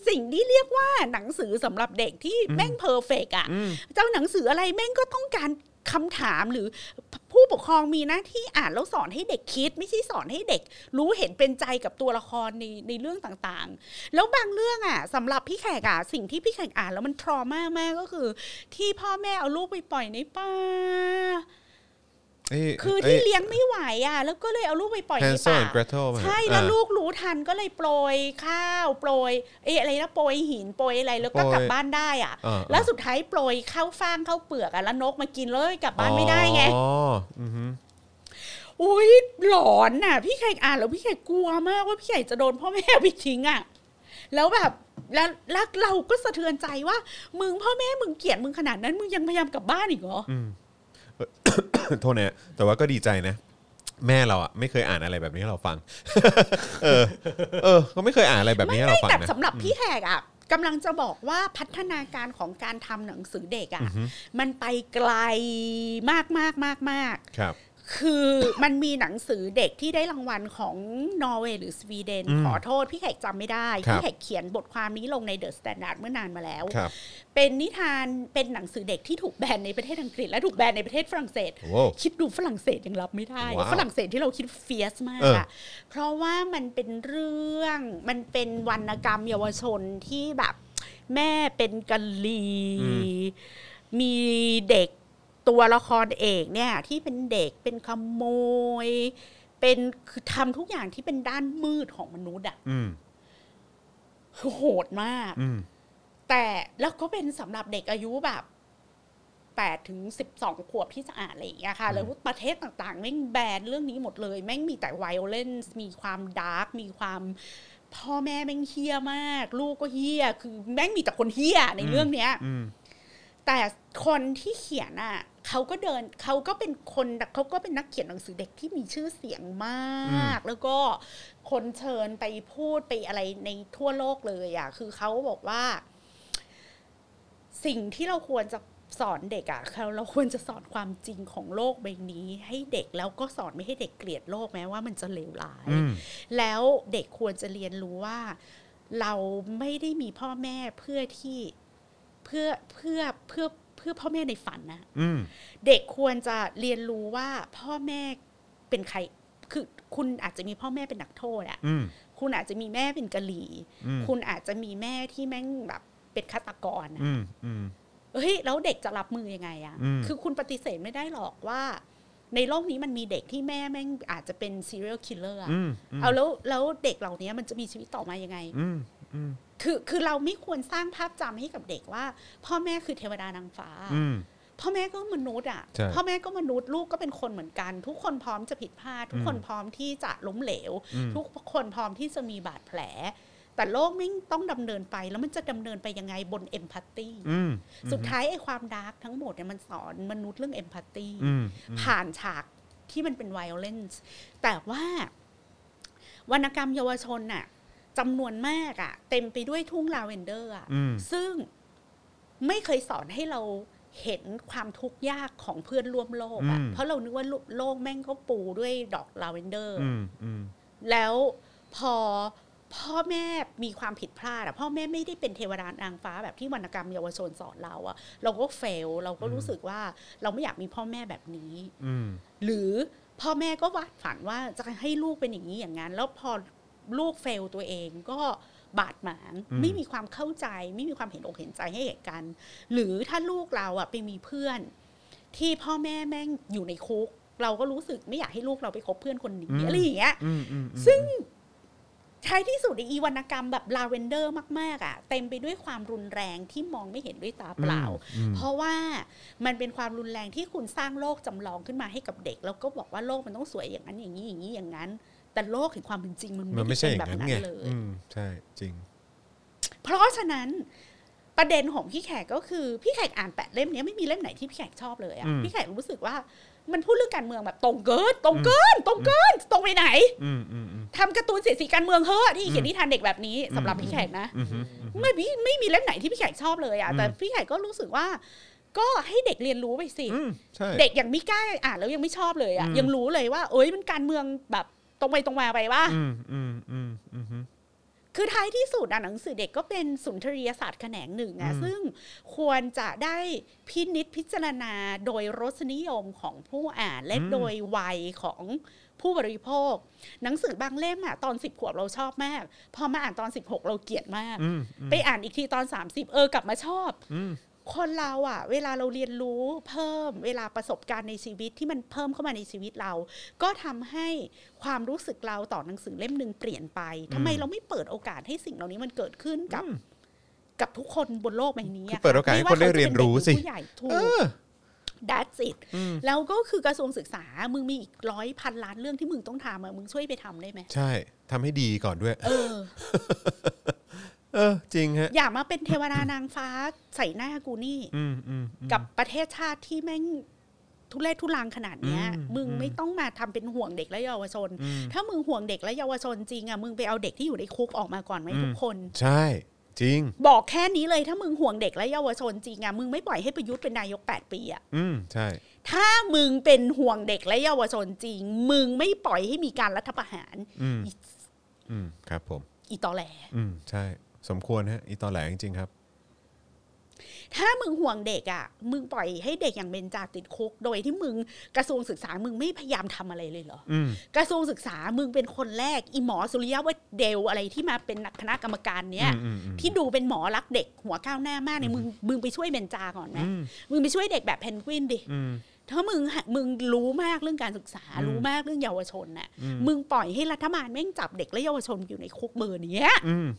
S2: สิ่งที่เรียกว่าหนังสือสำหรับเด็กที่แม่งเพอร์เฟกต์อ่ะ
S4: อืม
S2: เจ้าหนังสืออะไรแม่งก็ต้องการคำถามหรือผู้ปกครองมีหน้าที่อ่านแล้วสอนให้เด็กคิด ไม่ใช่สอนให้เด็ก รู้เห็นเป็นใจกับตัวละครในในเรื่องต่างๆ แล้วบางเรื่องอ่ะสำหรับพี่แขกอ่ะสิ่งที่พี่แขกอ่านแล้วมันทรมามากก็คือ ที่พ่อแม่เอาลูกไปปล่อยในป่า
S4: เย
S2: คือ
S4: อ้
S2: ที่
S4: ย
S2: เลี้ยงไม่ไหวอ่ะ แล้วก็เลยเอาลูกไปปล่อยใน
S4: Hansel
S2: ป่า
S4: and Gretel ป่ะฮะ
S2: ใช่แล้ว
S4: อ่า
S2: ลูกรู้ทันก็เลยโปรยข้าวโปรยเอ้ยอะไรนะโปรยหินโปรยอะไรแล้วก็
S4: โปรย
S2: กลับบ้านได้อ่ะ
S4: อ่า
S2: แล้วสุดท้ายโปรยข้าวฟ่างข้าวเปลือกอ่ะแล้วนกมากินเลยกลับบ้านไม่ได้ไง
S4: อ๋ออือหือ
S2: อุ้ยหลอนน่ะ พี่ไข่อ่านแล้วพี่ไข่กลัวมากว่าพี่ไข่จะโดนพ่อแม่ไปทิ้งอ่ะแล้วแบบแล้วแล้วเราก็สะเทือนใจว่า มึงพ่อแม่มึงเกลียดมึงขนาดนั้นมึงยังพยายามกลับบ้านอีกเหรอ
S4: โทษนะแต่ว่าก็ดีใจนะ แม่เราอ่ะไม่เคยอ่านอะไรแบบนี้ให้เราฟัง เออ เออเขาไม่เคยอ่านอะไรแบบนี้ให้เราฟัง
S2: แต่
S4: นะ
S2: สำหรับพี่แขกอ่ะกำลังจะบอกว่าพัฒนาการของการทำหนังสือเด็กอ่ะมันไปไกลมากมากมากมาก
S4: ครับ
S2: คือมันมีหนังสือเด็กที่ได้รางวัลของนอร์เวย์หรือสวีเดน ขอโทษ พี่แขกจำไม่ได้
S4: ครับ
S2: พี่แขกเขียนบทความนี้ลงในเดอะสแตนดาร์ดเมื่อนานมาแล้ว
S4: ครับ
S2: เป็นนิทานเป็นหนังสือเด็กที่ถูกแบนในประเทศอังกฤษ และถูกแบนในประเทศฝรั่งเศส
S4: โอ้
S2: คิดดูฝรั่งเศสยังรับไม่ได้
S4: ว้าว
S2: ฝรั่งเศสที่เราคิดเฟียสมาก
S4: เออ
S2: อะเพราะว่ามันเป็นเรื่องมันเป็นวรรณกรรมเยาวชนที่แบบ แม่เป็นกะลี มีเด็กตัวละครเอกเนี่ย ที่เป็นเด็กเป็นขโมย เป็นคือทำทุกอย่างที่เป็นด้านมืดของมนุษย์อะ
S4: อืม
S2: คือโหดมาก
S4: อืม
S2: แต่แล้วก็เป็นสำหรับเด็กอายุแบบแปดถึงสิบสองขวบที่จะอ่านอะไรอย่างเงี้ยค่ะแล้วประเทศต่างๆ แม่งแบนเรื่องนี้หมดเลย แม่งมีแต่ไวโอเลนส์มีความดาร์กมีความพ่อแม่แม่งเฮี้ยมาก ลูกก็เฮี้ย คือแม่งมีแต่คนเฮี้ยในเรื่องเนี้ย
S4: อืม
S2: แต่คนที่เขียนอ่ะเขาก็เดินเขาก็เป็นคนเขาก็เป็นนักเขียนหนังสือเด็กที่มีชื่อเสียงมาก แล้วก็คนเชิญไปพูดไปอะไรในทั่วโลกเลยอ่ะคือเขาบอกว่า สิ่งที่เราควรจะสอนเด็กอะเราเราควรจะสอนความจริงของโลกใบนี้ ให้เด็กแล้วก็สอนไม่ให้เด็กเกลียดโลกแม้ว่ามันจะเลวร้าย
S4: อืม
S2: แล้วเด็กควรจะเรียนรู้ว่า เราไม่ได้มีพ่อแม่เพื่อที่เพื่อเพื่อเพื่อเพื่อพ่อแม่ในฝันนะ
S4: อืม
S2: เด็กควรจะเรียนรู้ว่าพ่อแม่เป็นใคร คือคุณอาจจะมีพ่อแม่เป็นนักโทษอะ
S4: อืม
S2: คุณอาจจะมีแม่เป็นกะหรี่
S4: อืม
S2: คุณอาจจะมีแม่ที่แม่งแบบเป็นฆาตกรอะ
S4: อืมอืม
S2: เฮ้ยแล้วเด็กจะรับมือยังไงอะ
S4: อืม
S2: คือคุณปฏิเสธไม่ได้หรอกว่า ในโลกนี้มันมีเด็กที่แม่แม่งอาจจะเป็น serial killer อะ
S4: อืม
S2: เอาแล้วแล้วเด็กเหล่านี้มันจะมีชีวิตต่อมายังไง
S4: อืมอืม
S2: คือคือเราไม่ควรสร้างภาพจำให้กับเด็กว่า พ่อแม่คือเทวดานางฟ้า
S4: อืม
S2: พ่อแม่ก็มนุษย์อ่ะ
S4: ใช่
S2: พ่อแม่ก็มนุษย์ลูกก็เป็นคนเหมือนกัน ทุกคนพร้อมจะผิดพลาด ทุกคนพร้อมที่จะล้มเหลว
S4: อืม
S2: ทุกคนพร้อมที่จะมีบาดแผล แต่โลกไม่งต้องดำเนินไปแล้วมันจะดำเนินไปยังไงบนเอมพัตตี
S4: อืม
S2: สุดท้ายไอ้ความดาร์กทั้งหมดเนี่ยมันสอนมนุษย์เรื่องเอมพัตตี
S4: อืม
S2: ผ่านฉากที่มันเป็นไวโอเลนซ์แต่ว่า วรรณกรรมเยาวชนน่ะจำนวนมากอะเต็มไปด้วยทุ่งลาเวนเดอร์อะ
S4: อืม
S2: ซึ่งไม่เคยสอนให้เราเห็นความทุกข์ยากของเพื่อนร่วมโลกอะเพราะเรานึกว่าโลกแม่งก็ปูด้วยดอกลาเวนเดอร์
S4: อืมอืม
S2: แล้วพอพ่อแม่มีความผิดพลาดอะพ่อแม่ไม่ได้เป็นเทวดานางฟ้าแบบที่วรรณกรรมเยาวชนสอนเราอะเราก็เฟล เราก็รู้สึกว่าเราไม่อยากมีพ่อแม่แบบนี้
S4: อืม
S2: หรือพ่อแม่ก็วาดฝันว่าจะให้ลูกเป็นอย่างนี้อย่างนั้น แล้วพอลูกเฟลตัวเองก็บาดหมาง
S4: อืม
S2: ไม่มีความเข้าใจ ไม่มีความเห็นอกเห็นใจให้กัน หรือถ้าลูกเราอะไปมีเพื่อน ที่พ่อแม่แม่งอยู่ในคุก เราก็รู้สึกไม่อยากให้ลูกเราไปคบเพื่อนคนนี้อะไรอย่างเงี้ย
S4: อืมอืม
S2: ซึ่งท้ายที่สุดอีวรรณกรรมแบบลาเวนเดอร์มาก ๆ อ่ะ เต็มไปด้วยความรุนแรงที่มองไม่เห็นด้วยตาเปล่า
S4: อืม
S2: เพราะว่ามันเป็นความรุนแรงที่คุณสร้างโลกจำลองขึ้นมาให้กับเด็ก แล้วก็บอกว่าโลกมันต้องสวยอย่างนั้นอย่างนี้อย่างนี้อย่างนั้น แต่โลกแห่งความเป็นจริงมัน
S4: มันไม่
S2: ไม่
S4: ใช่
S2: ใช่
S4: อย่า
S2: แบบ
S4: งนั้น
S2: นั้
S4: ไง
S2: นเลย
S4: อืมใช่จริง
S2: เพราะฉะนั้นประเด็นของพี่แขกก็คือ พี่แขกอ่านแปดเล่มเนี้ยไม่มีเล่มไหนที่พี่แขกชอบเลย
S4: อื
S2: อะ่ะ
S4: ม
S2: พี่แขกรู้สึกว่ามันพูดเรื่องการเมืองแบบตรงเกินตรงเกินตรงเกินตรงไปไหน
S4: อืมอืมอืม
S2: ทำการ์ตูนเสียดสีการเมืองเฮ้อะที่เขียน
S4: อืม
S2: นิทานเด็กแบบนี้สำหรับ
S4: อืม
S2: พี่แขกนะ
S4: อืมอืม
S2: ไม่มีไม่มีเล่มไหนที่พี่แขกชอบเลยอะ
S4: อืม
S2: แต่พี่แขกก็รู้สึกว่า ก็ให้เด็กเรียนรู้ไปสิ
S4: อืมใช่
S2: เด็กอย่างมิก้าอ่านแล้วยังไม่ชอบเลยอะ
S4: อืม
S2: ยังรู้เลยว่าเอ้ยมันการเมืองแบบตรงไปตรงมาไปว่า
S4: อืมอืมอืมอืม
S2: คือท้ายที่สุดอ่ะหนังสือเด็กก็เป็นสุนทรียศาสตร์แขนงหนึ่งอะ
S4: อืม
S2: ซึ่งควรจะได้พินิษพิจารณาโดยรสนิยมของผู้อ่านและโดยวัยของผู้บริโภค หนังสือบางเล่มอะตอนสิบขวบเราชอบมาก พอมาอ่านตอนสิบหกเราเกลียดมาก
S4: อืม
S2: ไปอ่านอีกทีตอน 30 เออกลับมาชอบ
S4: อืม
S2: คนเราอะเวลาเราเรียนรู้เพิ่มเวลาประสบการณ์ในชีวิตที่มันเพิ่มเข้ามาในชีวิตเรา ก็ทำให้ความรู้สึกเราต่อหนังสือเล่มหนึ่งเปลี่ยนไปทำไม
S4: อืม
S2: เราไม่เปิดโอกาสให้สิ่งเหล่านี้มันเกิดขึ้นกับกับทุกคนบนโลกใบนี้
S4: คือ
S2: อะะ
S4: เปิดโอกาสให้
S2: ม่ว่
S4: คนได้
S2: ขาจะ
S4: เรียนรู้
S2: ป็ด็กหอ
S4: สิ
S2: ผู้ใหญ่ถู
S4: เอก อ
S2: ดัตสิต
S4: อืม
S2: แล้วก็คือกระทรวงศึกษามึงมีอีกร้อยพันล้านเรื่องที่มึงต้องทำอะมึงช่วยไปทำได้ไหม
S4: ใช่ทำให้ดีก่อนด้วย
S2: เออ
S4: เออ จริงฮะ
S2: อย่ามาเป็นเทวดานางฟ้าใส่หน้ากูนี่
S4: อืมอืมอืม
S2: กับประเทศชาติที่แม่งทุเรศทุรังขนาดเนี้ย
S4: อืม
S2: มึง
S4: อืม
S2: ไม่ต้องมาทำเป็นห่วงเด็กและเยาวชน
S4: อืม
S2: ถ้ามึงห่วงเด็กและเยาวชนจริงอ่ะมึงไปเอาเด็กที่อยู่ในคุกออกมาก่อนไหม
S4: อืม
S2: ทุกคน
S4: ใช่ จริง
S2: บอกแค่นี้เลยถ้ามึงห่วงเด็กและเยาวชนจริงอ่ะมึงไม่ปล่อยให้ประยุทธ์เป็นนายก 8 ปีอ่ะ
S4: อืมใช่
S2: ถ้ามึงเป็นห่วงเด็กและเยาวชนจริง มึงไม่ปล่อยให้มีการรัฐประหาร
S4: อืม อืมครับผม
S2: อีตอแหล
S4: อืมใช่ สมควรฮะอีตอนแหลจริงๆครับ
S2: ถ้ามึงห่วงเด็กอะ่ะ มึงปล่อยให้เด็กอย่างเบนจาติดคุก โดยที่มึงกระทรวงศึกษามึงไม่พยายามทำอะไรเลยเหรอ
S4: อืม
S2: กระทรวงศึกษามึงเป็นคนแรกอีหมอสุริยะวเดลอะไรที่มาเป็นคณะกรรมการเนี้ย
S4: อืมอืมอืม
S2: ที่ดูเป็นหมอรักเด็กหัวก้าวหน้ามากเนี่ยมึงมึงไปช่วยเบนจาก่อนนะ
S4: อืม
S2: มึงไปช่วยเด็กแบบเพนกวินดิ
S4: อืม
S2: ถ้ามึงหมึงรู้มากเรื่องการศึกษา
S4: อืม
S2: รู้มากเรื่องเยาวชนน่ะ
S4: อืม
S2: มึงปล่อยให้รัฐบาลแม่งจับเด็กและเยาวชนอยู่ในคุกเบอร์เนี้ย
S4: อืม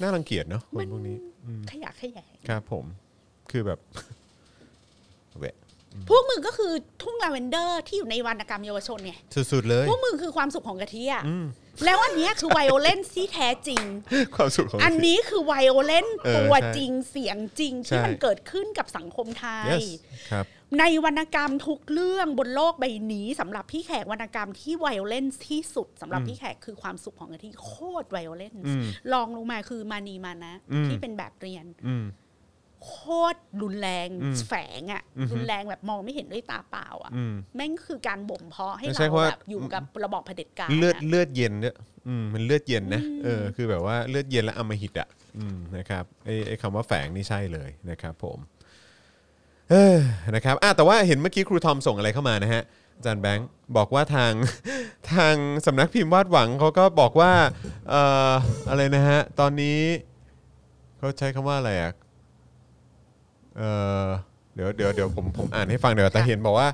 S4: น่ารังเกียจเนาะค
S2: มัน น
S4: พวกนี้อืม
S2: ขยะแขยะ
S4: ครับผม คือแบบ เวะ
S2: พวกมึงก็คือทุ่งลาเวนเดอร์ที่อยู่ในวรรณกรรมเยาวชนไง
S4: สุดๆเลย
S2: พวกมึงคือความสุขของกะทิอ่ะ
S4: อืม
S2: แล้วอันเนี้ยคือไวโอเลนที่แท้จริง
S4: ความสุขของ
S2: อันนี้คือไวโอเลน
S4: เออ
S2: ตัว
S4: ใช่
S2: จริงเสียงจริง
S4: ใช่
S2: ที่มันเกิดขึ้นกับสังคมไทย
S4: yes ครับ
S2: ในวรรณกรรมทุกเรื่องบนโลกใบนี้สำหรับพี่แขกวรรณกรรมที่ไวโอเลนที่สุดสำหรับ
S4: อืม
S2: พี่แขกคือความสุขของกะทิโคตรไวโอเลน
S4: อืม
S2: ลองลงมาคือมานีมานะ
S4: อืม
S2: ที่เป็นแบบเรียน
S4: อืม
S2: โคตรรุนแรง
S4: อืม
S2: แฝงอะ
S4: อือฮึ
S2: รุนแรงแบบมองไม่เห็นด้วยตาเปล่าอะ
S4: อืม
S2: แม่งคือการบ่มเพาะให้
S4: ใช่
S2: เรา
S4: ว่า
S2: แบบอยู่กับระบอบเผด็จการ
S4: เลือด
S2: ะ
S4: เลือดเย็นเนี่ยอืมมันเลือดเย็นนะ
S2: อืม
S4: เออคือแบบว่าเลือดเย็นและอำมหิตอ่ะอืมนะครับไอ้ไอ้คำว่าแฝงนี่ใช่เลยนะครับผมเออนะครับอ่ะแต่ว่าเห็นเมื่อกี้ครูทอมส่งอะไรเข้ามานะฮะอาจารย์แบงค์บอกว่าทาง ทางสำนักพิมพ์วาดหวังเขาก็บอกว่าเอ่ออะไรนะฮะตอนนี้เขาใช้คำว่าอะไรอ่ะเออเดี๋ยวเดี๋ยวเดี๋ยวผมผมอ่านให้ฟังเดี๋ยวแต่เห็นบอกว่า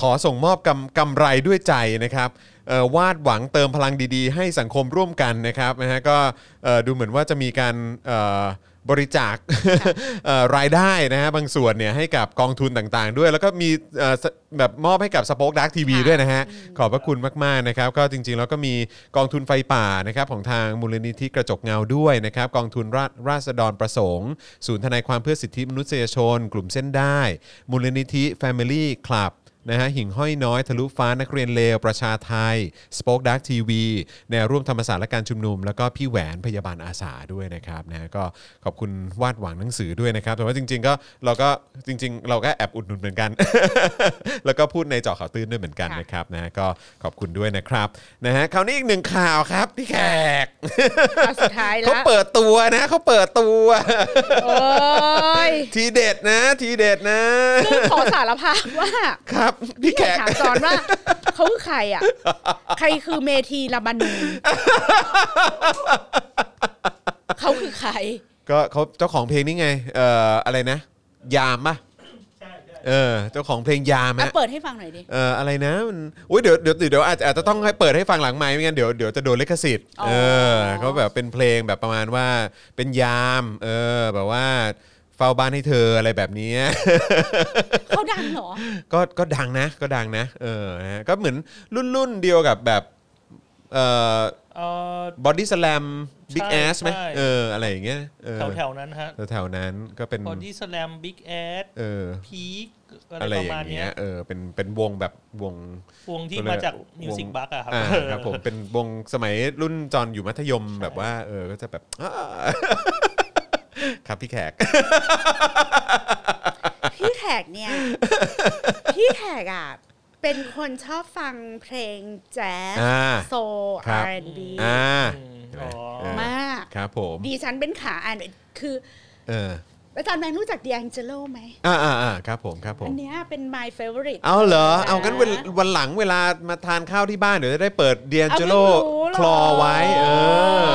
S4: ขอส่งมอบกำกำไรด้วยใจนะครับเอ่อวาดหวังเติมพลังดีๆ ให้สังคมร่วมกันนะครับนะฮะก็เอ่อดูเหมือนว่าจะมีการเอ่อบริจาค เอ่อรายได้นะฮะบางส่วนเนี่ยให้กับกองทุนต่างๆ ด้วย แล้วก็มีเอ่อสแบบมอบให้กับสป็อคดักทีวีด้วยนะฮะขอบพระคุณมากๆนะครับก็จริงๆแล้วก็มีกองทุนไฟป่านะครับของทางมูลนิธิกระจกเงาด้วยนะครับกองทุนราชราษฎรประสงค์ ศูนย์ทนายความเพื่อสิทธิมนุษยชน กลุ่มเส้นได้ มูลนิธิ Family Club นะฮะหิ่งห้อยน้อย ทะลุฟ้านักเรียนเลว ประชาไทย Spoke Dark TV แนวร่วมธรรมศาสตร์และการชุมนุม แล้วก็พี่แหวนพยาบาลอาสาด้วยนะครับนะฮะก็ขอบคุณวาดหวังหนังสือด้วยนะครับ แต่ว่าจริง ๆ ก็เราก็จริง ๆ เราก็แอบอุดหนุนเหมือนกัน แล้วก็พูดในเจาะข่าวตื้นด้วยเหมือนกันนะครับนะฮะก็ขอบคุณด้วยนะครับนะฮะคราวนี้อีกหนึ่งข่าวครับพี่แขก
S2: เอาสุดท้าย
S4: เขา
S2: ละ
S4: เปิดตัวนะเขาเปิดตัว
S2: โอ้ ย
S4: ทีเด็ดนะทีเด็ดนะ
S2: ซึ่งขอสารภาพว่า
S4: ครับพี่แข
S2: พี่
S4: ก
S2: ถามจอนว่า เขาคือใครอ่ะ ใครคือเมธีลาบานูนเขาคือใคร
S4: ก็เขาเจ้าของเพลงนี่ไง เอ่ออะไรนะ ยามปะเออเจ้าของเพลงยาม
S2: อ่ะ
S4: ฮะ
S2: เปิดให้ฟังหน่อยดิ
S4: เอ่ออะไรนะมันอุ้ยเดี๋ยวเดี๋ยวเดี๋ยวอาจอาจจะต้องให้เปิดให้ฟังหลังไม้ไม่งั้นเดี๋ยวเดี๋ยวจะโดนลิขสิทธิ์
S2: อ๋อ
S4: เออเขาแบบเป็นเพลงแบบประมาณว่าเป็นยามเออแบบว่าเฝ้าบ้านให้เธออะไรแบบนี้
S2: เขาดังเหรอ
S4: ก็ก็ดังนะก็ดังนะเออนะฮะก็เหมือนรุ่นรุ่นเดียวกับแบบเอ่อ
S3: เออบ
S4: อดี้สแลมบิ๊กแอสไหม
S3: ใช่
S4: เอออะไรอย่างเงี้ยเออ
S3: แถวแถวๆนั้นฮะ
S4: แถวๆนั้นก็เป็น
S3: บอดี้สแลมบิ๊กแอด
S4: เออ
S3: พีคอะ
S4: อะไร ไร
S3: ป
S4: อย่าม
S3: ระาง ณ
S4: เงี้
S3: เนี้
S4: ย
S3: ย
S4: เออเป็นเป็นวงแบบวง
S3: วงที่
S4: เขาเรีย
S3: มาก จากมิวสิกบัคอะครับ
S4: อ่าครับผมเป็นวงสมัยรุ่นจอนอยู่มัธยมแบบว่า เออก็จะแบบอ้า ครับพี่แขก
S2: พี่แขกเนี่ย พี่แขกอ่ะ เป็นคนชอบฟังเพลงแจ๊ส
S4: อ่า
S2: โซล
S4: ครั
S2: อาร์
S4: บ
S2: แอนด์บี
S4: อ่า
S3: อืมอ๋อ
S4: เออ
S2: มาก
S4: ครับผม
S2: ดีฉันเป็นขาอ่านคือ
S4: เออ
S2: อาจารย์แมนรู้จักดีแองเจโลไหม
S4: อ่าอ่าอ่าครับผมครับผม
S2: อันเนี้ยเป็น my favorite
S4: เอาเหรอ
S2: ะ
S4: เอากันวันวันหลังเวลามาทานข้าวที่บ้านเดี๋ยวจะได้เปิดเดียนเจโล
S2: เอาไม่รู้หรอ
S4: คลอไว้ เออ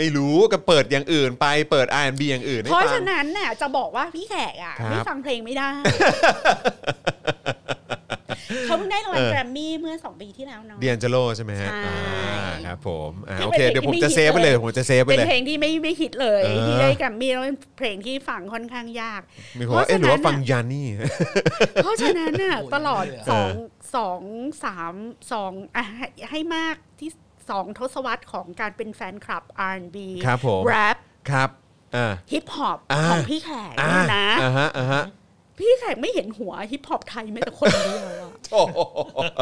S4: ไม่รู้ก็เปิดอย่างอื่นไปเปิด R&B อย่างอื่นให้
S2: เพราะ
S4: ฟั
S2: ฉะ
S4: ง
S2: นั้นน่ะจะบอกว่าพี่แขกอ่ะ
S4: ครับ
S2: ไม่ฟังเพลงไม่ ได้ เขาเพิ่งได้รางวัลแกรมมี่เมื่อสองปีที่แล้วเนาะ
S4: เดียนเจโลใช่ไหมฮะ
S2: ใช่
S4: อ่าครับผมอ่า
S2: ที่
S4: โอ
S2: เป็น
S4: เค เดี๋ยวผมจะ
S2: ที่ไม่
S4: เซฟไปเลย
S2: ฮิตเลย
S4: เดี๋ยวผมจะเซฟไป
S2: เป็น
S4: เลย
S2: เพลงที่ไม่ไม่ฮิตเลย
S4: เออ
S2: ที่ได้แกรมมี่แล้วเป็นเพลงที่ฟังค่อนข้างยาก
S4: มีคนว่าเอ๊ะห
S2: เพ
S4: รือ
S2: ราะฉะนั้น
S4: ว่าฟังยานี่
S2: เพราะฉะนั้นน่ะตลอด
S4: เออ
S2: สองสองสามสองอ่ะให้ให้มากที่สองทศวรรษของการเป็นแฟนคลับ R&B
S4: ครับผม
S2: แรป
S4: ครับอ่า
S2: ฮิปฮอป
S4: อ่า
S2: ของพี่แขก
S4: อ่า
S2: เนี่ยนะ
S4: อ่าฮะอ่าฮะ
S2: พี่แขกไม่เห็นหัวฮิปฮอปไทยแม้แต่คนเดียวอะ
S4: โอ้โห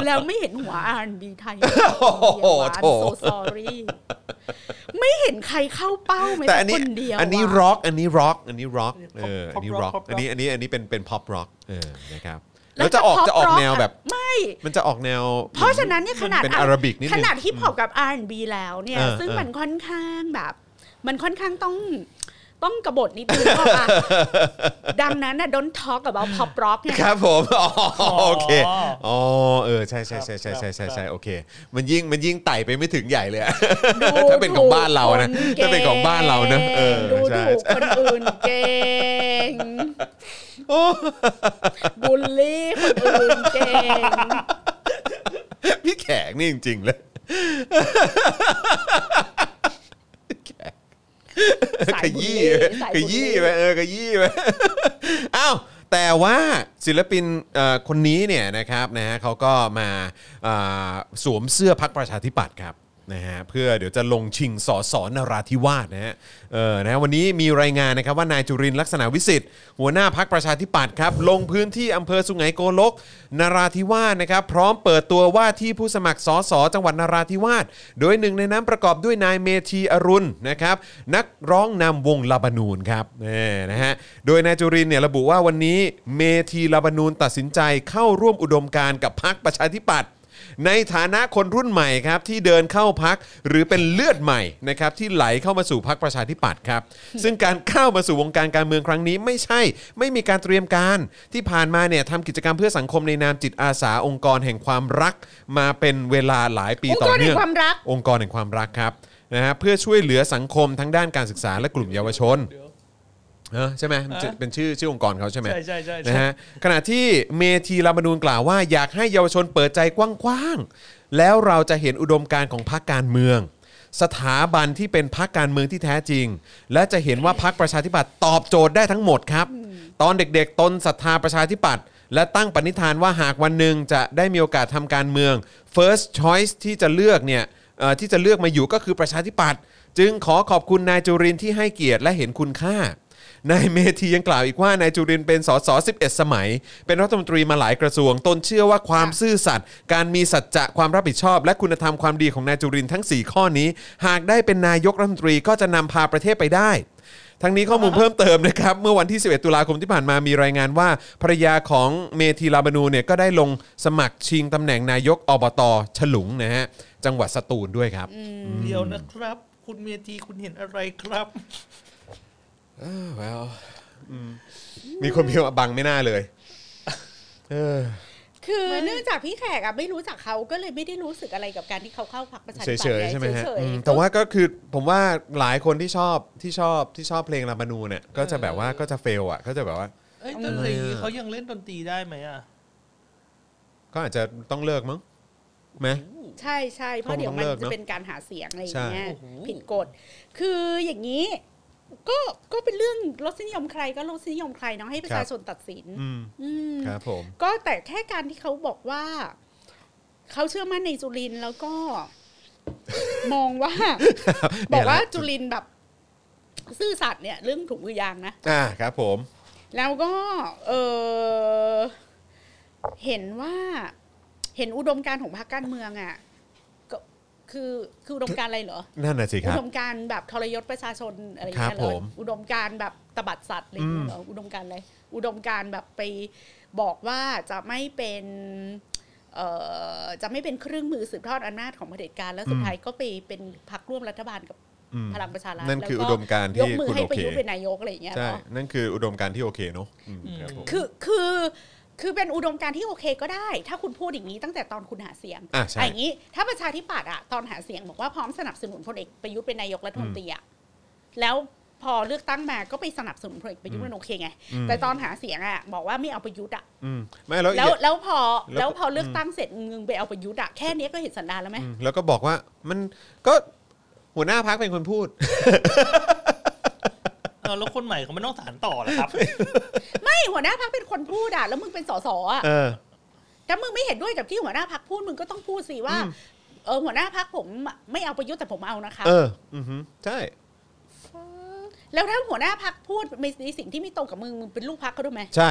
S2: แล้วไม่เห็นหัว R&B ไท ย
S4: โอ้โห
S2: โซ
S4: โถ่
S2: ซอรี่ไม่เห็นใครเข้าเป้าแม้
S4: แต่
S2: แต่
S4: อันนี้
S2: คนเดียว
S4: อันนี้
S2: ะ
S4: ร็อกอันนี้ร็อกอันนี้ร็อกเอออัน
S3: pop
S4: นี้
S3: rock
S4: ร็อก
S3: pop rock
S4: อันนี้อันนี้อันนี้เป็นเป็นพ็อปร็อก เออนะครับ
S2: ล้
S4: แล้วจะออกจะออกแนวแบบ
S2: ไม่
S4: มันจะออกแนว
S2: เพราะฉะนั้นเนี่ยขนาด
S4: มัเป็นอาราบิกนิดนึง
S2: ขนาดฮิปฮอปกับ R&B แล้วเนี่ย
S4: เออ
S2: ซึ่ง
S4: เออ
S2: มันค่อนข้างแบบ มันค่อนข้างต้องต้องกระบฏนิดนึงเพราะว่าดังนั้นนะ don't talk about pop rock เนี่ย
S4: ครับผม อ๋อโอเค
S3: อ๋อ
S4: อ๋อเออใช่ใช่ใช่ใช่ใช่ใช่
S3: ครั
S4: ใช่
S3: บ
S4: โอเค มันยิ่งมันยิ่งไต่ไปไม่ถึงใหญ่เลยอะ
S2: ดู
S4: ถ้าเป็นของบ้านเรานะ
S2: ถูกคก่
S4: ถ้าเป็นของบ้านเรานะเออ
S2: ดู
S4: ใช่
S2: ถูกคนอื่นเก่งบูลลี่คนอื่นเก่ง
S4: พี่แขกนี่จริง ๆ เลย
S2: สาย
S4: ข
S2: บูล
S4: ยี้
S2: ลี่สา
S4: ข
S2: บูลลี่
S4: ยี้ไปเออขยี้ไป อ้าวแต่ว่าศิลปินเอ่อคนนี้เนี่ยนะครับนะฮะเขาก็มาอ่าสวมเสื้อพักประชาธิปัตย์ครับนะฮะเพื่อเดี๋ยวจะลงชิงสอสอนราธิวาสนะฮะเออนะฮะวันนี้มีรายงานนะครับว่านายจุรินทร์ลักษณะวิสิทธิ์หัวหน้าพักประชาธิปัตย์ครับลงพื้นที่อำเภอสุไหงโกลก นราธิวาสนะครับพร้อมเปิดตัวว่าที่ผู้สมัครสอสอจังหวัดนราธิวาสโดยหนึ่งในนั้นประกอบด้วยนายเมธีอรุณนะครับนักร้องนำวงลาบานูนครับนี่นะฮะโดยนายจุรินทร์เนี่ยระบุว่าวันนี้เมธีลาบานูนตัดสินใจเข้าร่วมอุดมการณ์กับพรรคประชาธิปัตย์ ในฐานะคนรุ่นใหม่ครับที่เดินเข้าพักหรือเป็นเลือดใหม่นะครับที่ไหลเข้ามาสู่พักประชาธิปัตย์ครับ ซึ่งการเข้ามาสู่วงการการเมืองครั้งนี้ไม่ใช่ ไม่มีการเตรียมการ ที่ผ่านมาเนี่ยทำกิจกรรมเพื่อสังคมในนามจิตอาสาองค์กรแห่งความรัก มาเป็นเวลาหลายปีต่อเนื่อง
S2: องค์กรแห่งความรัก
S4: องค์กรแห่งความรักครับนะฮะเพื่อช่วยเหลือสังคมทั้งด้านการศึกษาและกลุ่มเยาวชน
S3: เดี๋ยว
S4: เออใช่ไหมมันจะ
S3: อ่ะ
S4: เป็นชื่อชื่อองค์กรเขาใช่ไหม
S3: ใช่ใช่ใช่ใช่
S4: นะฮะขณะที่เมธีรามนูนกล่าวว่า อยากให้เยาวชนเปิดใจกว้างๆ แล้วเราจะเห็นอุดมการณ์ของพรรคการเมือง สถาบันที่เป็นพรรคการเมืองที่แท้จริง และจะเห็นว่าพรรคประชาธิปัตย์ตอบโจทย์ได้ทั้งหมดครับ ตอนเด็กๆ ตนศรัทธาประชาธิปัตย์และตั้งปณิธานว่าหากวันหนึ่งจะได้มีโอกาสทำการเมือง first choice ที่จะเลือกเนี่ยเอ่อที่จะเลือกมาอยู่ก็คือประชาธิปัตย์จึงขอขอบคุณนายจุรินทร์ที่ให้เกียรติและเห็นคุณค่า นายเมธียังกล่าวอีกว่านายจุรินทร์เป็นสส11 สมัย เป็นรัฐมนตรีมาหลายกระทรวง ตนเชื่อว่าความซื่อสัตย์ การมีสัจจะความรับผิดชอบ และคุณธรรมความดีของนายจุรินทร์ทั้ง 4 ข้อนี้ หากได้เป็นนายกรัฐมนตรีก็จะนำพาประเทศไปได้ ทั้งนี้ข้อมูลเพิ่มเติมนะครับ เมื่อวันที่ 11 ตุลาคมที่ผ่านมามีรายงานว่าภรรยาของเมธีลาบานูเนี่ยก็ได้ลงสมัครชิงตำแหน่งนายกอบตฉลุงนะฮะจังหวัดสตูลด้วยครับ
S3: เดียวนะครับ คุณเมธีคุณเห็นอะไรครับ
S4: well มีคนพิมพ์มาบังไม่น่าเลยเออ
S2: คือเนื่องจากพี่แขกอะไม่รู้จักเขาก็เลยไม่ได้รู้สึกอะไรกับการที่เขาเข้าพักประชาธิ
S4: เฉ
S2: ปัต
S4: ย
S2: ย์
S4: ๆใช่ไหมฮะ
S2: เฉยๆ
S4: อืมแต่ว่าก็คือผมว่าหลายคนที่ชอบที่ชอบที่ชอบเพลงรามนูเนี่ยก็จะแบบว่าก็จะเฟลอ่ะก็จะแบบว่า
S3: เอ้ยแต่เพลงนี้เขายังเล่นดนตรีได้ไหมอ่ะ
S4: ก็อาจจะต้องเลิกมั้งไหม
S2: ใช่ใช่เพราะเดี๋ยวมัน
S4: คงต้องเลิกเน
S2: จะ
S4: อะ
S2: เป็นการหาเสียงอะไรอย่างเงี้ย
S3: ใช่โอ้โห
S2: ผิดกฎ คืออย่างนี้ ก็ก็เป็นเรื่องรสนิยมใครก็รสนิยมใครเนาะให้ประ
S4: ครั
S2: ชา
S4: บ
S2: ชนตัดสิน
S4: อืม
S2: อืม
S4: ครับผม
S2: ก็แต่แค่การที่เขาบอกว่า เขาเชื่อมั่นในจุลินทร์แล้วก็ มองว่าบ
S4: เนี่
S2: อย ก
S4: แหละ
S2: ว่าจุลินทร์แบบ ซื่อสัตย์เนี่ย เรื่องถุงมือยางนะ
S4: อ่าครับผม
S2: แล้วก็เออเห็นว่าเห็นอุดมการณ์ของพรรคการเมืองอ่ะก็คือคืออุดมการณ์อะไรเหรอ
S4: นั่นน่ะสิค
S2: อุ
S4: รับ
S2: ดมการณ์แบบทรยศประชาชนอะไรอย่าง
S4: ครั
S2: เงี้ย
S4: บ
S2: เหร
S4: ผ
S2: อ
S4: ม
S2: อุดมการณ์แบบตบัดสัตว์อะไรอย่างเงี้ยเหรออุดมการณ์อะไรอุดมการณ์แบบไปบอกว่าจะไม่เป็นเอ่อจะไม่เป็นเครื่องมือสืบทอดอำนาจของเผด็จการแล้วสุ
S4: อื
S2: ด
S4: ม
S2: ท้ายก็ไปเป็นพรรคร่วมรัฐบาลกับ
S4: อืม
S2: พลังประชารัฐ
S4: นั่นคือ
S2: แล้
S4: อุ
S2: ว
S4: ดมการณ์
S2: ยก
S4: ที่
S2: มือ
S4: คุณ
S2: ให้
S4: โอ
S2: ประ
S4: เค
S2: ยุทธ์เป็นนายกอะไรอย่างเงี้ยเหร
S4: ใช่
S2: อ
S4: นั่นคืออุดมการณ์ที่โอเคเนาะอืม
S3: อืม
S4: ครับผม
S2: คือคือคือเป็นอุดมการณ์ที่โอเคก็ได้ ถ้าคุณพูดอย่างนี้ตั้งแต่ตอนคุณหาเสียง
S4: อ่าใช่
S2: อะอย่างนี้ ถ้าประชาธิปัตย์อะตอนหาเสียงบอกว่าพร้อมสนับสนุนพลเอกประยุทธ์เป็นนายกรัฐมนตรีอะแล้วพอเลือกตั้งมาก็ไปสนับสนุนพลเอกประยุทธ์มันโอเคไง
S4: อืม
S2: แต่ตอนหาเสียงอะบอกว่าไม่เอาประยุทธ์อะ
S4: อืมไม่แล้วอีก
S2: แล้ว
S4: อย่าง
S2: แล้วพอ
S4: แล้ว
S2: แล้วพอเลือกตั้งเสร็จมึงไปเอาประยุทธ์อะแค่เนี้ยก็เห็นสันดานแล้วไหม
S4: อืมแล้วก็บอกว่ามันก็หัวหน้าพักเป็นคนพูด
S3: เออแล้วคนใหม่เขาไม่ต้องสารต่อแล้วครับ
S2: ไม่หัวหน้าพักเป็นคนพูดอะแล้วมึงเป็นสสอะ
S4: เออ
S2: ถ้ามึงไม่เห็นด้วยกับที่หัวหน้าพักพูดมึงก็ต้องพูดสิว่า เออหัวหน้าพักผมไม่เอาประยุทธ์แต่ผมเอานะคะ
S4: เอออือหือใช่
S2: แล้วถ้าหัวหน้าพักพูดในสิ่งที่ไม่ตรงกับมึงมึงเป็นลูกพักเขาด้วยไหม
S4: ใช่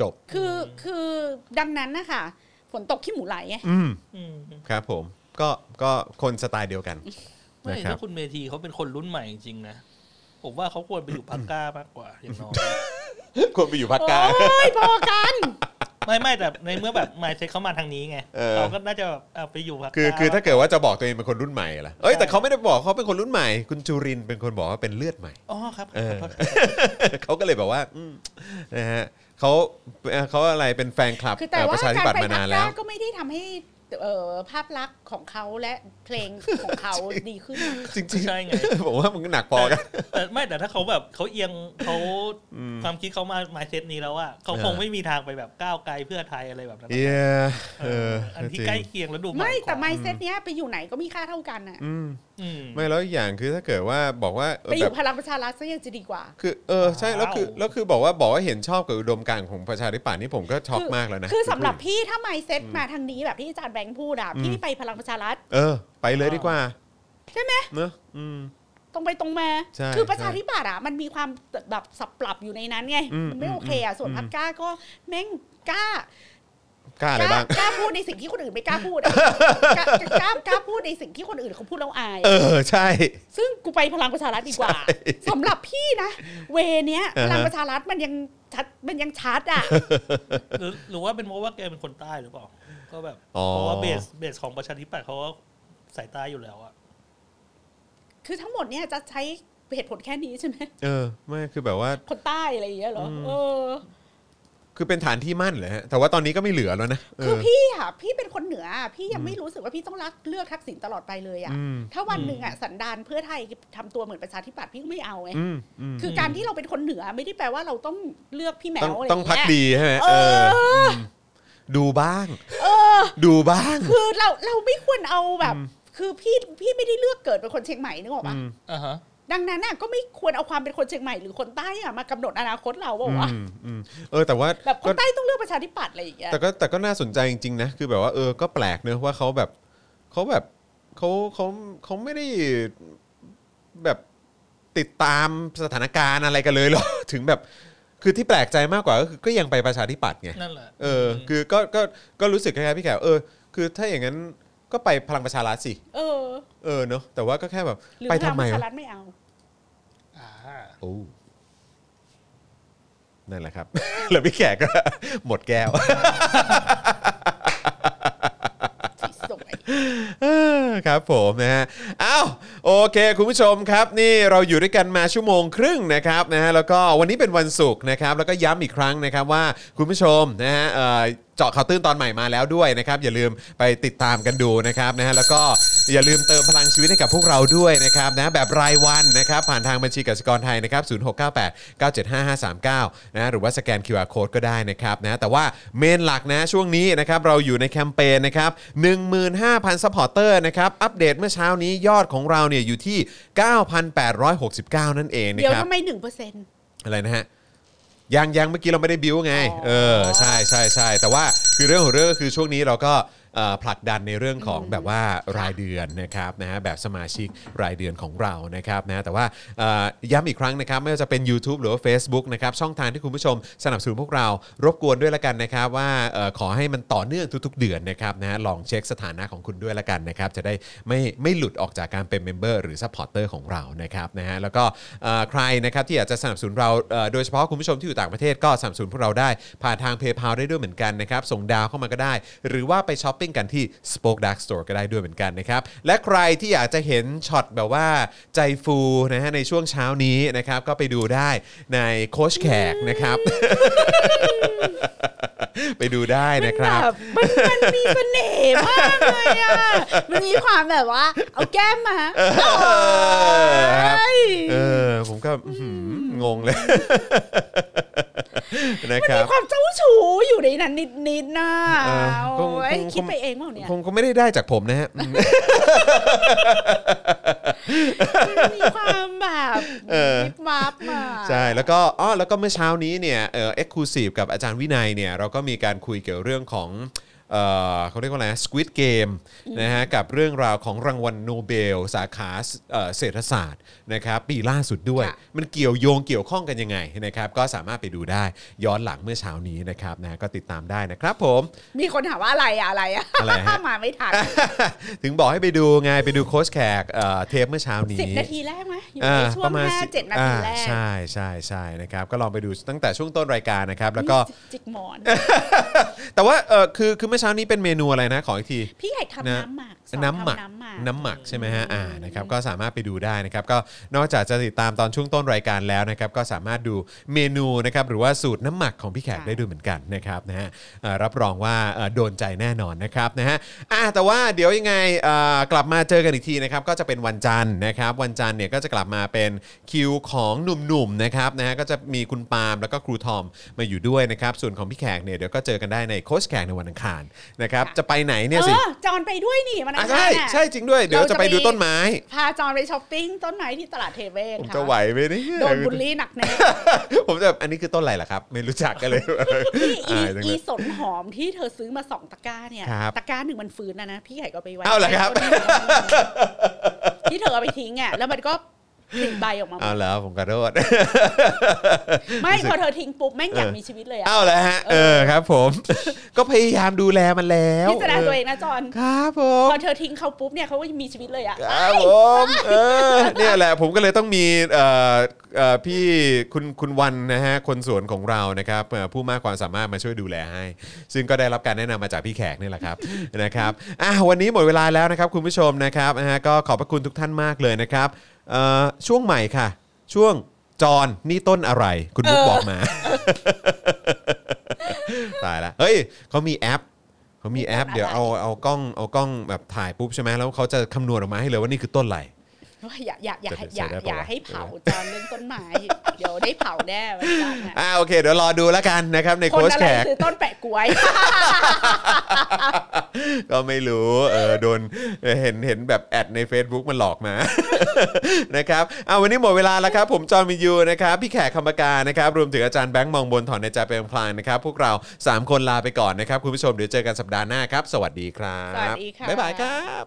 S4: จบ
S2: คือคือดังนั้นนะคะฝนตกขี้หมูไหลไง
S4: อืม
S3: อืม
S4: ครับผม ก็ก็คน สไตล์เดียวกัน
S3: ไม่
S4: นะครับ
S3: ถ้าคุณเมธีเขาเป็นคนรุ่นใหม่จริงๆนะ ผมว่าเขาควรไปอยู่พักกล้ามากกว่าอย่างน้อย
S4: ควรไปอยู่พักกลาง
S2: โอ้ยพอกัน
S3: ไม่ไม่แต่ในเมื่อแบบมาเซ็ตเขามาทางนี้ไง
S4: เออ
S3: เราก็น่าจะแบบเอาไปอยู่พัก
S4: คือ
S3: ต
S4: คือถ้าเกิดว่าจะบอกตัวเองเป็นคนรุ่นใหม่ล่ะเอ้ยแต่เขาไม่ได้บอกเขาเป็นคนรุ่นใหม่ คุณจุรินทร์เป็นคนบอกว่าเป็นเลือดใหม่
S3: อ๋อครับ
S4: เออ
S3: ขอโทษครับ
S4: เขาก็เลยแบบว่าอืมนะฮะเขาเอ่อเขาอะไรเป็นแฟนคลับ
S2: คือแต่
S4: เอ่อป
S2: ว่า
S4: ระชาธิ
S2: การ
S4: ปัต
S2: ไป
S4: ย์มา
S2: พั
S4: นาก น
S2: ก
S4: แล้ว
S2: ล้าก็ไม่ได้ทำให้เอ่อภาพลักษณ์ของเขาและเพลงของเขาดีขึ้น
S4: จริง
S3: ใช่ไง
S4: ๆ ผมว่ามันก็หนักพอกัน
S3: แต่ไม่แต่ถ้าเขาแบบเขาเอียงเขาความคิดเขามามาเซ็ตนี้แล้วว่าเขา
S4: เออ
S3: คงไม่มีทางไปแบบก้าวไกลเพื่อไทยอะไรแบบนั้นหรอก
S4: เย้เออ
S3: อันที่
S4: จริง
S3: ใกล้เคียงแล้วดู
S2: ไม่แต่ไม
S3: ไม่
S2: เซ็ตเนี้ยไปอยู่ไหนก็มีค่าเท่ากันน่ะ
S4: อืม
S3: ไม่
S4: ไม่แล้วอีกอย่างคือถ้าเกิดว่าบอกว่าเออ
S2: ไปอ
S4: แบ
S2: ยู่
S4: บ
S2: พลังประชารัฐซะยังจะดีกว่า
S4: คือเออใช่แล้วคือ
S3: ว้าว
S4: แล้วคือบอกว่าบอกว่าเห็นชอบกับอุดมการณ์ของประชาธิปัตย์นี่ผมก็ช็อก
S2: คือ
S4: มากแล้วนะ
S2: คือสำหรับพี่ถ้าไมเซ็ตมาทางนี้แบบที่อาจารย์แบงค์พูดอะพี่ไปพลังประชารัฐ
S4: เออ ไปเลยดีกว่า
S2: ใช่ไหม
S4: เนอะอืม
S2: ตรงไปตรงมา
S4: ใช่
S2: คือประชาธิปัตย์อะมันมีความแบบสับปรับอยู่ในนั้นไง
S4: อืม
S2: มันไม่
S4: อืม
S2: โอเคอะส่วน
S4: อืม
S2: พักกล้าก็แม่งกล้าก
S4: ล้าอะ
S2: ก
S4: ไร
S2: ล้า
S4: บ้าง
S2: กล้าพูดในสิ่งที่คนอื่นไม่กล้าพูดอะกล้ากล้ากล้าพูดในสิ่งที่คนอื่นเขาพูดแล้วอาย
S4: เออใช่
S2: ซึ่งกูไปพลังประชารัฐดีกว่าสำหรับพี่นะ เวเนี้ย
S4: อ่า
S2: พ
S4: ฮะ
S2: ลังประชารัฐมันยังชัดมันยังชัด อ่ะ
S3: หรือหรือว่าเป็นเพราะว่าแกเป็นคนใต้หรือเปล่า ก็แบบ
S4: อ๋อ
S3: เพราะว่าเบสเบสของประชาธิปัตย์เขาก็สายใต้อยู่แล้วอะ
S2: คือทั้งหมดเนี่ยจะใช้เหตุผลแค่นี้ใช่ไหม
S4: เออไม่คือแบบว่า
S2: คนใต้อะไรอย่างเงี้ยเหรอเออ
S4: คือเป็นฐานที่มั่นเหรอฮะแต่ว่าตอนนี้ก็ไม่เหลือแล้วนะเอ
S2: คือ
S4: อ
S2: พี่อ่ะพี่เป็นคนเหนืออะพี่ยังไม่รู้สึกว่าพี่ต้องรักเลือกทักษิณตลอดไปเลยอ่ะ
S4: อืม
S2: ถ้าวันหนึ่งอ่ะสันดานเพื่อไทยทำตัวเหมือนประชาธิปัตย์พี่ก็ไม่เอาไง
S4: อืมอืม
S2: คือการที่เราเป็นคนเหนือไม่ได้แปลว่าเราต้องเลือกพี่แหม
S4: ต้อง
S2: วอะไร
S4: ต้องพัก
S2: เย
S4: ดีใช่ไหมเออมดูบ้างดูบ้าง
S2: คือเราเราไม่ควรเอาแบบ คือพี่พี่ไม่ได้เลือกเกิดเป็นคนเชียงใหม่นึกออกปะ
S4: อืม
S3: อ่าฮะ
S2: ดังนั้นน่ะก็ไม่ควรเอาความเป็นคนเชียงใหม่หรือคนใต้อะมากำหนดอนาคตเราว่า
S4: อื
S2: วะ
S4: มอืมเออแต่ว่า
S2: แบบค
S4: ก็
S2: นใต้ต้องเลือกประชาธิปัตย์อะไรอย่างเงี้ย
S4: แต่ก็แต่ก็น่าสนใจจริงๆนะคือแบบว่าเออก็แปลกเนอะว่าเขาแบบเขาแบบเขาเขาเขาไม่ได้แบบติดตามสถานการณ์อะไรกันเลยหรอก ถึงแบบคือที่แปลกใจมากกว่าก็คือก็ยังไปประชาธิปัตย์ไง
S3: นั่นแหละ
S4: เออคือก็ก็ก็รู้สึกคล้ายๆพี่แขกเออคือถ้าอย่างนั้นก็ไปพลังประชารัฐสิ
S2: เออ
S4: เออเนอะแต่ว่าก็แค่แบบ
S2: หรือ
S4: ไป
S2: พ
S4: ทำ
S2: ลัง
S4: ไม
S2: ประชาว
S4: ะ
S2: รัฐไม่เอา
S3: า
S4: โอ้นั่นแหละครับ แล้วพี่แขกก็ หมดแก้ว
S2: ที่สวย
S4: เออครับผมนะฮะอ้าวโอเคคุณผู้ชมครับนี่เราอยู่ด้วยกันมาชั่วโมงครึ่งนะครับนะฮะแล้วก็วันนี้เป็นวันศุกร์นะครับแล้วก็ย้ำอีกครั้งนะครับว่าคุณผู้ชมนะฮะเอ่อเจาะข่าวตื้นตอนใหม่มาแล้วด้วยนะครับอย่าลืมไปติดตามกันดูนะครับนะฮะแล้วก็อย่าลืมเติมพลังชีวิตให้กับพวกเราด้วยนะครับนะแบบรายวันนะครับผ่านทางบัญชีกสิกรไทยนะครับ0698 9755539นะหรือว่าสแกน QR Code ก็ได้นะครับนะแต่ว่าเมนหลักนะช่วงนี้นะครับเราอยู่ในแคมเปญนะครับ15,000ซัพพอร์เตอร์นะครับอัปเดตเมื่อเช้านี้ยอดของเราเนี่ยอยู่ที่ 9,869 นั่นเองนะ
S2: เดี๋ยว
S4: ครับ
S2: ทำไมหนึ่งเปอร์เซ็นต์
S4: อะไรนะฮะยังยังเมื่อกี้เราไม่ได้บิวไง
S2: อ๋อ
S4: เออใช่ใช่ใช่แต่ว่าคือเรื่องของเรื่องก็คือช่วงนี้เราก็เอ่อผลักดันในเรื่องของแบบว่ารายเดือนนะครับนะฮะแบบสมาชิกรายเดือนของเรานะครับนะแต่ว่าเอ่อย้ำอีกครั้งนะครับไม่ว่าจะเป็น YouTube หรือว่า Facebook นะครับช่องทางที่คุณผู้ชมสนับสนุนพวกเรารบกวนด้วยละกันนะครับว่าเอ่อขอให้มันต่อเนื่องทุกๆ เดือนนะครับนะฮะลองเช็คสถานะของคุณด้วยละกันนะครับจะได้ไม่ไม่หลุดออกจากการเป็นเมมเบอร์หรือซัพพอร์เตอร์ของเรานะครับนะฮะแล้วก็เอ่อใครนะครับที่อยากจะสนับสนุนเราเอ่อโดยเฉพาะคุณผู้ชมที่อยู่ต่างประเทศก็สนับสนุนพวกเราได้ผ่านทางเพย์พาได้ด้วยเหมือนกันนะครับส่งดาวเข้ามาก็ได้ หรือว่าไปช้อปปิ้งกันที่ Spoke Dark Store ก็ได้ด้วยเหมือนกันนะครับและใครที่อยากจะเห็นช็อตแบบว่าใจฟูนะฮะในช่วงเช้านี้นะครับก็ไปดูได้ในโคชแขกนะครับ ไปดูได้นะครับ
S2: แบบมันมันมีเสน่ห์มากเลยอ่ะมันมีความแบบว่า เอาแก้มมา
S4: ครับ
S2: เอ้ย
S4: เออผมก็อื้อหืองงเลย นะค
S2: มี
S4: รับ
S2: ความเจ้าชู้อยู่ในนั้นนิดๆนะ
S4: เออค
S2: โอ้
S4: ง
S2: ย
S4: คง
S2: คิดไปเองเปล่าเนี่ย
S4: คงก็ไม่ได้ได้จากผมนะฮะอืม
S2: มันมีความแบบวิบวับมา
S4: ใช่แล้วก็อ๋อแล้วก็เมื่อเช้านี้เนี่ยเออเอ็กซ์คลูซีฟกับอาจารย์วินัยเนี่ยเราก็มีการคุยเกี่ยวเรื่องของ เอ่อเขาเรียกว่าอะไรสควิดเกมนะฮะกับเรื่องราวของรางวัลโนเบล สาขาเอ่อเศรษฐศาสตร์นะครับปีล่าสุดด้วย
S2: ค่ะ
S4: มันเกี่ยวโยงเกี่ยวข้องกันยังไงนะครับก็สามารถไปดูได้ย้อนหลังเมื่อเช้านี้นะครับนะก็ติดตามได้นะครับผม
S2: มีคนถามว่าอะไรอะอะไรอะ
S4: อะไรฮะ
S2: มาไม่ทัน
S4: ถึงบอกให้ไปดูไงไปดูโค้ชแขกเอ่อเทปเมื่อเช้านี้
S2: สิบนาทีแรกไหมอยู่ในช่วงห้า
S4: สิบ
S2: เจ็ดนาทีแร
S4: อ่าก ใช่ใช่ใช่นะครับก็ลองไปดูตั้งแต่ช่วงต้นรายการนะครับ แล้วก็
S2: นี่จิกหมอน
S4: แต่ว่าเออคือคือเมื่อเช้านี้เป็นเมนูอะไรนะขออีกที
S2: พี่ใหญ่ทำ
S4: นะ
S2: น้ำหมักสอน
S4: น้ำหมัก
S2: ทำน้ำหมัก
S4: น้ำหมักใช่ไหมฮะอ่านะครับก็สามารถไปดูได้นะครับก็นอกจากจะติดตามตอนช่วงต้นรายการแล้วนะครับก็สามารถดูเมนูนะครับหรือว่าสูตรน้ำหมักของพี่แขก
S2: ค่ะ
S4: ได้ดูเหมือนกันนะครับนะฮะเอ่อรับรองว่าเอ่อโดนใจแน่นอนนะครับนะฮะอ่ะแต่ว่าเดี๋ยวยังไงเอ่อกลับมาเจอกันอีกทีนะครับก็จะเป็นวันจันทร์นะครับวันจันทร์เนี่ยก็จะกลับมาเป็นคิวของหนุ่มๆนะครับนะฮะก็จะมีคุณปาล์มแล้วก็ครูทอมมาอยู่ด้วยนะครับส่วนของพี่แขกเนี่ยเดี๋ยวก็เจอกันได้ในโค้ชแขกในวันอังคารนะครับจะไปไหนเนี่ย
S2: เอ
S4: สิ
S2: อจอนไปด้วยนี่มัน
S4: อ่ะ
S2: อังคา
S4: ใช่
S2: รน่ะ
S4: ใช่จริงด้วยเดี๋ยว
S2: เรา
S4: จะ
S2: จะ
S4: ไป
S2: ไป
S4: ดูต้นไม้
S2: พาจอนไปช้อปปิ้งต้นไม้ที่ตลาดเทเวน
S4: ผม
S2: ค่ะ
S4: จะไหวไหมเนี่ย
S2: โดนบูลลี่หนักแน่
S4: ผมจะแบบอันนี้คือต้นอะไรล่ะครับ ไม่รู้จักกันเลย
S2: นี่อี
S4: อายจังเลย
S2: อีสนหอมที่เธอซื้อมาสองตะกร้าเนี่ย
S4: ครับ
S2: ตะกร้าหนึ่งมันฟื้นนะนะพี่ใหญ่ก็ไปไว้
S4: เอาเหรอครับ
S2: ที่เธอเอาไปทิ้งอ่ะแล้วมันก็ผลิใบออกมาหม
S4: เอา
S2: ด
S4: เหรอผมขอโทษ
S2: ไม่พอเธอทิ้งปุ๊บแม่งอยาก
S4: เออ
S2: มีชีวิตเลยอ่ะ
S4: เอาเหรอฮะเออครับ ผม ก็พยายามดูแลมันแล้ว
S2: พิจารณาตัวเองนะจอน
S4: ครับผม
S2: พอเธอทิ้งเขาปุ๊บเนี่ยเขาก็มีชีวิตเลยอ่ะ
S4: ครับผมเออเนี่ยแหละผมก็เลยต้องมีเอ่อเอ่อพี่คุณคุณวันนะฮะคนสวนของเรานะครับเอ่อผู้มากความสามารถมาช่วยดูแลให้ ซึ่งก็ได้รับการแนะนำมาจากพี่แขกนี่แหละครับ นะครับอ่ะวันนี้หมดเวลาแล้วนะครับคุณผู้ชมนะครับนะฮะก็ขอบพระคุณทุกท่านมากเลยนะครับเอ่อช่วงใหม่ค่ะ ช่วงจอนนี่ต้นอะไร คุณมุก
S2: เออ
S4: บอกมา ตายละเฮ้ยเขามีแอปเขามีแอป เดี๋ยวเอาเอากล้องเอากล้องแบบถ่ายปุ๊บใช่ไหมแล้วเขาจะคำนวณออกมาให้เลยว่านี่คือต้นอะไร
S2: ว่าอย่าอย่าอย่า
S4: จะได้
S2: อย่า
S4: จะได้
S2: อย่า
S4: ปะวะ
S2: ให้เผาจอนเรื่องต้นไม้เดี๋ยวได้เผาแน่วันจันทร์อะ
S4: อ่าโอเค เดี๋ยวรอดูแล้วกันนะครับใน
S2: คน
S4: โค้ช
S2: อะ
S4: แข
S2: ไร
S4: ก
S2: ซื้อต้นแปะกล้วย
S4: ก็ไม่รู้เออโดนเห็นเห็นแบบแอดใน Facebook มันหลอกมา นะครับเอาวันนี้หมดเวลาแล้วครับ ผมจอห์นวินยูนะครับ พี่แขกคำปากานะครับรวมถึงอาจารย์แบงค์มองบนถอนในใจเป็นพลางนะครับ พวกเรา 3 คนลาไปก่อนนะครับ คุณผู้ชมเดี๋ยวเจอกันสัปดาห์หน้าครับ สวัสดีครับ
S2: สวัสดีค่ะ
S4: บ๊ายบายครับ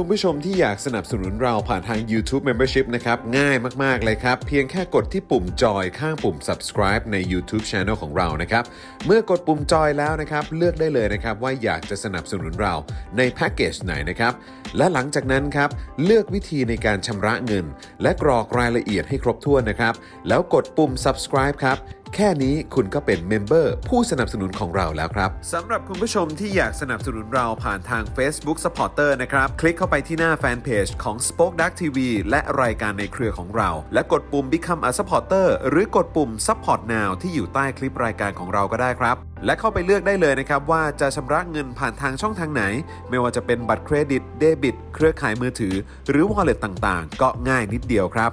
S1: คุณผู้ชมที่อยากสนับสนุนเราผ่านทาง YouTube Membership นะครับง่ายมากๆเลยครับ เพียงแค่กดที่ปุ่มจอยข้างปุ่ม subscribe ใน YouTube Channel ของเรานะครับเมื่อกดปุ่มจอยแล้วนะครับเลือกได้เลยนะครับว่าอยากจะสนับสนุนเราในแพ็กเกจไหนนะครับและหลังจากนั้นครับเลือกวิธีในการชำระเงิน และกรอกรายละเอียดให้ครบถ้วนนะครับแล้วกดปุ่ม subscribe ครับ แค่นี้คุณก็เป็นเมมเบอร์ผู้สนับสนุนของเราแล้วครับสำหรับคุณผู้ชมที่อยากสนับสนุนเราผ่านทาง Facebook Supporter นะครับ คลิกเข้าไปที่หน้าแฟนเพจของ Spoke Dark TV และรายการในเครือของเรา และกดปุ่ม Become a Supporter หรือกดปุ่ม Support Now ที่อยู่ใต้คลิปรายการของเราก็ได้ครับ และเข้าไปเลือกได้เลยนะครับ ว่าจะชำระเงินผ่านทางช่องทางไหน ไม่ว่าจะเป็นบัตรเครดิตเดบิตเครือข่ายมือถือ หรือ Wallet ต่างๆ ก็ง่ายนิดเดียวครับ